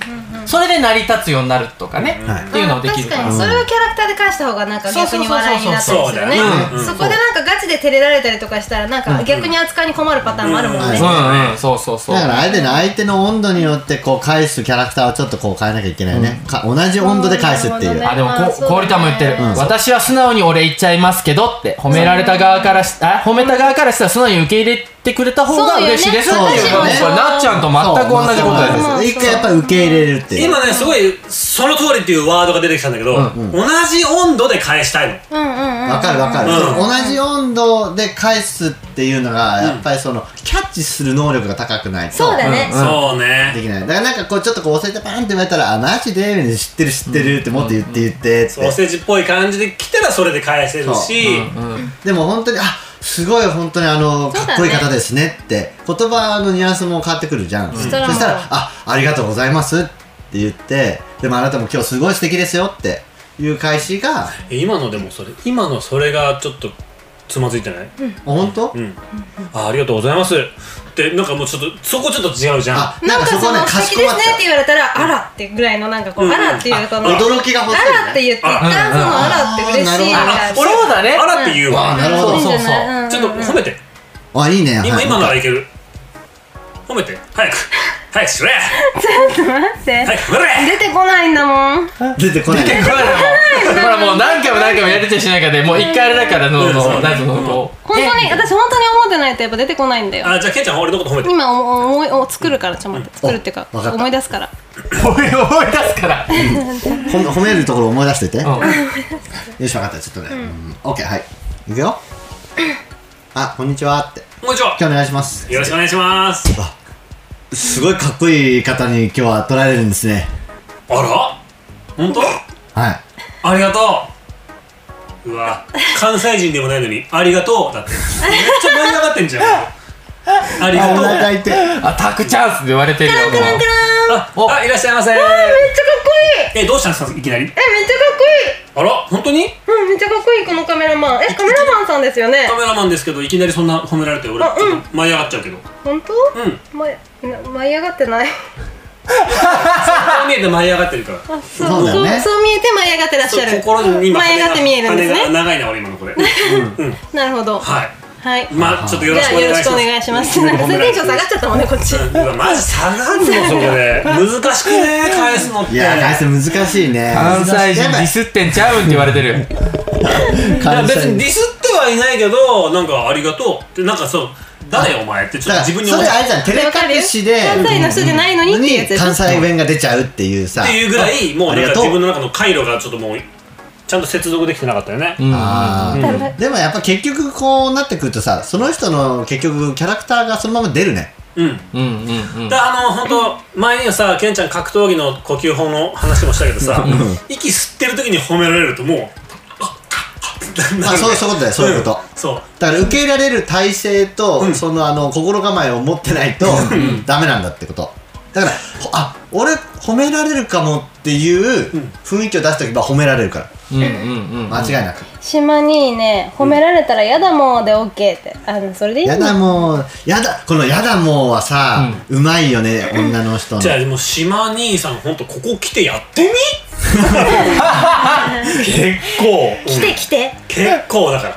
Speaker 5: それで成り立つようになるとかね、
Speaker 3: はい
Speaker 5: っていうのもできる
Speaker 4: 確
Speaker 5: ら
Speaker 4: かにそれはキャラクターで返した方がなんか逆に笑いになったりするね
Speaker 2: そうそう
Speaker 5: そ
Speaker 2: そうそう
Speaker 5: うだねうん
Speaker 4: そこでなんかガチで照れられたりとかしたらなんか逆に扱いに困るパターンもあるもんね
Speaker 3: う
Speaker 5: うんうんそうそうそう
Speaker 3: だから相手の相手の温度によってこう返すキャラクターをちょっとこう変えなきゃいけないね、か同じ温度で返すっていう、
Speaker 4: うん
Speaker 5: あでも
Speaker 4: まあ
Speaker 5: こ
Speaker 4: そうだね
Speaker 5: 氷田も言ってる、
Speaker 4: うん
Speaker 5: 私は素直に俺言っちゃいますけどって褒められた側からしあ褒めた側からしたら素直に受け入れてくれた方が嬉しいですって
Speaker 3: そうよね
Speaker 5: いうこ
Speaker 3: そうよね
Speaker 5: れなっちゃんと
Speaker 3: そう
Speaker 5: 全く同じことだよ
Speaker 3: そう一回やっぱり受け入れるっていう
Speaker 2: 今ねすごいその通りっていうワードが出てきたんだけど、同じ温度で返したい
Speaker 4: う
Speaker 2: の
Speaker 4: んうんうん
Speaker 3: わかるわかる、
Speaker 2: うん
Speaker 3: その同じ温度で返すっていうのがやっぱりそのキャッチする能力が高くないと
Speaker 4: そうだね
Speaker 2: そう
Speaker 3: で
Speaker 2: ね
Speaker 3: きないだからなんかこうちょっとこう押せてパンって言われたら「あマジで?」知ってる知ってる」ってもっと言って言ってって、
Speaker 2: お世辞っぽい感じで来たらそれで返せるし、
Speaker 3: でも本当に「あすごい本当にあのか
Speaker 4: そうだね
Speaker 3: っこいい方ですね」って言葉のニュアンスも変わってくるじゃん、そした
Speaker 4: たら
Speaker 3: ら「あありがとうございます」って言って「でもあなたも今日すごい素敵ですよ」っていう返しが
Speaker 2: 今のでもそれ今のそれがちょっとつまずいてない、
Speaker 3: あ本当、
Speaker 2: うんあありがとうございますってなんかもうちょっとそこちょっと違うじゃん
Speaker 3: あ
Speaker 4: な
Speaker 3: なん
Speaker 4: ん
Speaker 3: か
Speaker 4: か
Speaker 3: そ
Speaker 4: そ
Speaker 3: こね
Speaker 4: の「
Speaker 3: かし
Speaker 4: 素敵
Speaker 3: こ
Speaker 4: で
Speaker 3: ますっ
Speaker 4: ね」って言われたら「あら」ってぐらいのなんかこ
Speaker 2: う
Speaker 4: う「
Speaker 2: ん
Speaker 4: あら」っていうこの「あら」
Speaker 2: あ
Speaker 3: 驚きが欲しい、ね、
Speaker 4: って言って一
Speaker 2: あ
Speaker 4: 旦その「あら」って嬉しいみた
Speaker 2: あ
Speaker 4: いな
Speaker 2: 俺
Speaker 5: そうだね
Speaker 2: あらって言うわ、
Speaker 3: あなるほど
Speaker 5: そうそうそう
Speaker 2: ちょっと褒めて
Speaker 3: あいいね
Speaker 2: 今
Speaker 3: はい
Speaker 2: 今ならいける褒めて早く早くしろや
Speaker 4: 待って
Speaker 2: 早く褒めろや
Speaker 4: 出てこないんだもん
Speaker 3: 出てこない
Speaker 5: ほらもう何回も何回もやりてしないからでもう一回あれだからの
Speaker 2: そう
Speaker 5: の
Speaker 2: ね
Speaker 5: なんつうのこう
Speaker 4: 本当に私本当に思ってないとやっぱ出てこないんだよ
Speaker 2: あじゃあケンちゃん俺のこと褒めて
Speaker 4: 今お思いお作るからちょっと待って作るっていうか
Speaker 3: わかった
Speaker 4: 思い出すから
Speaker 5: 思い思い出すから
Speaker 3: ほん褒めるところ思い出してて、
Speaker 5: ん
Speaker 3: よし分かったちょっとね、うん、OK はいいくよあこんにちはって
Speaker 2: もう一
Speaker 3: 今日お願いします
Speaker 2: 度よろしくお願いします
Speaker 3: すごいかっこいい方に今日は取られるんですね
Speaker 2: あら本当
Speaker 3: はい
Speaker 2: ありがとううわ関西人でもないのに「ありがとう」だってめっちゃ盛り上がってんじゃんあり
Speaker 3: あ
Speaker 2: が
Speaker 3: お
Speaker 2: とう
Speaker 3: 腹痛い
Speaker 5: アタックチャンスで言われてるよもう
Speaker 2: ああいらっしゃいませ
Speaker 4: めっちゃかっこいい
Speaker 2: えどうしたんですかいきなり
Speaker 4: えめっちゃかっこいい
Speaker 2: あら本当に
Speaker 4: うん、めっちゃかっこいいこのカメラマン。え、カメラマンさんですよね
Speaker 2: カ。メラマンですけどいきなりそんな褒められて俺ちょっと舞い上がっちゃうけど
Speaker 4: 本当？
Speaker 2: うん
Speaker 4: ま、な舞い上がってない。
Speaker 2: そう見えて舞い上 がってるから
Speaker 4: あ、そう
Speaker 3: そうだよね
Speaker 4: そうそう見えて舞い上がってらっしゃ
Speaker 2: そう
Speaker 4: る。
Speaker 2: 心に今
Speaker 4: 舞い上がって見えるんです
Speaker 2: 羽が
Speaker 4: ね。
Speaker 2: 長いな俺今のこれ
Speaker 4: なるほど。は
Speaker 2: はい
Speaker 4: い。
Speaker 2: まあちょっ
Speaker 4: じ
Speaker 2: とよろし
Speaker 4: ゃ
Speaker 2: く
Speaker 4: あ
Speaker 2: お願
Speaker 4: よ
Speaker 2: いし
Speaker 4: ろ
Speaker 2: ま
Speaker 4: し
Speaker 2: す
Speaker 4: くお願いします。なんかそれテンション下がっちゃったもんねこっち。
Speaker 2: うんうわマジ下がんのそこ で難しくね返すのって
Speaker 3: いや返す難しいね
Speaker 5: 関西人ディスってんちゃうんって言われてる
Speaker 2: いや
Speaker 3: 関
Speaker 2: 別
Speaker 3: 西人
Speaker 2: にディスってはいないけどなんかありがとうってなんかそう誰お前ってちょ
Speaker 3: だ
Speaker 2: っ
Speaker 3: か
Speaker 2: と
Speaker 3: ら
Speaker 2: 自分に
Speaker 3: そ
Speaker 2: 思っ
Speaker 3: れ
Speaker 2: ちゃ
Speaker 3: あ
Speaker 2: う
Speaker 3: れじゃん照れ隠しで
Speaker 4: 関西の人じゃないのにっていうやつ
Speaker 3: に
Speaker 4: でしょ。
Speaker 3: 関西弁が出ちゃうっていうさ
Speaker 2: っていうぐらいもう
Speaker 3: あ
Speaker 2: な
Speaker 3: り
Speaker 2: ん
Speaker 3: が
Speaker 2: か
Speaker 3: とう
Speaker 2: 自分の中の回路がちょっともうちゃんと接続できてなかったよね、
Speaker 3: あーでもやっぱ結局こうなってくるとさその人の結局キャラクターがそのまま出るね
Speaker 2: うん
Speaker 5: うんうんうん
Speaker 2: だあの本当前にさケンちゃん格闘技の呼吸法の話もしたけどさ息吸ってる時に褒められるともうあっ
Speaker 3: あそうそういうことだよそういうこと
Speaker 2: んそう
Speaker 3: だから受け入れられる体制と、
Speaker 2: うん
Speaker 3: そのあの心構えを持ってないとダメなんだってことだからほあ俺褒められるかもっていう雰囲気を出しておけば褒められるから
Speaker 5: うんうんうん
Speaker 3: 間違いなく「
Speaker 4: 島にね、褒められたらやだもんでオッケーって。あのそれでいい
Speaker 3: や
Speaker 4: ん
Speaker 3: だ
Speaker 4: だ。
Speaker 3: もうやだこの「やだもう」はさ、うまいよね女の人の
Speaker 2: じゃあもう島兄さん本当ここ来てやってみ結構
Speaker 4: 来て来て。
Speaker 2: 結構だから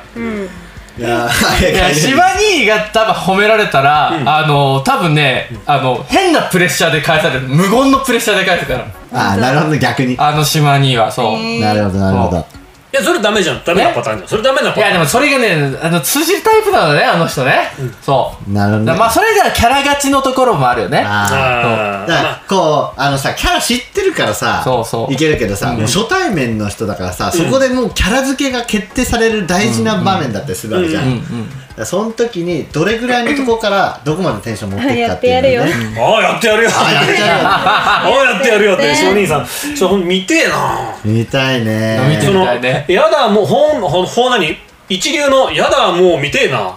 Speaker 3: いやー
Speaker 5: いや、シバニーが多分褒められたら、あの、多分ね、あの、変なプレッシャーで返される。無言のプレッシャーで返すから。
Speaker 3: あなるほど逆に
Speaker 5: あのシバニーは、そう。い
Speaker 3: なるほどなるほど
Speaker 2: いやそれダメじゃんダメなパターンじゃんそれダメなパターン
Speaker 5: や、でもそれがね、あの、通じるタイプなのね、あの人ね。そう。
Speaker 3: なるほどね
Speaker 5: だからまあ、それがキャラ勝ちのところもあるよね。
Speaker 3: あーだか
Speaker 2: あーま
Speaker 3: らこうあのさキャラ知ってるからさ
Speaker 5: そうそう
Speaker 3: いけるけどさ、もう初対面の人だからさ、そこでもうキャラ付けが決定される大事な場面だったりするわけじゃん、
Speaker 5: うんう
Speaker 3: だからその時にどれぐらいのとこからどこまでテンション持っていくか
Speaker 4: や
Speaker 3: っ
Speaker 4: ってて
Speaker 3: い
Speaker 4: や
Speaker 3: うの
Speaker 4: る
Speaker 3: ね
Speaker 4: よ。
Speaker 2: ああやってやるよ
Speaker 3: あやってやるよ
Speaker 2: ああやってやるよって
Speaker 4: ね
Speaker 2: 島兄さんちょっと見てえな
Speaker 3: 見たいね
Speaker 5: 見て
Speaker 2: そ
Speaker 5: み
Speaker 2: の
Speaker 5: たいね
Speaker 2: やだもうほんほんほん何一流のやだもう見てえな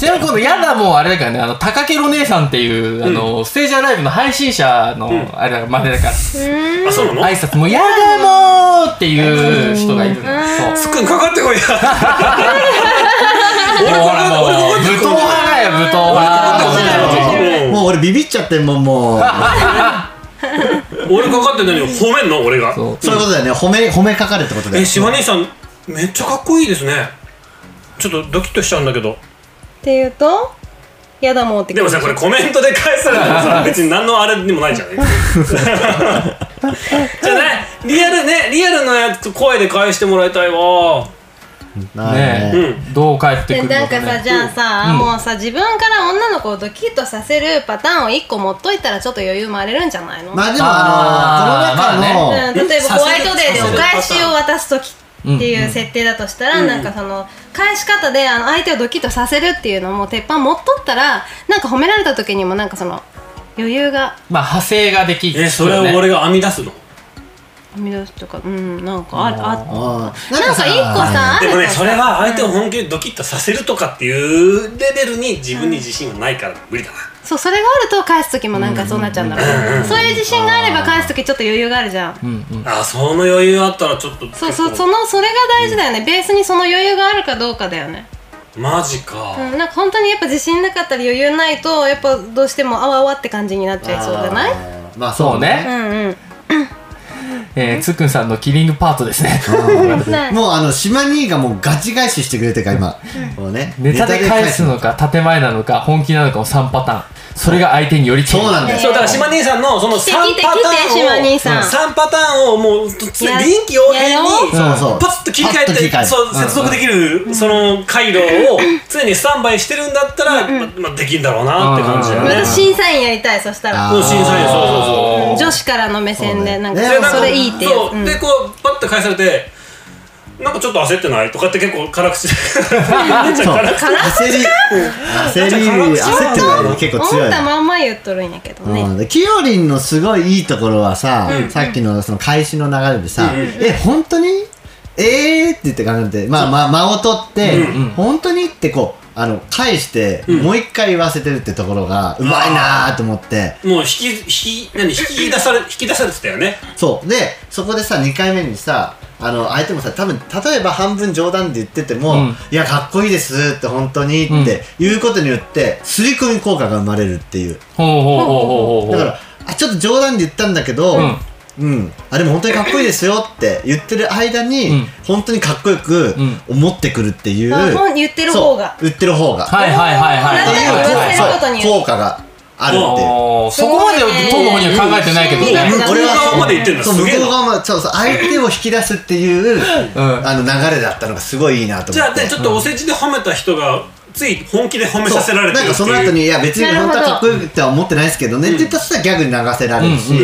Speaker 5: ちなみにこのやだもうあれだからねあの高ケロ姉さんっていうあの、ステージアライブの配信者の、あれだからまでだから
Speaker 2: あそうなの
Speaker 5: 挨拶も「やだもー!」っていう人がいるのよそう
Speaker 2: つっくんかかって こいや
Speaker 5: もうほらもう武
Speaker 2: 俺これ
Speaker 5: 闘派だよ武闘派
Speaker 2: 俺
Speaker 3: もう俺ビビっちゃってんもんもう
Speaker 2: 俺かかってないのに褒めんの俺が
Speaker 5: そう
Speaker 3: そういうことだよね褒め褒めかかるってことだよ
Speaker 2: えしわ兄さんめっちゃかっこいいですねちょっとドキッとしちゃうんだけど
Speaker 4: ていうとやだもんって
Speaker 2: でもさこれコメントで返された らさ別に何のあれにもないじゃないじゃあねリアルねリアルのやつ声で返してもらいたいわ
Speaker 3: な
Speaker 5: ね
Speaker 3: ね
Speaker 2: う
Speaker 5: え
Speaker 2: ん
Speaker 5: どう帰ってく
Speaker 4: で
Speaker 5: るの
Speaker 4: なん
Speaker 5: か
Speaker 4: かさ
Speaker 5: ね
Speaker 4: じゃあさ、
Speaker 5: うん
Speaker 4: もうさ自分から女の子をドキッとさせるパターンを1個持っといたらちょっと余裕もあれるんじゃないの、
Speaker 3: まあでも
Speaker 5: あー
Speaker 3: あのーこの中の、
Speaker 4: うん、例えばホワイトデーでお返しを渡す時っていう設定だとしたら、
Speaker 2: うん
Speaker 4: なんかその返し方であの相手をドキッとさせるっていうのも鉄板持っとったらなんか褒められた時にもなんかその余裕が
Speaker 5: まあ派生ができる
Speaker 2: えそれを俺が編み出すの
Speaker 4: 生み出すとかうんなんかあるあっ
Speaker 3: あー
Speaker 4: なんか一個さあ
Speaker 2: で
Speaker 4: る
Speaker 2: もね
Speaker 4: と
Speaker 2: それは相手を本気でドキッとさせるとかっていうレベルに自分に自信はないから無理だな
Speaker 4: そうそれがあると返す時もなんかそうなっちゃうんだろうそういう自信があれば返す時ちょっと余裕があるじゃん
Speaker 5: うんうん
Speaker 2: あその余裕あったらちょっと
Speaker 4: そうそうそ
Speaker 2: の
Speaker 4: のそれが大事だよねベースにその余裕があるかどうかだよね
Speaker 2: マジか、
Speaker 4: うんなんか本当にやっぱ自信なかったり余裕ないとやっぱどうしてもあわあわって感じになっちゃいそうじゃない
Speaker 3: あーまあ
Speaker 5: そうね
Speaker 4: うんうん
Speaker 5: えーつっくんさんのキリングパートですね
Speaker 4: ね
Speaker 3: もうあの島兄がもうガチ返ししてくれてるから今、もうね
Speaker 5: ネタで返すのか建前なのか本気なのかを3パターンそれが相手により
Speaker 3: そうなんだよ
Speaker 2: そうだから島兄さんのその3パターンを
Speaker 4: 来て来て島兄さん
Speaker 2: 3パターンをもう常に臨機応変
Speaker 4: や
Speaker 2: に
Speaker 4: ろ
Speaker 5: う
Speaker 3: そうそう
Speaker 2: パッと切り替
Speaker 3: パッと
Speaker 2: えてそう接続できるその回路を常にスタンバイしてるんだったらままあできんだろうなって感じだよ
Speaker 5: うん
Speaker 2: ね
Speaker 4: 私審査員やりたいそしたら
Speaker 3: あ
Speaker 2: もう審査員そうそうそう
Speaker 5: おー
Speaker 4: 女子からの目線でなんか
Speaker 3: そうね
Speaker 4: そ
Speaker 2: で
Speaker 4: れ
Speaker 2: なんか
Speaker 4: それいいっていう
Speaker 2: そう
Speaker 4: うん
Speaker 2: でこうパッと返されてなんかちょっと焦ってないとかって結構 辛口で
Speaker 3: そう焦り焦り焦ってるのはね結構
Speaker 4: 思
Speaker 3: 強い
Speaker 4: ったまんま言っとるんやけど
Speaker 3: うん
Speaker 4: ね
Speaker 3: でキヨリンのすごいいいところはさ、さっきのその開始の流れでさ「え本当にえー?」って言って考えてまあまあ間を取って「本当に?」ってこうあの返して、もう一回言わせてるってところがうまいなーと思って
Speaker 2: もう引き引き何引き出され引き出されてたよね
Speaker 3: そうでそこでさ2回目にさあの相手もさ多分例えば半分冗談で言ってても「
Speaker 5: うん
Speaker 3: いやかっこいいです」って本当にって言うことによって刷り込み効果が生まれるっていう
Speaker 5: ほうほうほうほうほう
Speaker 3: だからあちょっと冗談で言ったんだけど、
Speaker 5: う
Speaker 3: うんんあでも本当にかっこいいですよって言ってる間に、
Speaker 5: うん
Speaker 3: 本当にかっこよく
Speaker 5: ん
Speaker 3: 思ってくるっていう、
Speaker 4: あもう言ってる方が
Speaker 3: そう言ってる方が、
Speaker 5: はいはいはいはい
Speaker 4: 同じように言わせる
Speaker 3: そう
Speaker 4: ことに
Speaker 3: 効果があるっていう。
Speaker 5: おーそこまで当の方には考えてないけど
Speaker 4: そう
Speaker 5: ね
Speaker 4: ね
Speaker 2: 向こう側まで行ってんだ
Speaker 3: そう
Speaker 2: す
Speaker 3: 向
Speaker 2: げえ
Speaker 3: こう
Speaker 2: な
Speaker 3: 側までそうそう相手を引き出すっていう、
Speaker 5: ん
Speaker 3: あの流れだったのがすごいいいなと
Speaker 2: じ
Speaker 3: 思
Speaker 2: ゃあ
Speaker 3: って
Speaker 2: でちょっとお世辞で褒めた人がつい本気で褒め
Speaker 3: そう
Speaker 2: させられて
Speaker 3: なんか
Speaker 2: るって
Speaker 3: その
Speaker 2: い
Speaker 3: 後
Speaker 2: う
Speaker 3: に「いや別に本当はかっこよくとは思ってないですけどね」って言ったらギャグに流せられるし
Speaker 5: うん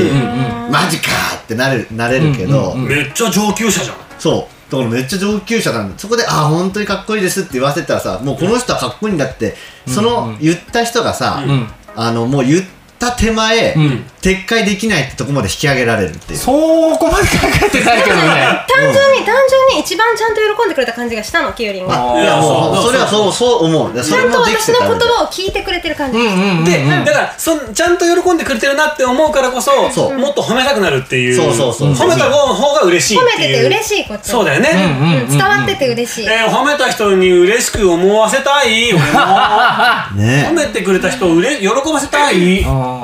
Speaker 5: うん
Speaker 3: 「マジか!」ってなるなれるけど、
Speaker 5: うんうん
Speaker 2: めっちゃ上級者じゃん
Speaker 3: そうだからめっちゃ上級者なんでそこで「あ本当にかっこいいです」って言わせたらさもうこの人はかっこいいんだってその言った人がさ、
Speaker 5: ん
Speaker 3: あのもう言った手前、
Speaker 5: ん
Speaker 3: 撤回できないってとこまで引き上げられるっていう
Speaker 5: そこまで考えてないけどね
Speaker 4: 単純に単純に一番ちゃんと喜んでくれた感じがしたのキュウリンが
Speaker 5: あー
Speaker 3: いやもう
Speaker 2: そう
Speaker 3: それはそうそう思うで
Speaker 4: ち
Speaker 3: そ
Speaker 4: ゃ
Speaker 3: れ
Speaker 4: んと
Speaker 3: もでき
Speaker 4: 私
Speaker 3: て
Speaker 4: の
Speaker 3: た
Speaker 4: 言葉を聞いてくれてる感じ
Speaker 5: うんうんうん
Speaker 2: で、だからそんちゃんと喜んでくれてるなって思うからこそ
Speaker 3: そう
Speaker 2: もっと褒めたくなるっていう
Speaker 3: そうそうそう
Speaker 2: 褒めた方が嬉しい
Speaker 4: 褒め
Speaker 2: って
Speaker 4: て
Speaker 2: いう
Speaker 4: て嬉しいこっち
Speaker 2: そうだよね、
Speaker 5: うんうんうん
Speaker 4: うん伝わってて嬉しい
Speaker 2: えー褒めた人に嬉しく思わせたい俺も褒
Speaker 3: ね
Speaker 2: めてくれた人をうれ喜ばせたい
Speaker 5: あ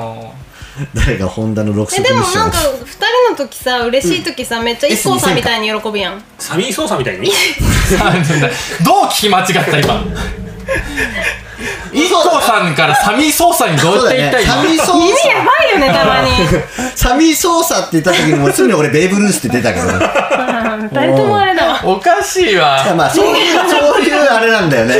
Speaker 3: 誰が本田の6色
Speaker 4: えでも
Speaker 3: ミッショ
Speaker 4: な
Speaker 3: ン
Speaker 4: んか2人の時さ嬉しい時さ、めっちゃ
Speaker 3: S2000
Speaker 4: 一 k さんみたいに喜ぶやん
Speaker 2: サミー操作みたいに
Speaker 5: ーどう聞き間違った今 IKKO さんからサミー捜査にどう
Speaker 3: そう
Speaker 5: やっ
Speaker 3: だ
Speaker 5: て言
Speaker 3: よ
Speaker 5: った今
Speaker 3: ねサミー操
Speaker 4: 意味やばいよねたまに
Speaker 3: 作サミー操作って言った時にもうすぐに俺ベーブ・ルースって出たけどだ か
Speaker 4: 誰ともあれだわ
Speaker 5: おかしいわ
Speaker 3: らまあそういうそういうあれなんだよね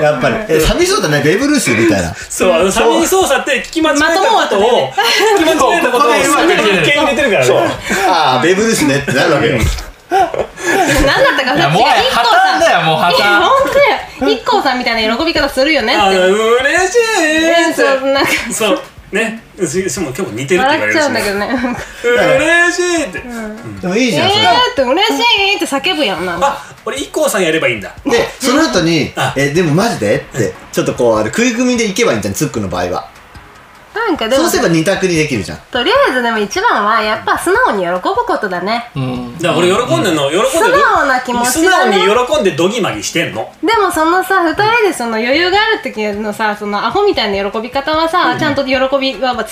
Speaker 3: やっ ぱりえサミー操作ねベーブ・ルースみたいな
Speaker 2: そうあのサミー操作って聞き間違えたことを聞き間違えたことを
Speaker 5: まともは
Speaker 2: サミーに受け入れてるからね
Speaker 3: ああベーブ・ルースねってなるわけよ
Speaker 4: 何だったか
Speaker 5: いやもう
Speaker 4: 違
Speaker 5: 破綻だよもう破
Speaker 4: いや
Speaker 5: 綻
Speaker 4: 本当よ i k さんみたいな喜び方するよねっ
Speaker 2: あ
Speaker 4: て
Speaker 2: の嬉しい
Speaker 4: ね
Speaker 2: って
Speaker 4: そうなんか
Speaker 2: そうねししかも結構似てるって言われ
Speaker 4: 笑っ
Speaker 2: る
Speaker 4: ち
Speaker 2: し
Speaker 4: ゃうんだけどね。
Speaker 2: 嬉しいって、
Speaker 3: でもいいじ
Speaker 4: え
Speaker 3: ゃんそれ
Speaker 4: ーって嬉しいって叫ぶやんなんか。
Speaker 2: あ俺 IKKO さんやればいいんだ
Speaker 3: でその後に
Speaker 2: あ
Speaker 3: 「えでもマジで?」ってちょっとこうあの食い組みでいけばいいんじゃんツックの場合は
Speaker 4: なんかで
Speaker 3: そ
Speaker 4: も
Speaker 3: うすれば二択にできるじゃん
Speaker 4: とりあえずでも一番はやっぱ素直に喜ぶことだね。
Speaker 5: うん
Speaker 2: だから俺喜んでんの喜んで
Speaker 4: 素直な気持ち
Speaker 2: 素
Speaker 4: だ
Speaker 2: 直
Speaker 4: ね
Speaker 2: に喜んでドギマギしてんの
Speaker 4: でもそのさ二人でその余裕がある時のさそのアホみたいな喜び方はさ、ちゃんと喜びは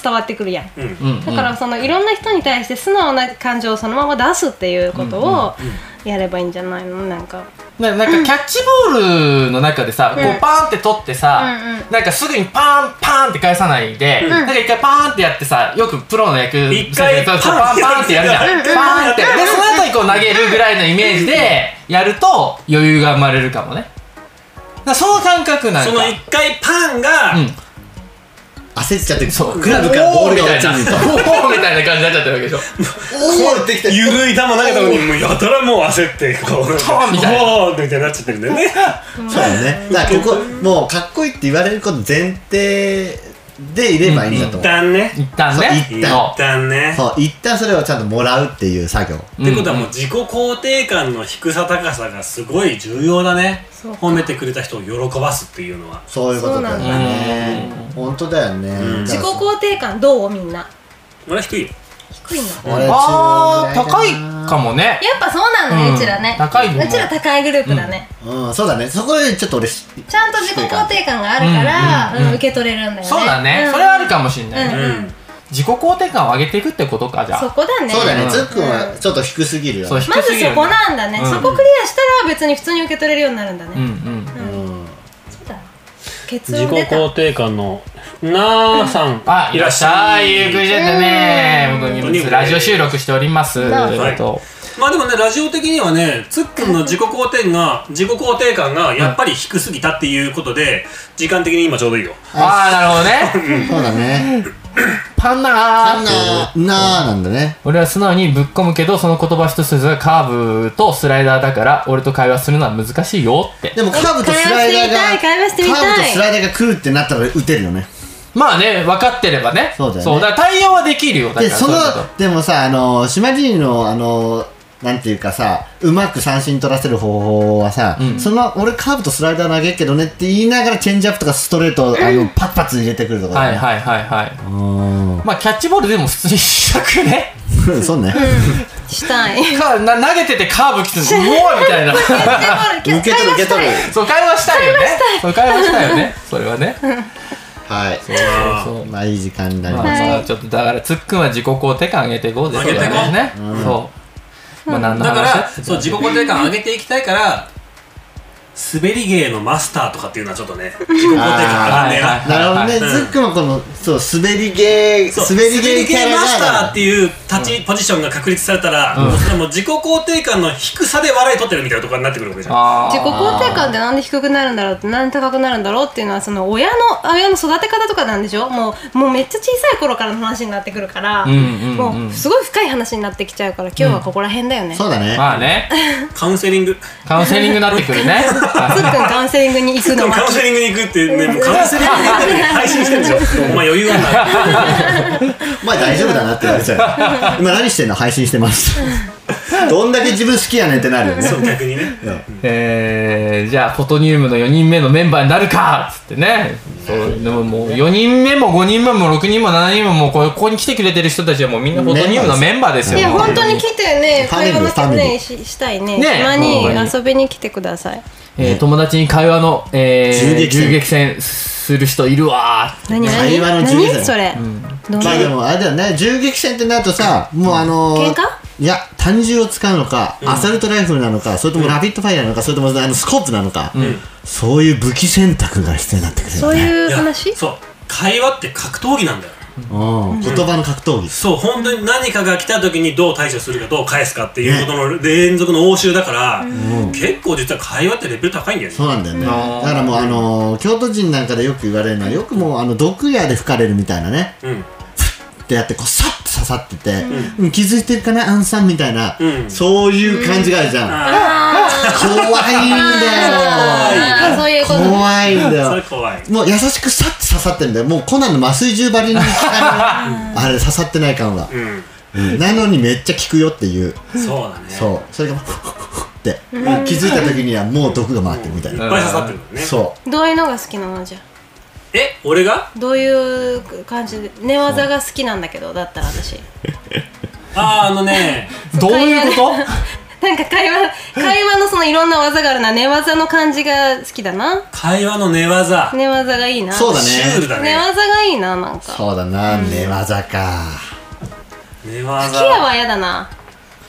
Speaker 4: 伝わってくるやん。
Speaker 2: うん
Speaker 5: うん
Speaker 4: だからそのいろんな人に対して素直な感情をそのまま出すっていうことをやればいいんじゃないのなんか
Speaker 5: ななんかキャッチボールの中でさ、こうパーンって取ってさ、
Speaker 4: うんうん
Speaker 5: なんかすぐにパーンパーンって返さないで、なんか一回パーンってやってさよくプロの野球
Speaker 2: 一回
Speaker 5: そうそうパ
Speaker 2: パ
Speaker 5: ンパン
Speaker 2: ーン
Speaker 5: ってやるじゃん、
Speaker 2: うんうん
Speaker 5: パーンってでその後にこう投げるぐらいのイメージでやると余裕が生まれるかもねだからその感覚なんか
Speaker 2: その一回パンが、
Speaker 5: うん
Speaker 3: 焦っちゃって
Speaker 5: そう
Speaker 3: クラブからボールが
Speaker 5: おー
Speaker 3: 落
Speaker 5: み
Speaker 3: ち
Speaker 5: た
Speaker 3: る
Speaker 5: い
Speaker 3: み
Speaker 5: な
Speaker 3: たいな
Speaker 5: おーみたいな感じになっちゃってるわけでしょ
Speaker 3: おーってきて
Speaker 2: ゆるい球投げたのにもうやたらもう焦ってこう
Speaker 5: トンみたいな
Speaker 2: おーみたいになっちゃってるんだ よね
Speaker 3: そうだねだからここもうかっこいいって言われること前提でいればいいんだと
Speaker 2: 一
Speaker 3: 思う
Speaker 2: 旦ね
Speaker 5: 一旦ね
Speaker 3: そう
Speaker 2: 一
Speaker 3: 一旦
Speaker 2: 旦ね
Speaker 3: そう一旦それをちゃんともらうっていう作業
Speaker 5: うん
Speaker 2: ってことはもう自己肯定感の低さ高さがすごい重要だね
Speaker 4: そう
Speaker 2: 褒めてくれた人を喜ばすっていうのは
Speaker 3: そういうことだよ
Speaker 4: そう
Speaker 5: なん
Speaker 3: ね本当だよね
Speaker 2: ん
Speaker 3: だ
Speaker 4: 自己
Speaker 3: から
Speaker 4: 肯定感どうみんな
Speaker 2: 俺は低いよ
Speaker 4: 低いのや
Speaker 3: 俺
Speaker 5: あー
Speaker 3: 中
Speaker 5: 高
Speaker 3: ぐら
Speaker 5: い
Speaker 3: な
Speaker 5: かもね
Speaker 4: っぱそうなのね、
Speaker 5: うん
Speaker 4: うちらね
Speaker 5: 高いもんね
Speaker 4: うちら高いグループだね、
Speaker 3: うんそうだねそこでちょっと俺し
Speaker 4: ちゃんと自己肯定感があるから、
Speaker 5: うんうんうん
Speaker 4: うん受け取れるんだよね
Speaker 5: そうだね、
Speaker 4: ん
Speaker 5: それはあるかもしんない、
Speaker 4: う
Speaker 2: うんん、
Speaker 5: 自己肯定感を上げていくってことかじゃ
Speaker 4: そ
Speaker 5: あ
Speaker 4: こだね
Speaker 3: そうだね
Speaker 5: ん
Speaker 3: つっくんはちょっと低すぎるよ
Speaker 5: そう
Speaker 3: ね
Speaker 5: 低
Speaker 4: ますず
Speaker 5: ぎ
Speaker 4: そ
Speaker 5: る
Speaker 4: こなんだね、
Speaker 5: うん
Speaker 4: そこクリアしたら別に普通に受け取れるようになるんだね、
Speaker 5: うんうん
Speaker 3: うん
Speaker 4: そうだ結
Speaker 2: 自
Speaker 4: 論
Speaker 2: 己
Speaker 4: 出た
Speaker 2: 肯定感のなあさん
Speaker 5: あ、いらっしゃい。ゆっくりしてってね。
Speaker 4: うん
Speaker 5: 僕にラジオ収録しております。
Speaker 4: なる
Speaker 2: ほど
Speaker 5: えっと
Speaker 2: まあでもねラジオ的にはねつっくんの自己肯定が自己肯定感がやっぱり低すぎたっていうことで時間的に今ちょうどいいよ
Speaker 5: あー、なるほど ね。
Speaker 3: そうだね
Speaker 5: パンナ
Speaker 3: あ
Speaker 5: ー。
Speaker 3: んなーなーなんだね
Speaker 5: 俺は素直にぶっ込むけど、その言葉一つがカーブとスライダーだから、俺と会話するのは難しいよって。
Speaker 3: でもカーブとスライダーが
Speaker 4: 会話してみたい会話
Speaker 3: カーブと
Speaker 4: してみたい
Speaker 3: スライダーが来るってなったら打てるよね
Speaker 5: まあね、分かってればね。
Speaker 3: そうだよね
Speaker 5: から対応はできるよ。だか
Speaker 3: で
Speaker 5: ら
Speaker 3: そ
Speaker 5: い
Speaker 3: の
Speaker 5: こと
Speaker 3: でもさあの島尻のあのなんていうかさうまく三振取らせる方法はさ、
Speaker 5: うん
Speaker 3: その俺カーブとスライダー投げるけどねって言いながらチェンジアップとかストレートをあのパツパツ入れてくるとか、
Speaker 5: はいはいはいはい。
Speaker 3: う
Speaker 5: まあ、キャッチボールでも普通にしたくね。
Speaker 3: ーん そうね
Speaker 4: した い
Speaker 5: かな投げててカーブ来てて、うおーみたいな。
Speaker 3: 受け取る
Speaker 4: 受
Speaker 3: 受け取る
Speaker 5: そう、会話したいよね。そう、会話したいよね。それはね。
Speaker 3: はい
Speaker 5: そう。
Speaker 3: まあいい時間になりま
Speaker 5: まあ
Speaker 3: し
Speaker 5: まあちょっとだからつっくんは自己肯定感上げていこうですよ
Speaker 2: 上げてこう
Speaker 5: ね。そう。まあ何の
Speaker 2: だか
Speaker 5: 話だ
Speaker 2: ら
Speaker 5: って
Speaker 2: そう自己肯定感上げていきたいから滑り芸のマスターとかっていうのはちょっとね自己肯定感上がんねえ
Speaker 5: あ
Speaker 2: な
Speaker 5: ー
Speaker 3: たなるほどね、
Speaker 5: はい
Speaker 2: はい
Speaker 3: ズックもこのそう滑り芸
Speaker 2: そう
Speaker 3: 滑り芸キャラ
Speaker 2: マスター
Speaker 3: が
Speaker 2: っていう立ちポジションが確立されたら、もうそれはもう自己肯定感の低さで笑い取ってるみたいなところになってくるわけじゃん
Speaker 5: あー
Speaker 4: 自己肯定感ってなんで低くなるんだろうってなんで高くなるんだろうっていうのはその親の親の育て方とかなんでしょもうもうめっちゃ小さい頃からの話になってくるから、
Speaker 5: うんうんうん
Speaker 4: もうすごい深い話になってきちゃうから今日はここら辺だよね、
Speaker 3: そうだね
Speaker 5: まあね、
Speaker 2: カウンセリング
Speaker 5: カウンセリングになってくるね。
Speaker 4: つっくんカウンセリングに行く
Speaker 2: で
Speaker 4: の
Speaker 2: も
Speaker 4: は
Speaker 2: カウンセリングに行くってねもうカウンセリングで配信してるんでしょお前余裕あんな
Speaker 3: お前大丈夫だなって言われちゃう今何してんの配信してますどんだけ自分好きやねんってなるよね
Speaker 2: そう逆にね
Speaker 5: えー、じゃあフォトニウムの4人目のメンバーになるかっつってね。そうでももう4人目も5人目も6人も7人目もこうここに来てくれてる人たちはもうみんなフォトニウムのメンバーですよ。
Speaker 4: いや本当に来てね
Speaker 3: ファミリ
Speaker 4: 会
Speaker 3: ー
Speaker 4: 話の
Speaker 3: ファミリ
Speaker 4: ね
Speaker 3: ー
Speaker 4: ししたいね
Speaker 5: ね
Speaker 4: 島に
Speaker 5: ほんまに
Speaker 4: 遊びに来てください
Speaker 5: えー友達に会話の、えー、
Speaker 3: 銃撃戦
Speaker 5: 銃撃戦する人いるわー。
Speaker 4: 何何
Speaker 3: 会話の自由だよ
Speaker 4: 何それ、ど
Speaker 3: ま
Speaker 4: んな
Speaker 3: あでもあれだよね銃撃戦ってなるとさもうあのー
Speaker 4: 喧嘩
Speaker 3: いや単銃を使うのか、アサルトライフルなのかそれともラビットファイアなのかそれともあのスコープなのか、そういう武器選択が必要になってくるよ
Speaker 4: そう
Speaker 3: ね
Speaker 4: いう
Speaker 2: いや
Speaker 4: 話
Speaker 2: そう会話って格闘技なんだよ
Speaker 3: うん言葉の格闘技
Speaker 2: そう本当に何かが来た時にどう対処するかどう返すかっていうことの連続の応酬だから、結構実は会話ってレベル高いんだよね
Speaker 3: そうなんだよねだからもうあのー京都人なんかでよく言われるのはよくもうあの毒矢で吹かれるみたいなね
Speaker 2: うん
Speaker 3: ってやってこうサッと刺さってて、うん気づいてるかなアンさんみたいな、
Speaker 2: うん
Speaker 3: そういう感じがあるじゃん、
Speaker 2: あ
Speaker 3: 怖いんだよ
Speaker 4: あーそういうこと
Speaker 3: 怖いんだ
Speaker 2: それ
Speaker 3: よ
Speaker 2: 怖い
Speaker 3: もう優しくさって刺さってんだよもうコナンの麻酔銃張りに効かないあれ刺さってない感は、
Speaker 2: うん
Speaker 3: うんなのにめっちゃ効くよっていう
Speaker 2: そうだね
Speaker 3: そうそれがフッフッフッって気づいた時にはもう毒が回ってるみたい
Speaker 2: いっ
Speaker 3: な
Speaker 2: ぱい刺さってるもんね
Speaker 3: そ
Speaker 4: どういうのが好きなのじゃあ
Speaker 2: え俺が
Speaker 4: どういう感じで寝技が好きなんだけどだったら私
Speaker 2: あーあのね
Speaker 5: どういうこ
Speaker 4: なんか会話会話のそのいろんな技があるな寝技の感じが好きだな
Speaker 2: 会話の寝技
Speaker 4: 寝技がいいな
Speaker 3: うそうだ
Speaker 2: シュール
Speaker 3: ね
Speaker 2: だ
Speaker 4: 寝
Speaker 2: ね
Speaker 4: 技がいいななんか
Speaker 3: そうだな寝技か
Speaker 2: 寝
Speaker 4: キア
Speaker 2: 技
Speaker 4: は嫌だな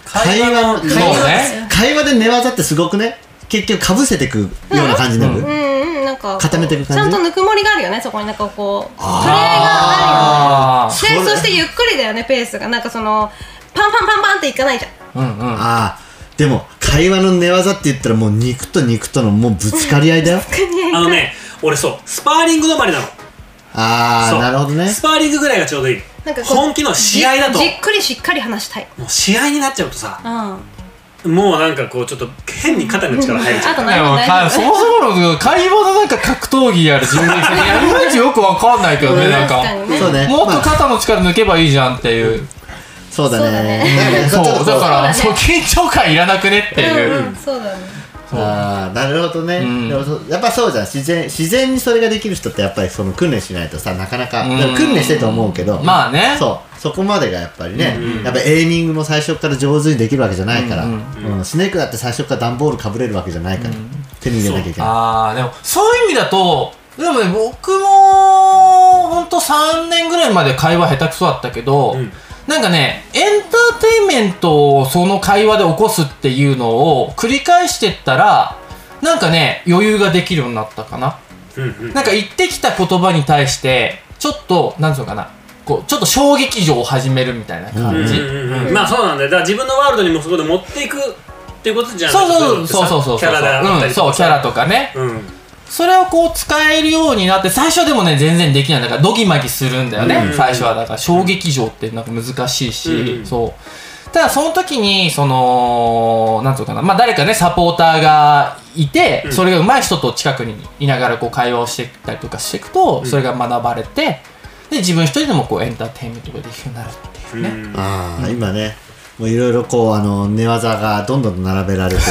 Speaker 3: 会
Speaker 2: 会
Speaker 3: 話
Speaker 2: 話
Speaker 3: の
Speaker 2: の
Speaker 5: と
Speaker 3: 会
Speaker 5: そう
Speaker 3: 話
Speaker 5: ね
Speaker 3: 会話で寝技ってすごくね結局かぶせてくような感じになる
Speaker 4: うんうんなんか
Speaker 3: 固めてる感じ
Speaker 4: ちゃんとぬくもりがあるよねそこになんかこうプレーがあ
Speaker 5: ああ
Speaker 4: るよ
Speaker 3: そ
Speaker 4: ねで
Speaker 3: れ
Speaker 4: そしてゆっくりだよねペースがなんかそのパンパンパンパンっていかないじゃん
Speaker 5: うんうん
Speaker 3: ああでも会話の寝技って言ったらもう肉と肉とのもうぶつかり合いだよ
Speaker 2: あのね俺そうスパーリング止まりなの
Speaker 3: あ
Speaker 2: そ
Speaker 3: あ
Speaker 2: う
Speaker 3: なるほどね
Speaker 2: スパーリングぐらいがちょうどいい
Speaker 4: なんかこう
Speaker 2: 本気の試合だと
Speaker 4: じじっくりしっかり話したい
Speaker 2: もう試合になっちゃうとさ
Speaker 4: うんあ
Speaker 2: もうなんかこうちょっと変に肩の力入るじゃん
Speaker 4: と
Speaker 5: いやもう
Speaker 4: 何
Speaker 5: か
Speaker 4: 大
Speaker 5: そ
Speaker 4: 丈
Speaker 5: もそもの解剖のなんか格闘技やる人類戦いやいまいちよくわかんないけどね
Speaker 4: 夫
Speaker 5: なん
Speaker 4: 確
Speaker 5: か
Speaker 4: かにね
Speaker 3: そうね
Speaker 5: もっ
Speaker 3: ま
Speaker 5: と
Speaker 3: あ
Speaker 5: 肩の力抜けばいいじゃんっていう
Speaker 3: そうだね
Speaker 5: そう
Speaker 3: ちょっと
Speaker 5: だから
Speaker 4: そ
Speaker 5: そうう緊張感いらなくねっていううん
Speaker 4: うんそうだね
Speaker 3: ああなるほどね、
Speaker 5: ん
Speaker 3: でもそうやっぱそうじゃん自然自然にそれができる人ってやっぱりその訓練しないとさなかなか
Speaker 5: うん
Speaker 3: でも訓練してると思うけど
Speaker 5: まあね
Speaker 3: そうそこまでがやっぱりね、やっぱエイミングも最初から上手にできるわけじゃないから、うんスネークだって最初から段ボールかぶれるわけじゃないから、手に入れなきゃいけない
Speaker 5: ああでもそういう意味だとでもね僕もほんと3年ぐらいまで会話下手くそだったけど、
Speaker 2: うん
Speaker 5: なんかねエンターテインメントをその会話で起こすっていうのを繰り返してったらなんかね余裕ができるようになったかな
Speaker 2: うんうん
Speaker 5: なんか言ってきた言葉に対してちょっとなんつうのかなこうちょっと小劇場を始めるみたいな感じ、
Speaker 2: うんうんうんまあそうなんだよだから自分のワールドにもそこで持っていくっていうことじゃん
Speaker 5: そうそうそうそうそうそう
Speaker 2: キャラだった
Speaker 5: う
Speaker 2: り
Speaker 5: ん
Speaker 2: とか
Speaker 5: そうキャラとかね
Speaker 2: うん
Speaker 5: それをこう使えるようになって最初はでもね全然できないだからドギマギするんだよね、
Speaker 2: うん
Speaker 5: 最初はだから小劇場ってなんか難しいし、
Speaker 2: うん
Speaker 5: そうただその時にそのなんつうのかなまあ誰かねサポーターがいて、
Speaker 2: うん
Speaker 5: それが上手い人と近くにいながらこう会話をしてたりとかしていくと、それが学ばれてで自分一人でもこうエンターテインメントができるようになるっていう
Speaker 2: うん
Speaker 3: ああ、今ねもういろいろこうあの寝技がどんどん並べられてる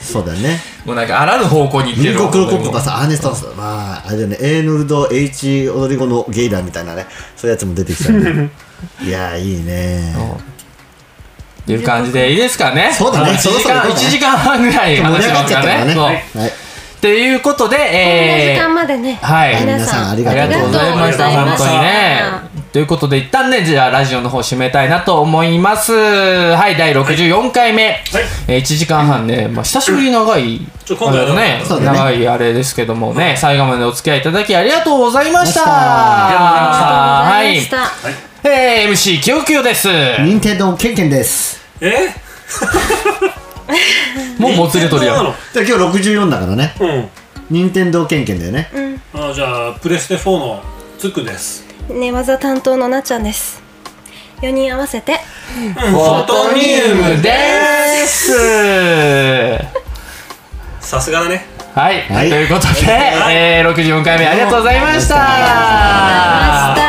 Speaker 3: そうだよね
Speaker 5: もうなんかあらぬ方向に行って
Speaker 3: 民
Speaker 5: る
Speaker 3: 国の国歌がさ、アーネストンス、まあ、あれだよね、エーノルド・ H ・オドリゴのゲイラーみたいなね、そういうやつも出てきたね。いやー、いいね。
Speaker 5: っていう感じでいいですかね
Speaker 3: そうだ
Speaker 5: 1
Speaker 3: ね
Speaker 5: 時
Speaker 3: そろそろ行
Speaker 5: 間
Speaker 3: こうね
Speaker 5: 1時間半ぐらい
Speaker 3: 盛り
Speaker 5: 話
Speaker 3: 上
Speaker 5: し
Speaker 3: が
Speaker 5: ま
Speaker 3: っ
Speaker 5: す
Speaker 3: ち
Speaker 5: か
Speaker 3: ゃったからら
Speaker 5: ね
Speaker 3: ね。
Speaker 5: そう
Speaker 3: はい。
Speaker 5: っていうことで、
Speaker 4: こんな
Speaker 5: え
Speaker 4: 時
Speaker 5: ー
Speaker 4: 間までね
Speaker 5: はい
Speaker 3: 皆
Speaker 4: 皆さ
Speaker 3: さ
Speaker 4: ん
Speaker 3: んあり
Speaker 5: ありが
Speaker 3: が
Speaker 5: と
Speaker 3: と
Speaker 5: う
Speaker 3: う
Speaker 5: ご
Speaker 3: ご
Speaker 5: ざ
Speaker 3: ざ
Speaker 5: い
Speaker 3: い
Speaker 5: ま
Speaker 3: ま
Speaker 5: し
Speaker 3: し
Speaker 5: 本
Speaker 3: たた。
Speaker 5: 当にねということで一旦ねじゃあラジオの方締めたいなと思いますはい第64回目、えー1時間半ね、まあ、久しぶりに長い
Speaker 2: ちょ今回は
Speaker 5: あれだね
Speaker 3: そうだね
Speaker 5: 長いあれですけどもね最後までお付き合いいただきありがとうございました
Speaker 4: あ
Speaker 5: は
Speaker 4: り
Speaker 5: い
Speaker 4: がとうございました
Speaker 5: えー MC きよきよです
Speaker 3: 任天堂ケンケンです。
Speaker 2: え
Speaker 5: もうもつれとるやん
Speaker 3: じゃあ今日64だからね、
Speaker 2: そうなのうん
Speaker 3: 任天堂ケンケンだよね。
Speaker 2: あじゃあプレステ4のつくです
Speaker 4: 寝技担当のなっちゃんです4人合わせて
Speaker 5: フォトニウムです
Speaker 2: さすがだね
Speaker 5: はい、
Speaker 3: はい
Speaker 5: ということで、
Speaker 2: はい
Speaker 5: えー、64回目ありがとうございました
Speaker 4: 明日